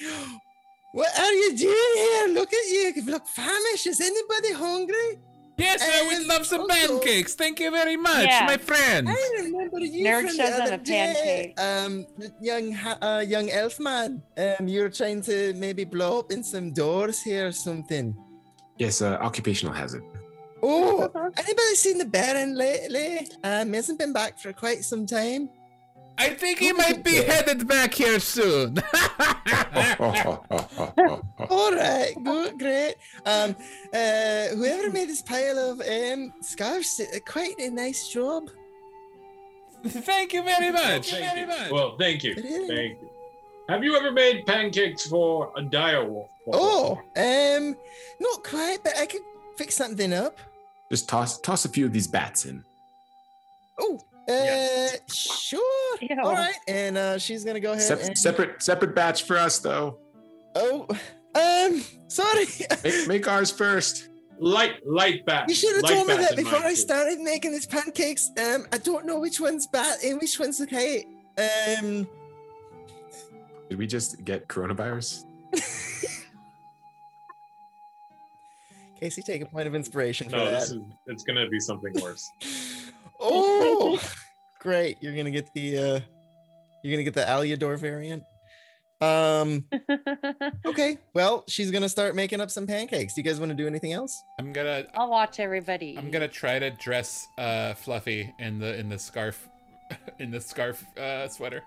[SPEAKER 1] What are you doing here? Look at you! You look famished. Is anybody hungry?
[SPEAKER 5] Yes, I would
[SPEAKER 1] And
[SPEAKER 5] love some
[SPEAKER 1] also-
[SPEAKER 5] pancakes. Thank you very much,
[SPEAKER 3] Yeah.
[SPEAKER 5] my friend.
[SPEAKER 1] I remember you
[SPEAKER 3] Nerd
[SPEAKER 1] from the
[SPEAKER 3] shows on
[SPEAKER 1] other
[SPEAKER 3] a
[SPEAKER 1] day.
[SPEAKER 3] pancake.
[SPEAKER 1] Um, young, ha- uh, young elf man. Um, you're trying to maybe blow up in some doors here or something.
[SPEAKER 4] Yes, uh, occupational hazard.
[SPEAKER 1] Oh, anybody seen the Baron lately? Um, he hasn't been back for quite some time.
[SPEAKER 5] I think he
[SPEAKER 1] Who is
[SPEAKER 5] might be
[SPEAKER 1] it?
[SPEAKER 5] headed back here soon.
[SPEAKER 4] Oh, oh, oh, oh, oh, oh.
[SPEAKER 1] All right, good, great. Um, uh, whoever made this pile of um scarves, uh, quite a nice job.
[SPEAKER 5] Thank you very much.
[SPEAKER 6] Thank
[SPEAKER 5] very
[SPEAKER 6] you.
[SPEAKER 5] much.
[SPEAKER 6] Well, thank you.
[SPEAKER 1] It is.
[SPEAKER 6] Thank you. Have you ever made pancakes for a dire wolf?
[SPEAKER 1] Oh, um, not quite, but I could fix something up.
[SPEAKER 4] Just toss toss a few of these bats in.
[SPEAKER 1] Oh, uh,
[SPEAKER 6] Yes.
[SPEAKER 1] sure.
[SPEAKER 3] Ew.
[SPEAKER 1] All right, and uh, she's gonna go ahead.
[SPEAKER 4] Sep-
[SPEAKER 1] and,
[SPEAKER 4] separate separate batch for us though.
[SPEAKER 1] Oh, um, sorry.
[SPEAKER 4] Make, make ours first.
[SPEAKER 6] Light, light bat.
[SPEAKER 1] You should have
[SPEAKER 6] light
[SPEAKER 1] told me
[SPEAKER 6] bats
[SPEAKER 1] that
[SPEAKER 6] in
[SPEAKER 1] before
[SPEAKER 6] mine,
[SPEAKER 1] I
[SPEAKER 6] too.
[SPEAKER 1] started making these pancakes. Um, I don't know which one's bad and which one's okay. Um,
[SPEAKER 4] Did we just get coronavirus?
[SPEAKER 1] Casey, take a point of inspiration for
[SPEAKER 6] No,
[SPEAKER 1] that.
[SPEAKER 6] Oh, this is, it's gonna be something worse.
[SPEAKER 1] Oh, great! You're gonna get the uh, you're gonna get the Aliador variant. Um. Okay. Well, she's gonna start making up some pancakes. Do you guys want to do anything else?
[SPEAKER 5] I'm gonna
[SPEAKER 3] I'll watch everybody.
[SPEAKER 5] I'm
[SPEAKER 3] eat.
[SPEAKER 5] gonna try to dress uh, Fluffy in the in the scarf in the scarf uh, sweater.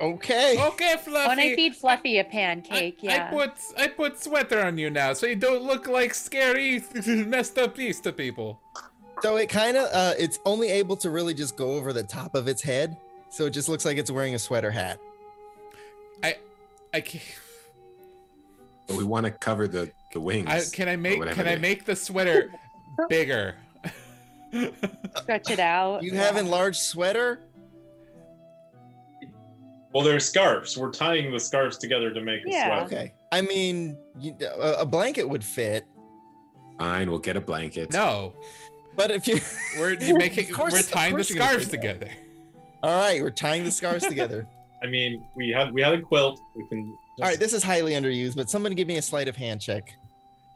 [SPEAKER 1] Okay.
[SPEAKER 5] Okay, Fluffy.
[SPEAKER 3] When I feed Fluffy a pancake,
[SPEAKER 5] I,
[SPEAKER 3] yeah.
[SPEAKER 5] I put I put sweater on you now, so you don't look like scary messed up piece to people.
[SPEAKER 1] So it kind of uh, it's only able to really just go over the top of its head, so it just looks like it's wearing a sweater hat.
[SPEAKER 5] I can,
[SPEAKER 4] But we want to cover the the wings.
[SPEAKER 5] I, can I make
[SPEAKER 4] whatever
[SPEAKER 5] can I
[SPEAKER 4] they-
[SPEAKER 5] make the sweater bigger?
[SPEAKER 3] Stretch it out.
[SPEAKER 1] You have enlarged sweater.
[SPEAKER 6] Well, they're scarves. We're tying the scarves together to make
[SPEAKER 3] Yeah.
[SPEAKER 6] a sweater.
[SPEAKER 1] Okay. I mean, you, a, a blanket would fit,
[SPEAKER 4] Fine, we'll get a blanket.
[SPEAKER 5] no,
[SPEAKER 1] but if you
[SPEAKER 5] we're you making
[SPEAKER 1] Of course-
[SPEAKER 5] we're
[SPEAKER 1] of
[SPEAKER 5] tying the
[SPEAKER 1] course you're gonna
[SPEAKER 5] scarves
[SPEAKER 1] do that.
[SPEAKER 5] together.
[SPEAKER 1] all right, we're tying the scarves together.
[SPEAKER 6] I mean, we had we had a quilt. We can.
[SPEAKER 1] All right, this is highly underused, but someone give me a sleight of hand check.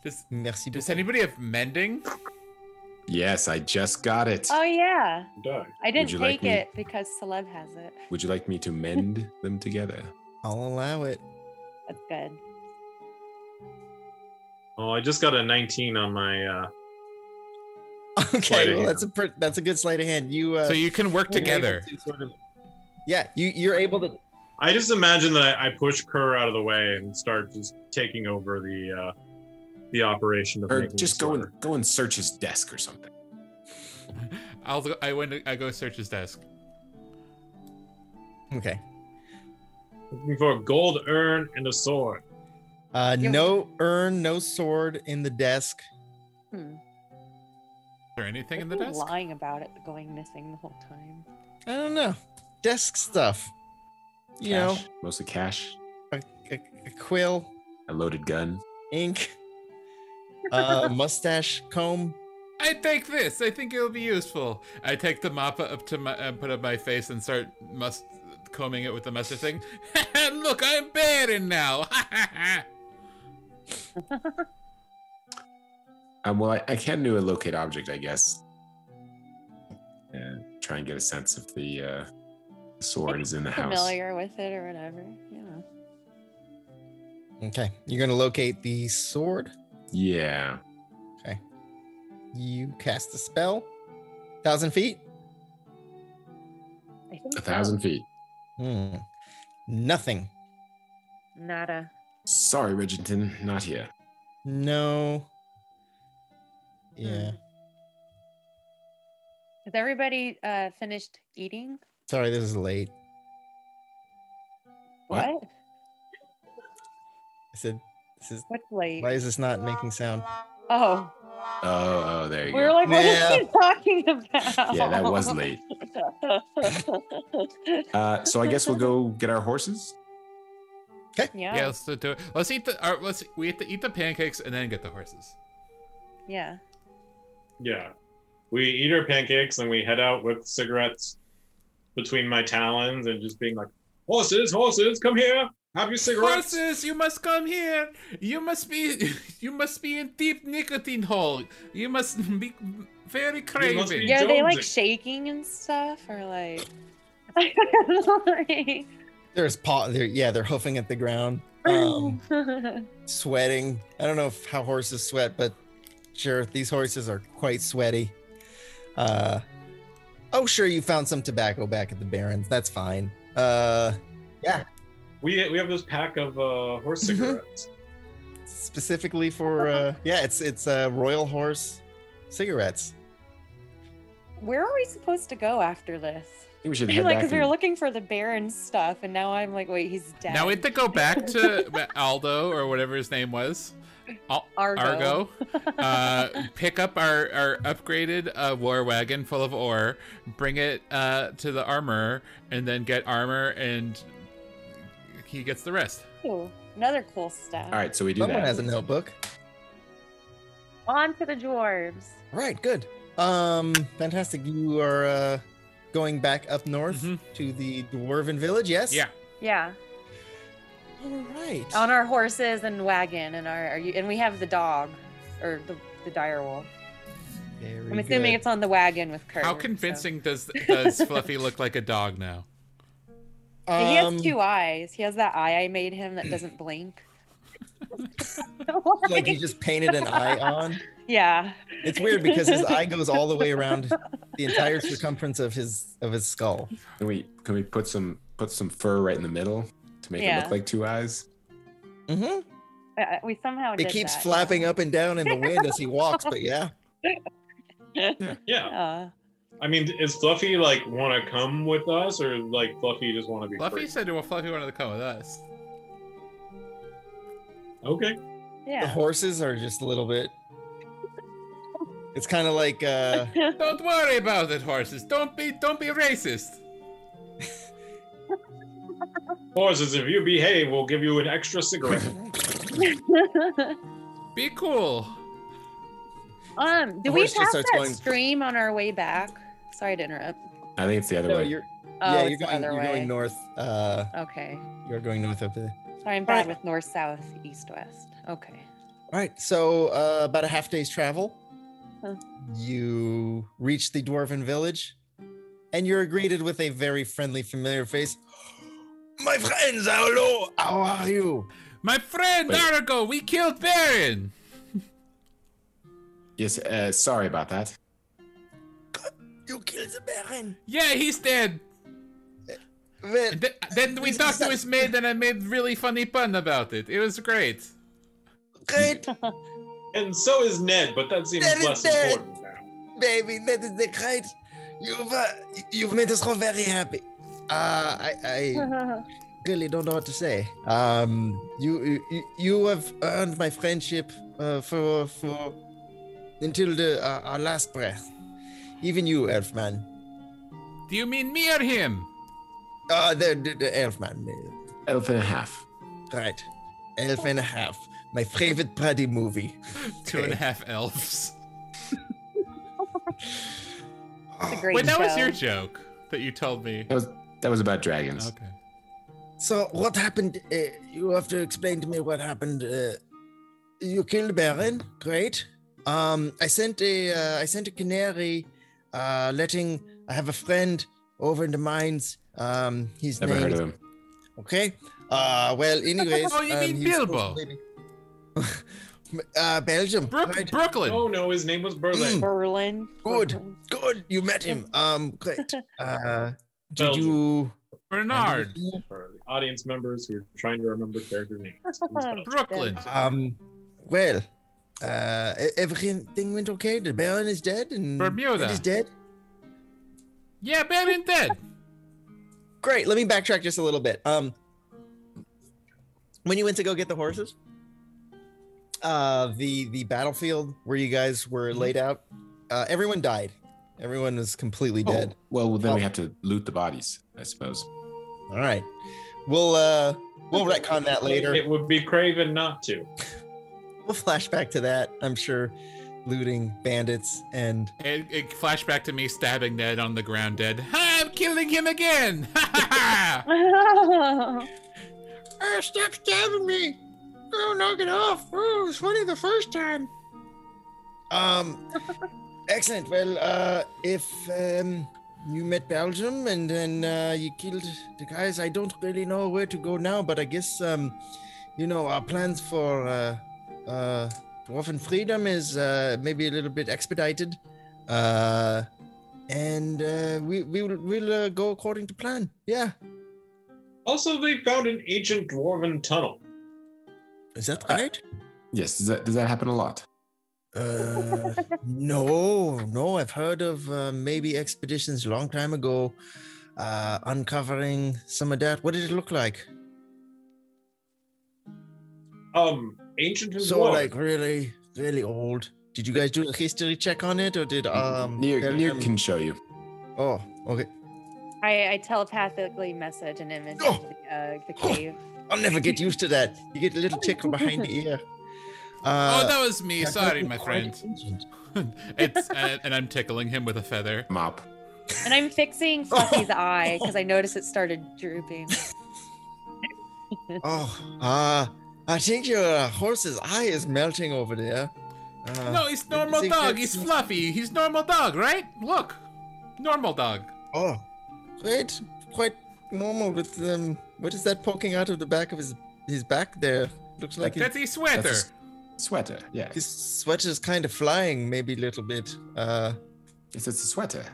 [SPEAKER 5] Does
[SPEAKER 1] Merci.
[SPEAKER 5] does
[SPEAKER 1] beaucoup.
[SPEAKER 5] anybody have mending?
[SPEAKER 4] Yes, I just got it.
[SPEAKER 3] Oh yeah.
[SPEAKER 6] die.
[SPEAKER 3] I didn't
[SPEAKER 4] you
[SPEAKER 3] take
[SPEAKER 4] like me-
[SPEAKER 3] it because Celeb has it.
[SPEAKER 4] Would you like me to mend them together?
[SPEAKER 1] I'll allow it.
[SPEAKER 3] That's good.
[SPEAKER 6] Oh, I just got a 19 on my. uh Sleight
[SPEAKER 1] Okay,
[SPEAKER 6] of
[SPEAKER 1] well,
[SPEAKER 6] hand.
[SPEAKER 1] that's a pr- that's a good sleight of hand. You uh,
[SPEAKER 5] So you can work
[SPEAKER 1] you're able
[SPEAKER 5] together.
[SPEAKER 1] to sort of- yeah, you you're able to.
[SPEAKER 6] I just imagine that I, I push Kerr out of the way and start just taking over the uh the operation of.
[SPEAKER 4] Or
[SPEAKER 6] making
[SPEAKER 4] just
[SPEAKER 6] the
[SPEAKER 4] go and
[SPEAKER 6] sweater.
[SPEAKER 4] go and search his desk or something.
[SPEAKER 5] I'll go, I went I go search his desk.
[SPEAKER 1] Okay.
[SPEAKER 6] Looking for a gold urn and a sword.
[SPEAKER 1] Uh,
[SPEAKER 3] Yeah.
[SPEAKER 1] no urn, no sword in the desk.
[SPEAKER 3] Hmm.
[SPEAKER 5] Is there anything in the
[SPEAKER 3] Were you
[SPEAKER 5] desk?
[SPEAKER 3] lying about it going missing the whole time.
[SPEAKER 1] I don't know. Desk stuff. You know,
[SPEAKER 4] Cash, mostly cash,
[SPEAKER 1] a, a- a quill,
[SPEAKER 4] a loaded gun.
[SPEAKER 1] ink, uh, mustache comb.
[SPEAKER 5] I take this. I think it'll be useful. I take the mop up to my and put up my face and start must combing it with the mustard thing. Look, I'm bathing now.
[SPEAKER 4] Um, well, I, I can do a locate object, I guess. And try and get a sense if the uh, sword is in the house.
[SPEAKER 3] familiar with it or whatever. Yeah.
[SPEAKER 1] Okay. You're going to locate the sword.
[SPEAKER 4] Yeah.
[SPEAKER 1] You cast the spell. Thousand feet.
[SPEAKER 3] I think
[SPEAKER 4] A thousand feet.
[SPEAKER 1] Hmm. Nothing.
[SPEAKER 3] Nada.
[SPEAKER 4] Sorry, Regington, not here.
[SPEAKER 1] No.
[SPEAKER 3] Hmm.
[SPEAKER 1] Yeah.
[SPEAKER 3] Has everybody uh, finished eating?
[SPEAKER 1] Sorry, this is late.
[SPEAKER 4] What?
[SPEAKER 1] I said, this is.
[SPEAKER 3] What's late?
[SPEAKER 1] Why is this not making sound?
[SPEAKER 3] Oh,
[SPEAKER 4] Oh, oh, there
[SPEAKER 3] we
[SPEAKER 4] you
[SPEAKER 3] were
[SPEAKER 4] go.
[SPEAKER 3] like, what
[SPEAKER 1] Yeah.
[SPEAKER 3] is she talking about?
[SPEAKER 4] yeah, that was late. Uh, so I guess we'll go get our horses.
[SPEAKER 3] yeah.
[SPEAKER 5] yeah,
[SPEAKER 3] Yeah.
[SPEAKER 5] let's do do it. Let's eat the. Or let's we have to eat the pancakes and then get the horses.
[SPEAKER 6] Yeah. We eat our pancakes and we head out with cigarettes between my talons and just being like, horses, horses, come here. Have your cigarettes.
[SPEAKER 5] Horses, you must come here. You must be. You must be in deep nicotine hole. You must be very craving.
[SPEAKER 6] be-
[SPEAKER 3] Yeah, are they like
[SPEAKER 6] Jonesing.
[SPEAKER 3] shaking and stuff or like. Like-
[SPEAKER 1] There's paw. They're, yeah, they're hoofing at the ground, um, sweating. I don't know if, how horses sweat, but sure, these horses are quite sweaty. Uh, oh, sure, you found some tobacco back at the Barrens. That's fine. Uh,
[SPEAKER 6] We, we have this pack of uh, horse
[SPEAKER 1] Mhm.
[SPEAKER 6] cigarettes.
[SPEAKER 1] specifically for uh, yeah, it's it's uh, Royal Horse cigarettes.
[SPEAKER 3] Where are we supposed to go after this?
[SPEAKER 4] I think we should head
[SPEAKER 3] like,
[SPEAKER 4] back.
[SPEAKER 3] because we were
[SPEAKER 4] and-
[SPEAKER 3] looking for the Baron stuff, and now I'm like, wait, he's dead.
[SPEAKER 5] Now we have to go back to Aldo or whatever his name was. Al-
[SPEAKER 3] Argo.
[SPEAKER 5] Argo. Uh, pick up our, our upgraded uh, war wagon full of ore, bring it uh, to the armorer, and then get armor, and he gets the rest.
[SPEAKER 3] Ooh, another cool stuff.
[SPEAKER 4] All right, so we do
[SPEAKER 1] Someone
[SPEAKER 4] that.
[SPEAKER 1] has a notebook.
[SPEAKER 3] On to the dwarves.
[SPEAKER 1] All right, good. Um, fantastic. You are uh, going back up north
[SPEAKER 5] Mhm.
[SPEAKER 1] to the dwarven village. Yes.
[SPEAKER 5] Yeah.
[SPEAKER 3] Yeah,
[SPEAKER 1] All right.
[SPEAKER 3] on our horses and wagon, and our are you, and we have the dog, or the the dire wolf.
[SPEAKER 1] Very
[SPEAKER 3] I'm assuming
[SPEAKER 1] good.
[SPEAKER 3] it's on the wagon with Kurt.
[SPEAKER 5] How
[SPEAKER 3] so-
[SPEAKER 5] convincing does does Fluffy look like a dog now?
[SPEAKER 3] And he
[SPEAKER 1] Um,
[SPEAKER 3] has two eyes. He has that eye I made him that doesn't blink.
[SPEAKER 1] like you just painted an eye on.
[SPEAKER 3] yeah.
[SPEAKER 1] It's weird because his eye goes all the way around the entire circumference of his of his skull.
[SPEAKER 4] Can we can we put some put some fur right in the middle to make it
[SPEAKER 3] Yeah.
[SPEAKER 4] look like two eyes?
[SPEAKER 1] Mm-hmm.
[SPEAKER 3] Uh, we somehow
[SPEAKER 1] It
[SPEAKER 3] did
[SPEAKER 1] keeps
[SPEAKER 3] that.
[SPEAKER 1] flapping up and down in the wind as he walks, but yeah.
[SPEAKER 6] Yeah.
[SPEAKER 3] Uh,
[SPEAKER 6] I mean, is Fluffy like want to come with us or like Fluffy just want to be
[SPEAKER 5] Fluffy
[SPEAKER 6] free?
[SPEAKER 5] said, "Well, Fluffy wanted to come with us."
[SPEAKER 6] Okay.
[SPEAKER 1] The
[SPEAKER 3] yeah.
[SPEAKER 1] horses are just a little bit. It's kind of like uh,
[SPEAKER 5] Don't worry about it, horses. Don't be don't be racist.
[SPEAKER 6] Horses, if you behave, we'll give you an extra cigarette.
[SPEAKER 5] Be cool.
[SPEAKER 3] um,
[SPEAKER 1] The
[SPEAKER 3] do we
[SPEAKER 1] horse just
[SPEAKER 3] pass that
[SPEAKER 1] starts going-
[SPEAKER 3] stream on our way back? Sorry to interrupt.
[SPEAKER 4] I think it's the other
[SPEAKER 1] no,
[SPEAKER 4] way.
[SPEAKER 1] you're
[SPEAKER 3] Oh,
[SPEAKER 1] yeah,
[SPEAKER 3] it's
[SPEAKER 1] you're
[SPEAKER 3] the
[SPEAKER 1] going
[SPEAKER 3] other
[SPEAKER 1] you're
[SPEAKER 3] way.
[SPEAKER 1] going north. Uh,
[SPEAKER 3] Okay.
[SPEAKER 1] you're going north of the.
[SPEAKER 3] Sorry, I'm bad with north, south, east, west. Okay.
[SPEAKER 1] All right, so uh, about a half day's travel,
[SPEAKER 3] Huh.
[SPEAKER 1] you reach the dwarven village, and you're greeted with a very friendly, familiar face. My friends, hello. How are you?
[SPEAKER 5] My friend
[SPEAKER 4] Wait.
[SPEAKER 5] Argo, we killed Baron.
[SPEAKER 4] Yes. Uh, sorry about that.
[SPEAKER 1] You killed the Baron.
[SPEAKER 5] Yeah, he's dead.
[SPEAKER 1] Well,
[SPEAKER 5] And th- then we
[SPEAKER 1] He's
[SPEAKER 5] talked to
[SPEAKER 1] upset.
[SPEAKER 5] his maid, and I made really funny pun about it. It was great.
[SPEAKER 1] great,
[SPEAKER 6] and so is Ned, but that's even
[SPEAKER 1] Ned is
[SPEAKER 6] less
[SPEAKER 1] dead.
[SPEAKER 6] important now.
[SPEAKER 1] baby. That is the great. You've uh, you've made us all very happy. Uh, I, I really don't know what to say. Um, you you, you have earned my friendship uh, for for until the uh, our last breath. Even you, Elfman.
[SPEAKER 5] Do you mean me or him?
[SPEAKER 1] Uh, the, the, the Elfman.
[SPEAKER 4] Elf and a half.
[SPEAKER 1] Right. Elf and a half. My favorite party movie.
[SPEAKER 5] Two and a half elves.
[SPEAKER 3] It's a great
[SPEAKER 5] Wait, that was
[SPEAKER 3] show.
[SPEAKER 5] your joke that you told me.
[SPEAKER 4] That was that was about dragons.
[SPEAKER 5] Okay.
[SPEAKER 1] So what happened? Uh, you have to explain to me what happened. Uh, you killed Baron. Great. Um, I sent a uh, I sent a canary, uh, letting I have a friend over in the mines. Um, his
[SPEAKER 4] Never
[SPEAKER 1] name
[SPEAKER 4] heard
[SPEAKER 1] is-
[SPEAKER 4] of him.
[SPEAKER 1] Okay. Uh, well, anyways.
[SPEAKER 5] Oh, you
[SPEAKER 1] um,
[SPEAKER 5] mean
[SPEAKER 1] he was
[SPEAKER 5] Bilbo.
[SPEAKER 1] supposed to be- uh, Belgium.
[SPEAKER 5] Brook-
[SPEAKER 1] right.
[SPEAKER 5] Brooklyn.
[SPEAKER 6] Oh no, his name was Berlin.
[SPEAKER 3] Berlin.
[SPEAKER 1] Good. Good. You met him. Um, great. Uh, did
[SPEAKER 6] Belgium.
[SPEAKER 1] you?
[SPEAKER 5] Bernard.
[SPEAKER 1] Mm.
[SPEAKER 6] For the audience members who are trying to remember character names.
[SPEAKER 5] Brooklyn.
[SPEAKER 1] Um, well, uh, e- everything went okay. The Baron is dead, and
[SPEAKER 5] Bermuda.
[SPEAKER 1] Ed is dead.
[SPEAKER 5] Yeah, Baron dead.
[SPEAKER 1] Great. Let me backtrack just a little bit. Um, when you went to go get the horses, uh, the the battlefield where you guys were laid out, uh, everyone died. Everyone was completely
[SPEAKER 4] Oh,
[SPEAKER 1] dead.
[SPEAKER 4] well, then
[SPEAKER 1] Oh.
[SPEAKER 4] we have to loot the bodies, I suppose.
[SPEAKER 1] All right. We'll uh, we'll retcon that later.
[SPEAKER 6] It would be craven not to.
[SPEAKER 1] We'll flash back to that. I'm sure, looting bandits and
[SPEAKER 5] It, it flashed back to me stabbing Ned on the ground dead. Ha, I'm killing him again. Ha ha ha.
[SPEAKER 1] Oh, stop stabbing me! Oh, knock it off! Oh, it was funny the first time. Um, excellent. Well, uh, if um, you met Belgium and then uh, you killed the guys, I don't really know where to go now. But I guess um, you know, our plans for uh, uh, dwarven freedom is uh, maybe a little bit expedited, uh, and uh, we we will we'll uh, go according to plan. Yeah.
[SPEAKER 6] Also, they found an ancient dwarven tunnel.
[SPEAKER 1] Is that right?
[SPEAKER 4] Yes, does that does that happen a lot?
[SPEAKER 1] Uh, no, no. I've heard of uh, maybe expeditions a long time ago, uh, uncovering some of that. What did it look like?
[SPEAKER 6] Um, ancient as
[SPEAKER 1] So
[SPEAKER 6] well.
[SPEAKER 1] like really, really old. Did you guys do a history check on it, or did um?
[SPEAKER 4] Near,
[SPEAKER 1] Belgium-
[SPEAKER 4] near can show you.
[SPEAKER 1] oh, okay.
[SPEAKER 3] I, I telepathically message an image of the, uh, the
[SPEAKER 1] Oh.
[SPEAKER 3] cave.
[SPEAKER 1] I'll never get used to that. You get a little tickle behind the ear. Uh,
[SPEAKER 5] oh, that was me.
[SPEAKER 1] I heard
[SPEAKER 5] Sorry,
[SPEAKER 1] it's
[SPEAKER 5] my
[SPEAKER 1] quite
[SPEAKER 5] friend.
[SPEAKER 1] ancient.
[SPEAKER 5] it's and, and I'm tickling him with a feather.
[SPEAKER 4] Mop.
[SPEAKER 3] And I'm fixing Fluffy's eye because I noticed it started drooping.
[SPEAKER 1] Oh, uh, I think your uh, horse's eye is melting over there. Uh,
[SPEAKER 5] No, he's normal
[SPEAKER 1] think
[SPEAKER 5] dog.
[SPEAKER 1] that's-
[SPEAKER 5] He's fluffy. He's normal dog, right? Look, normal dog.
[SPEAKER 1] Oh, great. Quite normal with um what is that poking out of the back of his his back there? Looks like his,
[SPEAKER 5] That's his sweater.
[SPEAKER 4] That's a s- sweater. Yeah,
[SPEAKER 1] his sweater's kind of flying maybe a little bit. Uh
[SPEAKER 4] it's, it's a sweater.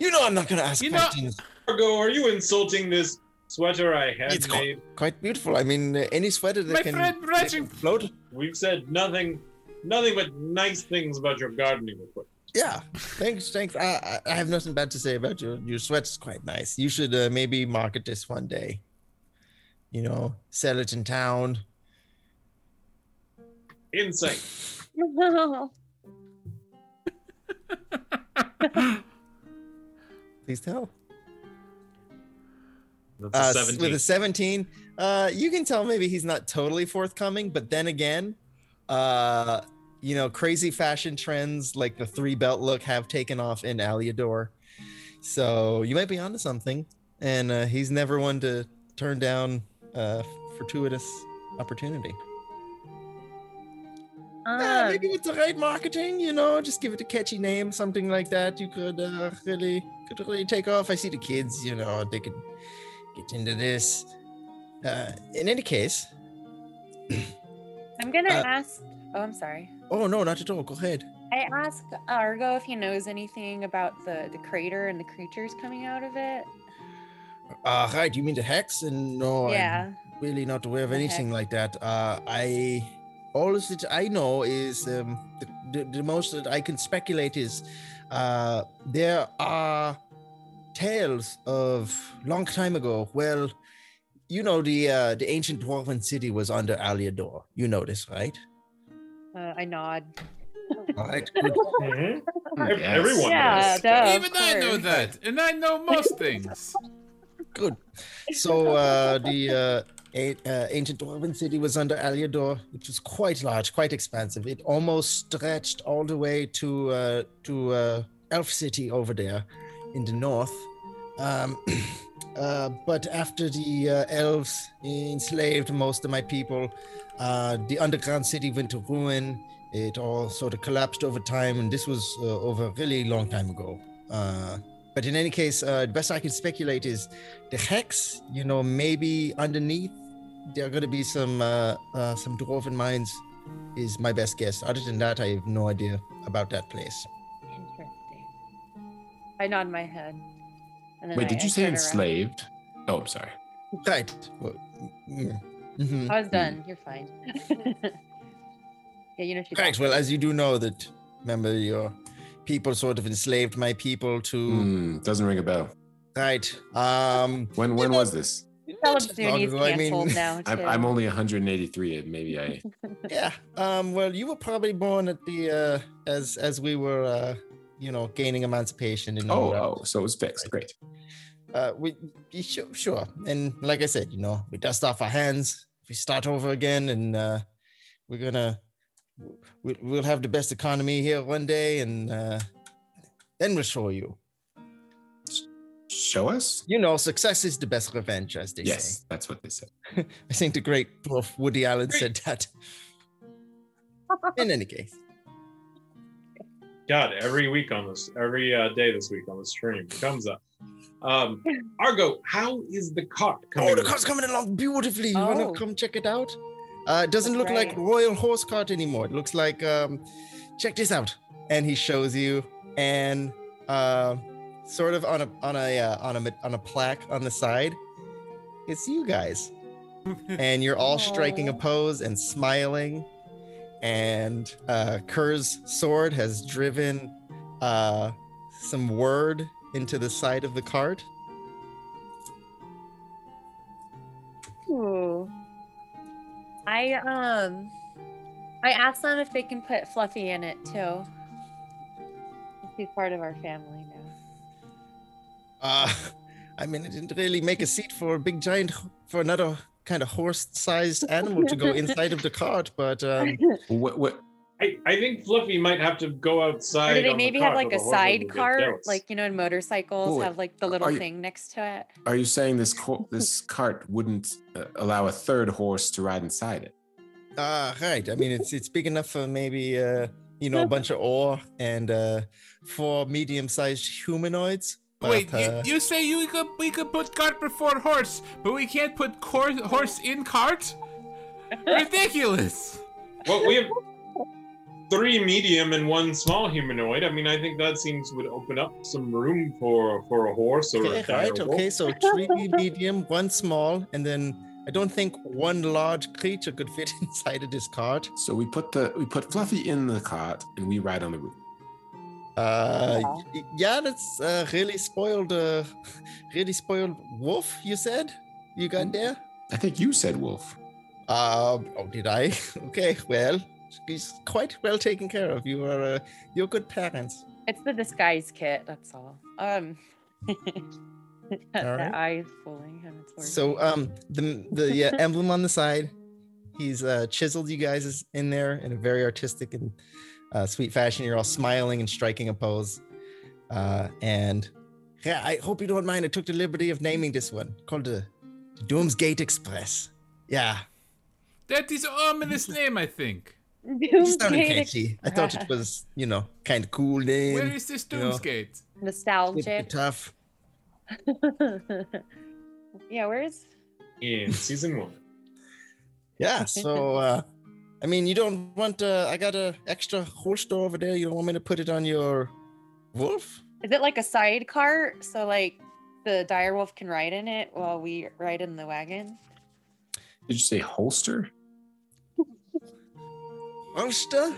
[SPEAKER 1] you know I'm not gonna ask
[SPEAKER 5] You know-
[SPEAKER 1] questions.
[SPEAKER 6] Margo, are you insulting this sweater I had
[SPEAKER 1] It's gone.
[SPEAKER 6] made?
[SPEAKER 1] Quite beautiful. I mean uh, any sweater that
[SPEAKER 5] my
[SPEAKER 1] can
[SPEAKER 5] friend
[SPEAKER 1] that can
[SPEAKER 5] Reggie.
[SPEAKER 1] float.
[SPEAKER 6] We've said nothing, nothing but nice things about your gardening equipment.
[SPEAKER 1] Yeah. Thanks, thanks. I, I I have nothing bad to say about your your sweat's quite nice. You should uh, maybe market this one day. You know, sell it in town.
[SPEAKER 6] Insight.
[SPEAKER 3] Um,
[SPEAKER 1] Please tell.
[SPEAKER 6] That's a
[SPEAKER 1] uh, s-
[SPEAKER 6] 17.
[SPEAKER 1] with a 17 uh you can tell maybe he's not totally forthcoming but then again uh you know crazy fashion trends like the three belt look have taken off in Aliador so you might be onto something and uh, he's never one to turn down uh fortuitous opportunity Ah,
[SPEAKER 3] Um,
[SPEAKER 1] maybe with the right marketing you know just give it a catchy name something like that you could uh, really could really take off i see the kids you know they could get into this uh, in any case
[SPEAKER 3] I'm gonna
[SPEAKER 1] uh,
[SPEAKER 3] ask. Oh, I'm sorry.
[SPEAKER 1] oh no not at all go ahead
[SPEAKER 3] I asked Argo if he knows anything about the the crater and the creatures coming out of it.
[SPEAKER 1] uh right you mean the hex and no
[SPEAKER 3] yeah.
[SPEAKER 1] i'm really not aware of
[SPEAKER 3] The
[SPEAKER 1] anything like that uh i all of that i know is um the, the, the most that i can speculate is uh there are tales of long time ago well you know the uh the ancient dwarven city was under aliador you know this right
[SPEAKER 3] Uh, I nod.
[SPEAKER 1] all right good.
[SPEAKER 6] Mhm.
[SPEAKER 4] Yes.
[SPEAKER 6] everyone
[SPEAKER 3] Yeah,
[SPEAKER 6] knows.
[SPEAKER 3] duh. Of
[SPEAKER 5] Even I know
[SPEAKER 3] course.
[SPEAKER 5] that, and I know most things.
[SPEAKER 1] Good. So uh, the uh, a- uh, ancient dwarven city was under Aliador, which was quite large, quite expansive. It almost stretched all the way to uh, to uh, elf city over there in the north. Um, uh, but after the uh, elves enslaved most of my people, uh, the underground city went to ruin. It all sort of collapsed over time, and this was uh, over a really long time ago. Uh, but in any case, uh, the best I can speculate is the hex. You know, maybe underneath there are going to be some uh, uh, some dwarven mines. Is my best guess. Other than that, I have no idea about that place.
[SPEAKER 3] Interesting. I nod my head. And then
[SPEAKER 4] Wait,
[SPEAKER 3] I-
[SPEAKER 4] did
[SPEAKER 3] I
[SPEAKER 4] you say
[SPEAKER 3] turn around.
[SPEAKER 4] enslaved? Oh, I'm sorry.
[SPEAKER 1] Right. Mm-hmm.
[SPEAKER 3] I was done. You're fine. yeah, you know she.
[SPEAKER 1] Right. Well, as you do know that, remember your people sort of enslaved my people to.
[SPEAKER 4] Hmm, doesn't ring a bell.
[SPEAKER 1] Right. Um.
[SPEAKER 4] When when
[SPEAKER 1] Yeah,
[SPEAKER 4] was this?
[SPEAKER 3] Tell
[SPEAKER 1] not
[SPEAKER 3] him
[SPEAKER 1] that
[SPEAKER 3] soon.
[SPEAKER 1] long
[SPEAKER 3] He's
[SPEAKER 1] ago, I
[SPEAKER 3] canceled
[SPEAKER 1] mean-
[SPEAKER 3] now. Too.
[SPEAKER 4] I'm, I'm only 183. and Maybe I.
[SPEAKER 1] yeah um well you were probably born at the uh as as we were uh you know gaining emancipation and all
[SPEAKER 4] Oh,
[SPEAKER 1] that.
[SPEAKER 4] oh, so it was fixed. Great.
[SPEAKER 1] uh we you sure, sure and like i said you know we dust off our hands we start over again and uh we're gonna we, we'll have the best economy here one day and uh then we'll show you
[SPEAKER 4] Show us.
[SPEAKER 1] you know success is the best revenge as they say
[SPEAKER 4] Yes, that's what they said.
[SPEAKER 1] i think the great dwarf woody allen said that in any case
[SPEAKER 6] God, every week on this, every uh, day this week on the stream it comes up. Um, Argo, how is the cart coming?
[SPEAKER 1] Oh, the
[SPEAKER 6] along?
[SPEAKER 1] cart's coming along beautifully. You
[SPEAKER 3] Oh.
[SPEAKER 1] wanna come check it out? Uh, it doesn't
[SPEAKER 3] That's
[SPEAKER 1] look like
[SPEAKER 3] right.
[SPEAKER 1] Royal Horse Cart anymore. It looks like um, check this out. And he shows you, and uh, sort of on a on a uh, on a ma- on a plaque on the side, it's you guys, and you're all striking a
[SPEAKER 3] Aw.
[SPEAKER 1] pose and smiling, and uh, Kerr's sword has driven uh, some word into the side of the cart.
[SPEAKER 3] Ooh. I um, I asked them if they can put Fluffy in it too. He's part of our family now.
[SPEAKER 1] Uh, I mean, I didn't really make a seat for a big giant, for another kind of horse-sized animal to go inside of the cart, but um,
[SPEAKER 4] What what?
[SPEAKER 6] I, I think Fluffy might have to go outside.
[SPEAKER 3] or do
[SPEAKER 6] on
[SPEAKER 3] they
[SPEAKER 6] the
[SPEAKER 3] maybe
[SPEAKER 6] cart
[SPEAKER 3] have like
[SPEAKER 6] or
[SPEAKER 3] a
[SPEAKER 6] the horses will
[SPEAKER 3] side
[SPEAKER 6] get
[SPEAKER 3] cart,
[SPEAKER 6] jealous.
[SPEAKER 3] like you know, in motorcycles
[SPEAKER 4] Oh,
[SPEAKER 3] have like the
[SPEAKER 4] are
[SPEAKER 3] little
[SPEAKER 4] you-
[SPEAKER 3] thing next to it?
[SPEAKER 4] Are you saying this co- this cart wouldn't uh, allow a third horse to ride inside it?
[SPEAKER 1] ah, right. I mean, it's it's big enough for maybe uh, you know a bunch of ore and uh, four medium-sized humanoids. but,
[SPEAKER 5] Oh, Wait,
[SPEAKER 1] uh,
[SPEAKER 5] you, you say you could we could put cart before horse, but we can't put cor- horse in cart? Ridiculous!
[SPEAKER 6] Well, we have three medium and one small humanoid. I mean, I think that seems would open up some room for for a horse or a
[SPEAKER 1] okay,
[SPEAKER 6] dire
[SPEAKER 1] right,
[SPEAKER 6] wolf.
[SPEAKER 1] okay. So three medium, one small, and then I don't think one large creature could fit inside of this cart.
[SPEAKER 4] So we put the we put Fluffy in the cart and we ride on the roof.
[SPEAKER 1] Uh,
[SPEAKER 3] Yeah.
[SPEAKER 1] y- yeah, that's uh, really spoiled. Uh, really spoiled wolf. You said you got there.
[SPEAKER 4] I think you said wolf.
[SPEAKER 1] Um, oh, did I? okay, well, he's quite well taken care of. You are uh, you're good parents.
[SPEAKER 3] It's the disguise kit. That's all. Um, that
[SPEAKER 1] All right.
[SPEAKER 3] eye is fooling him. It's working.
[SPEAKER 1] So
[SPEAKER 4] uh,
[SPEAKER 1] um, the the uh, emblem on the side, he's uh, chiseled you guys is in there in a very artistic and uh, sweet fashion. You're all smiling and striking a pose, uh, and yeah, I hope you don't mind. I took the liberty of naming this one called the Doomsgate Express. Yeah,
[SPEAKER 5] That is ominous name, I think.
[SPEAKER 1] it sounded
[SPEAKER 3] Doomsday
[SPEAKER 1] catchy. I thought it was you know kind of cool name.
[SPEAKER 5] Where is this
[SPEAKER 1] you know,
[SPEAKER 5] Doomsgate?
[SPEAKER 1] It'd be
[SPEAKER 3] nostalgic.
[SPEAKER 1] tough.
[SPEAKER 3] yeah, where is?
[SPEAKER 6] in season one.
[SPEAKER 1] Yeah. So, uh, I mean, you don't want. Uh, I got a extra horse door over there. You don't want me to put it on your wolf?
[SPEAKER 3] Is it like a side cart? So like the dire wolf can ride in it while we ride in the wagon.
[SPEAKER 4] Did you say holster?
[SPEAKER 1] Ulster?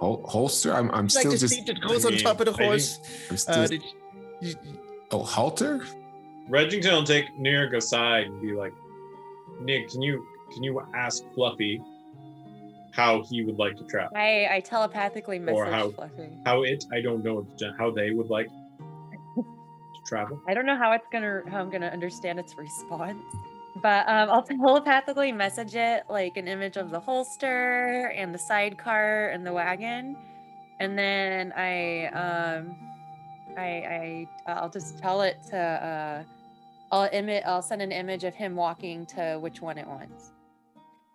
[SPEAKER 4] Hol- holster? I'm I'm
[SPEAKER 1] Like
[SPEAKER 4] still
[SPEAKER 1] this
[SPEAKER 4] just
[SPEAKER 1] feet that goes on
[SPEAKER 6] thinking,
[SPEAKER 1] top of the
[SPEAKER 6] I think-
[SPEAKER 1] horse.
[SPEAKER 4] I'm still,
[SPEAKER 1] Uh, did you, you-
[SPEAKER 4] oh halter.
[SPEAKER 6] Reggington will take Nick aside and be like, Nick, can you can you ask Fluffy how he would like to travel?
[SPEAKER 3] I I telepathically
[SPEAKER 6] Or how-
[SPEAKER 3] messaged Fluffy.
[SPEAKER 6] How it? I don't know if- how they would like to travel.
[SPEAKER 3] I don't know how it's gonna how I'm gonna understand its response, but um, I'll telepathically message it like an image of the holster and the sidecar and the wagon, and then I um I I I'll just tell it to uh I'll image I'll send an image of him walking to which one it wants.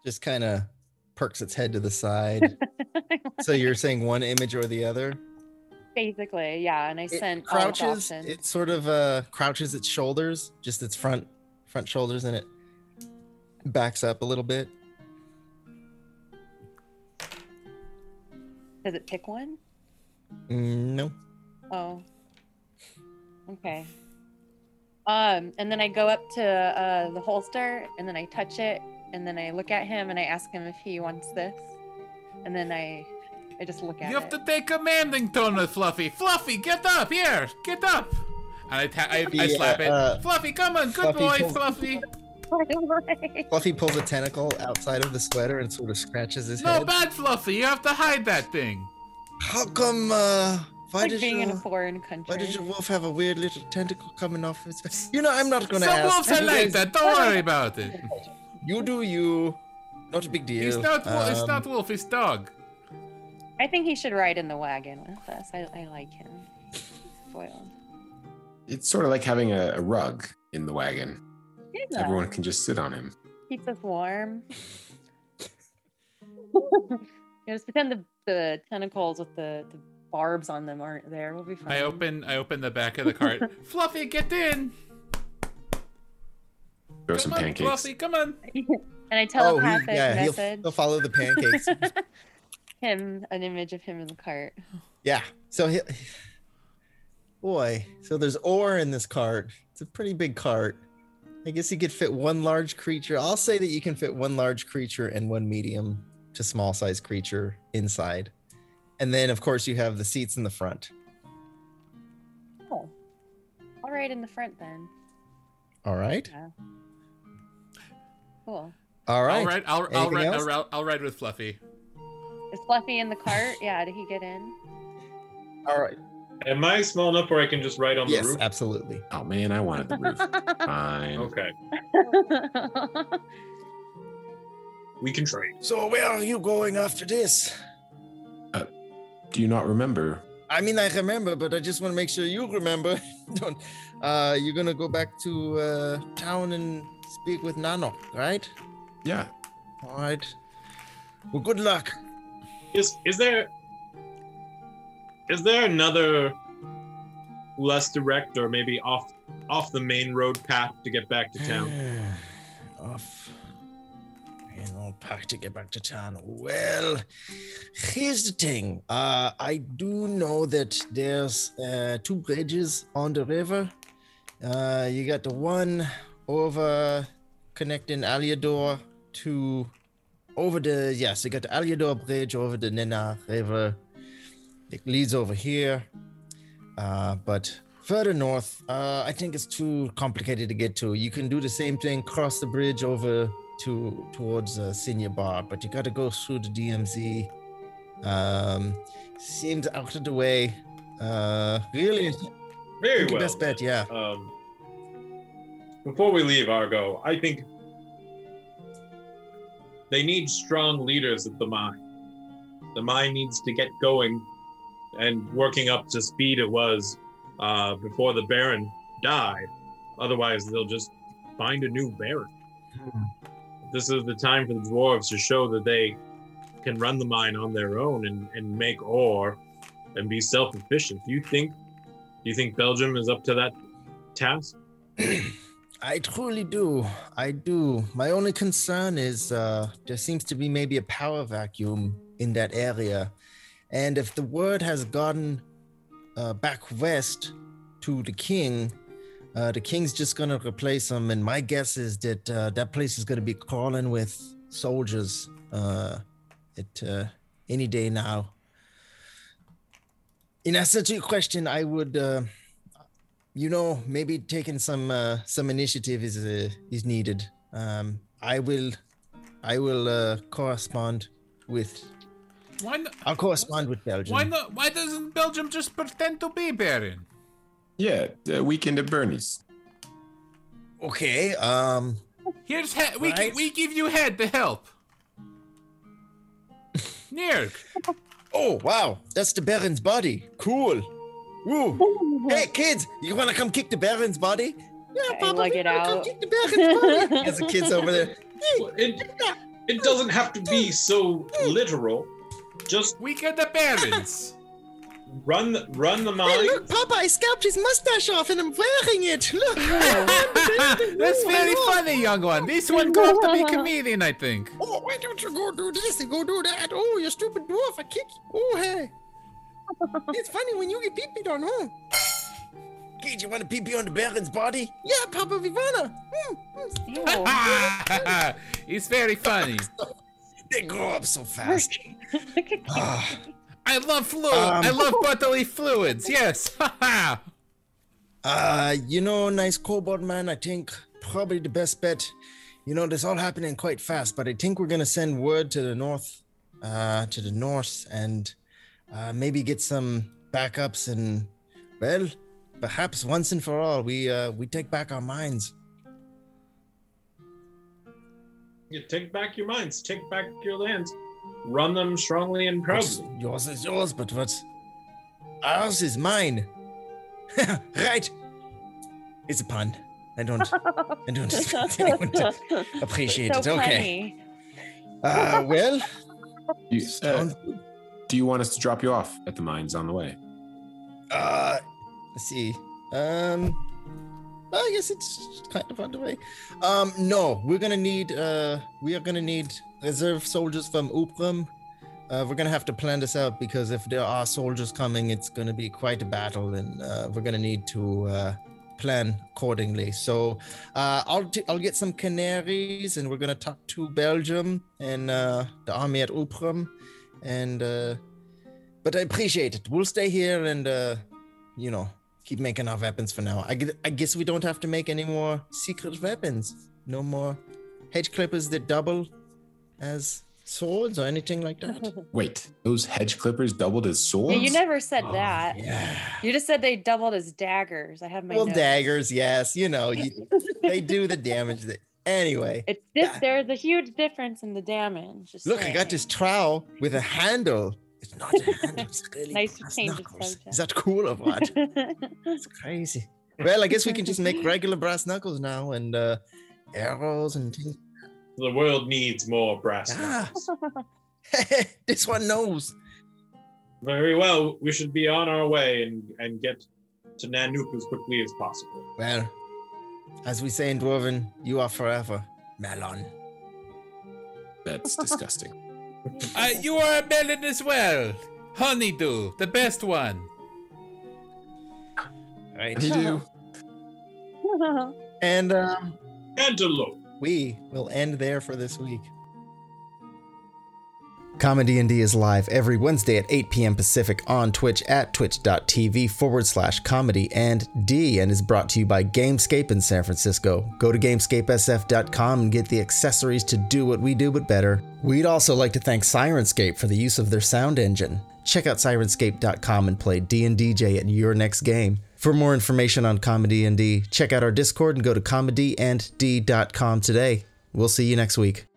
[SPEAKER 1] Just kind of perks its head to the side. so you're saying one image or the other?
[SPEAKER 3] Basically, yeah. And I
[SPEAKER 1] It
[SPEAKER 3] sent all its
[SPEAKER 1] crouches.
[SPEAKER 3] options.
[SPEAKER 1] It sort of uh, crouches its shoulders, just its front front shoulders, and it backs up a little bit.
[SPEAKER 3] Does it pick one?
[SPEAKER 1] Mm, No.
[SPEAKER 3] Oh. Okay. Um, and then I go up to uh, the holster and then I touch it and then I look at him and I ask him if he wants this. And then I I just look at
[SPEAKER 5] You have
[SPEAKER 3] it.
[SPEAKER 5] to take commanding tone with Fluffy. Fluffy, get up here, get up. And I, ta- I, I
[SPEAKER 1] Yeah,
[SPEAKER 5] slap it.
[SPEAKER 1] uh,
[SPEAKER 5] Fluffy, come on, good
[SPEAKER 1] Fluffy
[SPEAKER 5] boy,
[SPEAKER 1] pulls-
[SPEAKER 5] Fluffy.
[SPEAKER 1] Fluffy pulls a tentacle outside of the sweater and sort of scratches his
[SPEAKER 5] No
[SPEAKER 1] head.
[SPEAKER 5] bad, Fluffy. You have to hide that thing.
[SPEAKER 1] How come? Uh, why
[SPEAKER 3] like
[SPEAKER 1] did
[SPEAKER 3] being
[SPEAKER 1] you?
[SPEAKER 3] in a foreign country.
[SPEAKER 1] Why did your wolf have a weird little tentacle coming off his face? You know, I'm not gonna
[SPEAKER 5] Some
[SPEAKER 1] ask.
[SPEAKER 5] wolves are like that. Don't worry about it.
[SPEAKER 1] You do you. Not a big deal.
[SPEAKER 5] He's not. wo- it's
[SPEAKER 1] Um,
[SPEAKER 5] not wolf. It's dog.
[SPEAKER 3] I think he should ride in the wagon with us. I, I like him. Spoiled.
[SPEAKER 4] It's sort of like having a, a rug in the wagon.
[SPEAKER 3] Yeah.
[SPEAKER 4] Everyone can just sit on him.
[SPEAKER 3] uh, Keeps us warm. Yeah, just pretend the, the tentacles with the, the barbs on them aren't there. We'll be fine.
[SPEAKER 5] I open. I open the back of the cart. Fluffy, get in.
[SPEAKER 4] Throw
[SPEAKER 5] come
[SPEAKER 4] some
[SPEAKER 5] on,
[SPEAKER 4] pancakes.
[SPEAKER 5] Fluffy, come on.
[SPEAKER 3] And I
[SPEAKER 1] Oh, he-
[SPEAKER 3] telepathic
[SPEAKER 1] yeah, he'll,
[SPEAKER 3] message
[SPEAKER 1] he'll follow the pancakes.
[SPEAKER 3] him an image of him in the cart.
[SPEAKER 1] yeah. So he, boy, so there's ore in this cart. It's a pretty big cart. I guess you could fit one large creature. I'll say that you can fit one large creature and one medium to small size creature inside. And then, of course, you have the seats in the front.
[SPEAKER 3] Oh, all right, in the front then.
[SPEAKER 1] All right.
[SPEAKER 3] Cool.
[SPEAKER 1] All right.
[SPEAKER 5] I'll ride. I'll, I'll
[SPEAKER 1] Anything
[SPEAKER 5] ride.
[SPEAKER 1] else?
[SPEAKER 5] I'll, ride- I'll ride with Fluffy.
[SPEAKER 3] Is Fluffy in the cart? Yeah, did he get in?
[SPEAKER 1] All right.
[SPEAKER 6] Am I small enough where I can just ride on the
[SPEAKER 1] Yes,
[SPEAKER 6] roof?
[SPEAKER 1] absolutely.
[SPEAKER 4] Oh man, I wanted the roof. Fine.
[SPEAKER 6] Okay, we can trade.
[SPEAKER 1] So where are you going after this?
[SPEAKER 4] Do you not remember?
[SPEAKER 1] I mean, I remember, but I just want to make sure you remember. Don't. Uh, you're gonna go back to uh, town and speak with Nano, right?
[SPEAKER 4] Yeah.
[SPEAKER 1] All right. Well, good luck.
[SPEAKER 6] Is is there is there another less direct or maybe off off the main road path to get back to town?
[SPEAKER 1] Off. And I'll pack to get back to town. Well, here's the thing. Uh, I do know that there's uh, two bridges on the river. Uh, you got the one over connecting Aliador to over the yes, you got the Aliador Bridge over the Nina River. It leads over here. Uh, but further north, uh, I think it's too complicated to get to. You can do the same thing, cross the bridge over to towards uh, Senior Bar, but you got to go through the DMZ. Um, seems out of the way. Uh, really, I think
[SPEAKER 6] Very
[SPEAKER 1] your
[SPEAKER 6] well.
[SPEAKER 1] best bet, yeah.
[SPEAKER 6] Um, before we leave, Argo, I think they need strong leaders at the mine. The mine needs to get going and working up to speed it was uh, before the Baron died. Otherwise, they'll just find a new Baron. This is the time for the dwarves to show that they can run the mine on their own and, and make ore and be self efficient. Do you think? Do you think Belgium is up to that task?
[SPEAKER 1] I truly do. I do. My only concern is uh, there seems to be maybe a power vacuum in that area. And if the word has gotten uh, back west to the king, uh, the king's just going to replace him. And my guess is that uh, that place is going to be crawling with soldiers uh, at uh, any day now. In answer to your question, I would. Uh, you know, maybe taking some uh, some initiative is uh, is needed. Um, I will, I will uh, correspond with.
[SPEAKER 5] Why not?
[SPEAKER 1] I'll correspond with Belgium.
[SPEAKER 5] Why not? Why doesn't Belgium just pretend to be Baron?
[SPEAKER 4] Yeah. The weekend at Bernie's.
[SPEAKER 1] Okay. Um.
[SPEAKER 5] Here's he- we gi-
[SPEAKER 1] Right?
[SPEAKER 5] we give you head to help. Nirg,
[SPEAKER 1] Oh, wow. That's the Baron's body. Cool. Woo. Hey, kids, you want to come kick the Baron's body? Yeah,
[SPEAKER 3] I
[SPEAKER 1] Papa,
[SPEAKER 3] lug
[SPEAKER 1] we
[SPEAKER 3] it
[SPEAKER 1] wanna come
[SPEAKER 3] out.
[SPEAKER 1] kick the Baron's body. As the kids over there. Hey,
[SPEAKER 6] It, it doesn't have to be so literal. Just
[SPEAKER 5] We got the parents.
[SPEAKER 6] run the, run the
[SPEAKER 1] hey,
[SPEAKER 6] molly.
[SPEAKER 1] look, Papa, I scalped his mustache off and I'm wearing it. Look.
[SPEAKER 5] That's very funny, young one. This one grew up to be a comedian, I think.
[SPEAKER 1] Oh, why don't you go do this and go do that? Oh, you stupid dwarf, I kick you. Oh, hey. it's funny when you get pee peed on, huh? Kid, you want to pee pee on the Baron's body? Yeah, Papa Vivana. Hmm, hmm.
[SPEAKER 3] Ew.
[SPEAKER 5] it's very funny.
[SPEAKER 1] They grow up so fast.
[SPEAKER 3] Look at
[SPEAKER 1] Ah,
[SPEAKER 5] I love fluid.
[SPEAKER 1] Um,
[SPEAKER 5] I love bodily fluids. Yes.
[SPEAKER 1] uh, you know, nice kobold man, I think probably the best bet. You know, this all happening quite fast, but I think we're gonna send word to the north, uh, to the north, and uh, maybe get some backups. And well, perhaps once and for all, we uh, we take back our minds.
[SPEAKER 6] You take back your minds, take back your lands, run them strongly and
[SPEAKER 1] What's-
[SPEAKER 6] proudly.
[SPEAKER 1] Yours is yours, but what's ours is mine. right? It's a pun. I don't. I don't expect anyone to appreciate
[SPEAKER 3] so
[SPEAKER 1] it. Okay.
[SPEAKER 3] funny.
[SPEAKER 1] Uh, well,
[SPEAKER 4] You- uh,
[SPEAKER 1] sounds-
[SPEAKER 4] do you want us to drop you off at the mines on the way?
[SPEAKER 1] uh, let's see. Um, I guess it's kind of underway. Um, no, we're gonna need. Uh, we are gonna need reserve soldiers from Uprum. Uh, we're gonna have to plan this out because if there are soldiers coming, it's gonna be quite a battle, and uh, we're gonna need to uh, plan accordingly. So uh, I'll t- I'll get some canaries, and we're gonna talk to Belgium and uh, the army at Uprum, and uh, but I appreciate it. We'll stay here and uh, you know keep making our weapons for now. I gu- I guess we don't have to make any more secret weapons. No more hedge clippers that double as swords or anything like that.
[SPEAKER 4] Wait, those hedge clippers doubled as swords?
[SPEAKER 3] Yeah, you never said
[SPEAKER 4] Oh,
[SPEAKER 3] that.
[SPEAKER 1] Yeah.
[SPEAKER 3] You just said they doubled as daggers. I have my
[SPEAKER 1] Well,
[SPEAKER 3] notes.
[SPEAKER 1] daggers, yes. You know, you, they do the damage. That, anyway,
[SPEAKER 3] It's this. There's a huge difference in the damage. just
[SPEAKER 1] look, I got
[SPEAKER 3] saying.
[SPEAKER 1] this trowel with a handle. It's not a handle. It's really
[SPEAKER 3] Nice to
[SPEAKER 1] brass
[SPEAKER 3] change the
[SPEAKER 1] knuckles.
[SPEAKER 3] subject.
[SPEAKER 1] Is that cool or what? It's crazy. Well, I guess we can just make regular brass knuckles now and uh, arrows and things.
[SPEAKER 6] The world needs more brass.
[SPEAKER 1] Ah. this one knows.
[SPEAKER 6] Very well, we should be on our way and, and get to Nanook as quickly as possible.
[SPEAKER 1] Well, as we say in Dwarven, you are forever. Melon.
[SPEAKER 4] That's disgusting.
[SPEAKER 5] uh, you are a melon as well. Honeydew, the best one.
[SPEAKER 1] Right.
[SPEAKER 4] you do?
[SPEAKER 1] And um,
[SPEAKER 6] Antelope.
[SPEAKER 1] we will end there for this week.
[SPEAKER 2] Common D&D is live every Wednesday at 8 p.m. Pacific on Twitch at twitch.tv forward slash comedy and D and is brought to you by Gamescape in San Francisco. Go to gamescapesf.com and get the accessories to do what we do but better. We'd also like to thank Sirenscape for the use of their sound engine. Check out sirenscape.com and play D&DJ at your next game. For more information on Comedy and D, check out our Discord and go to comedyand d.com today. We'll see you next week.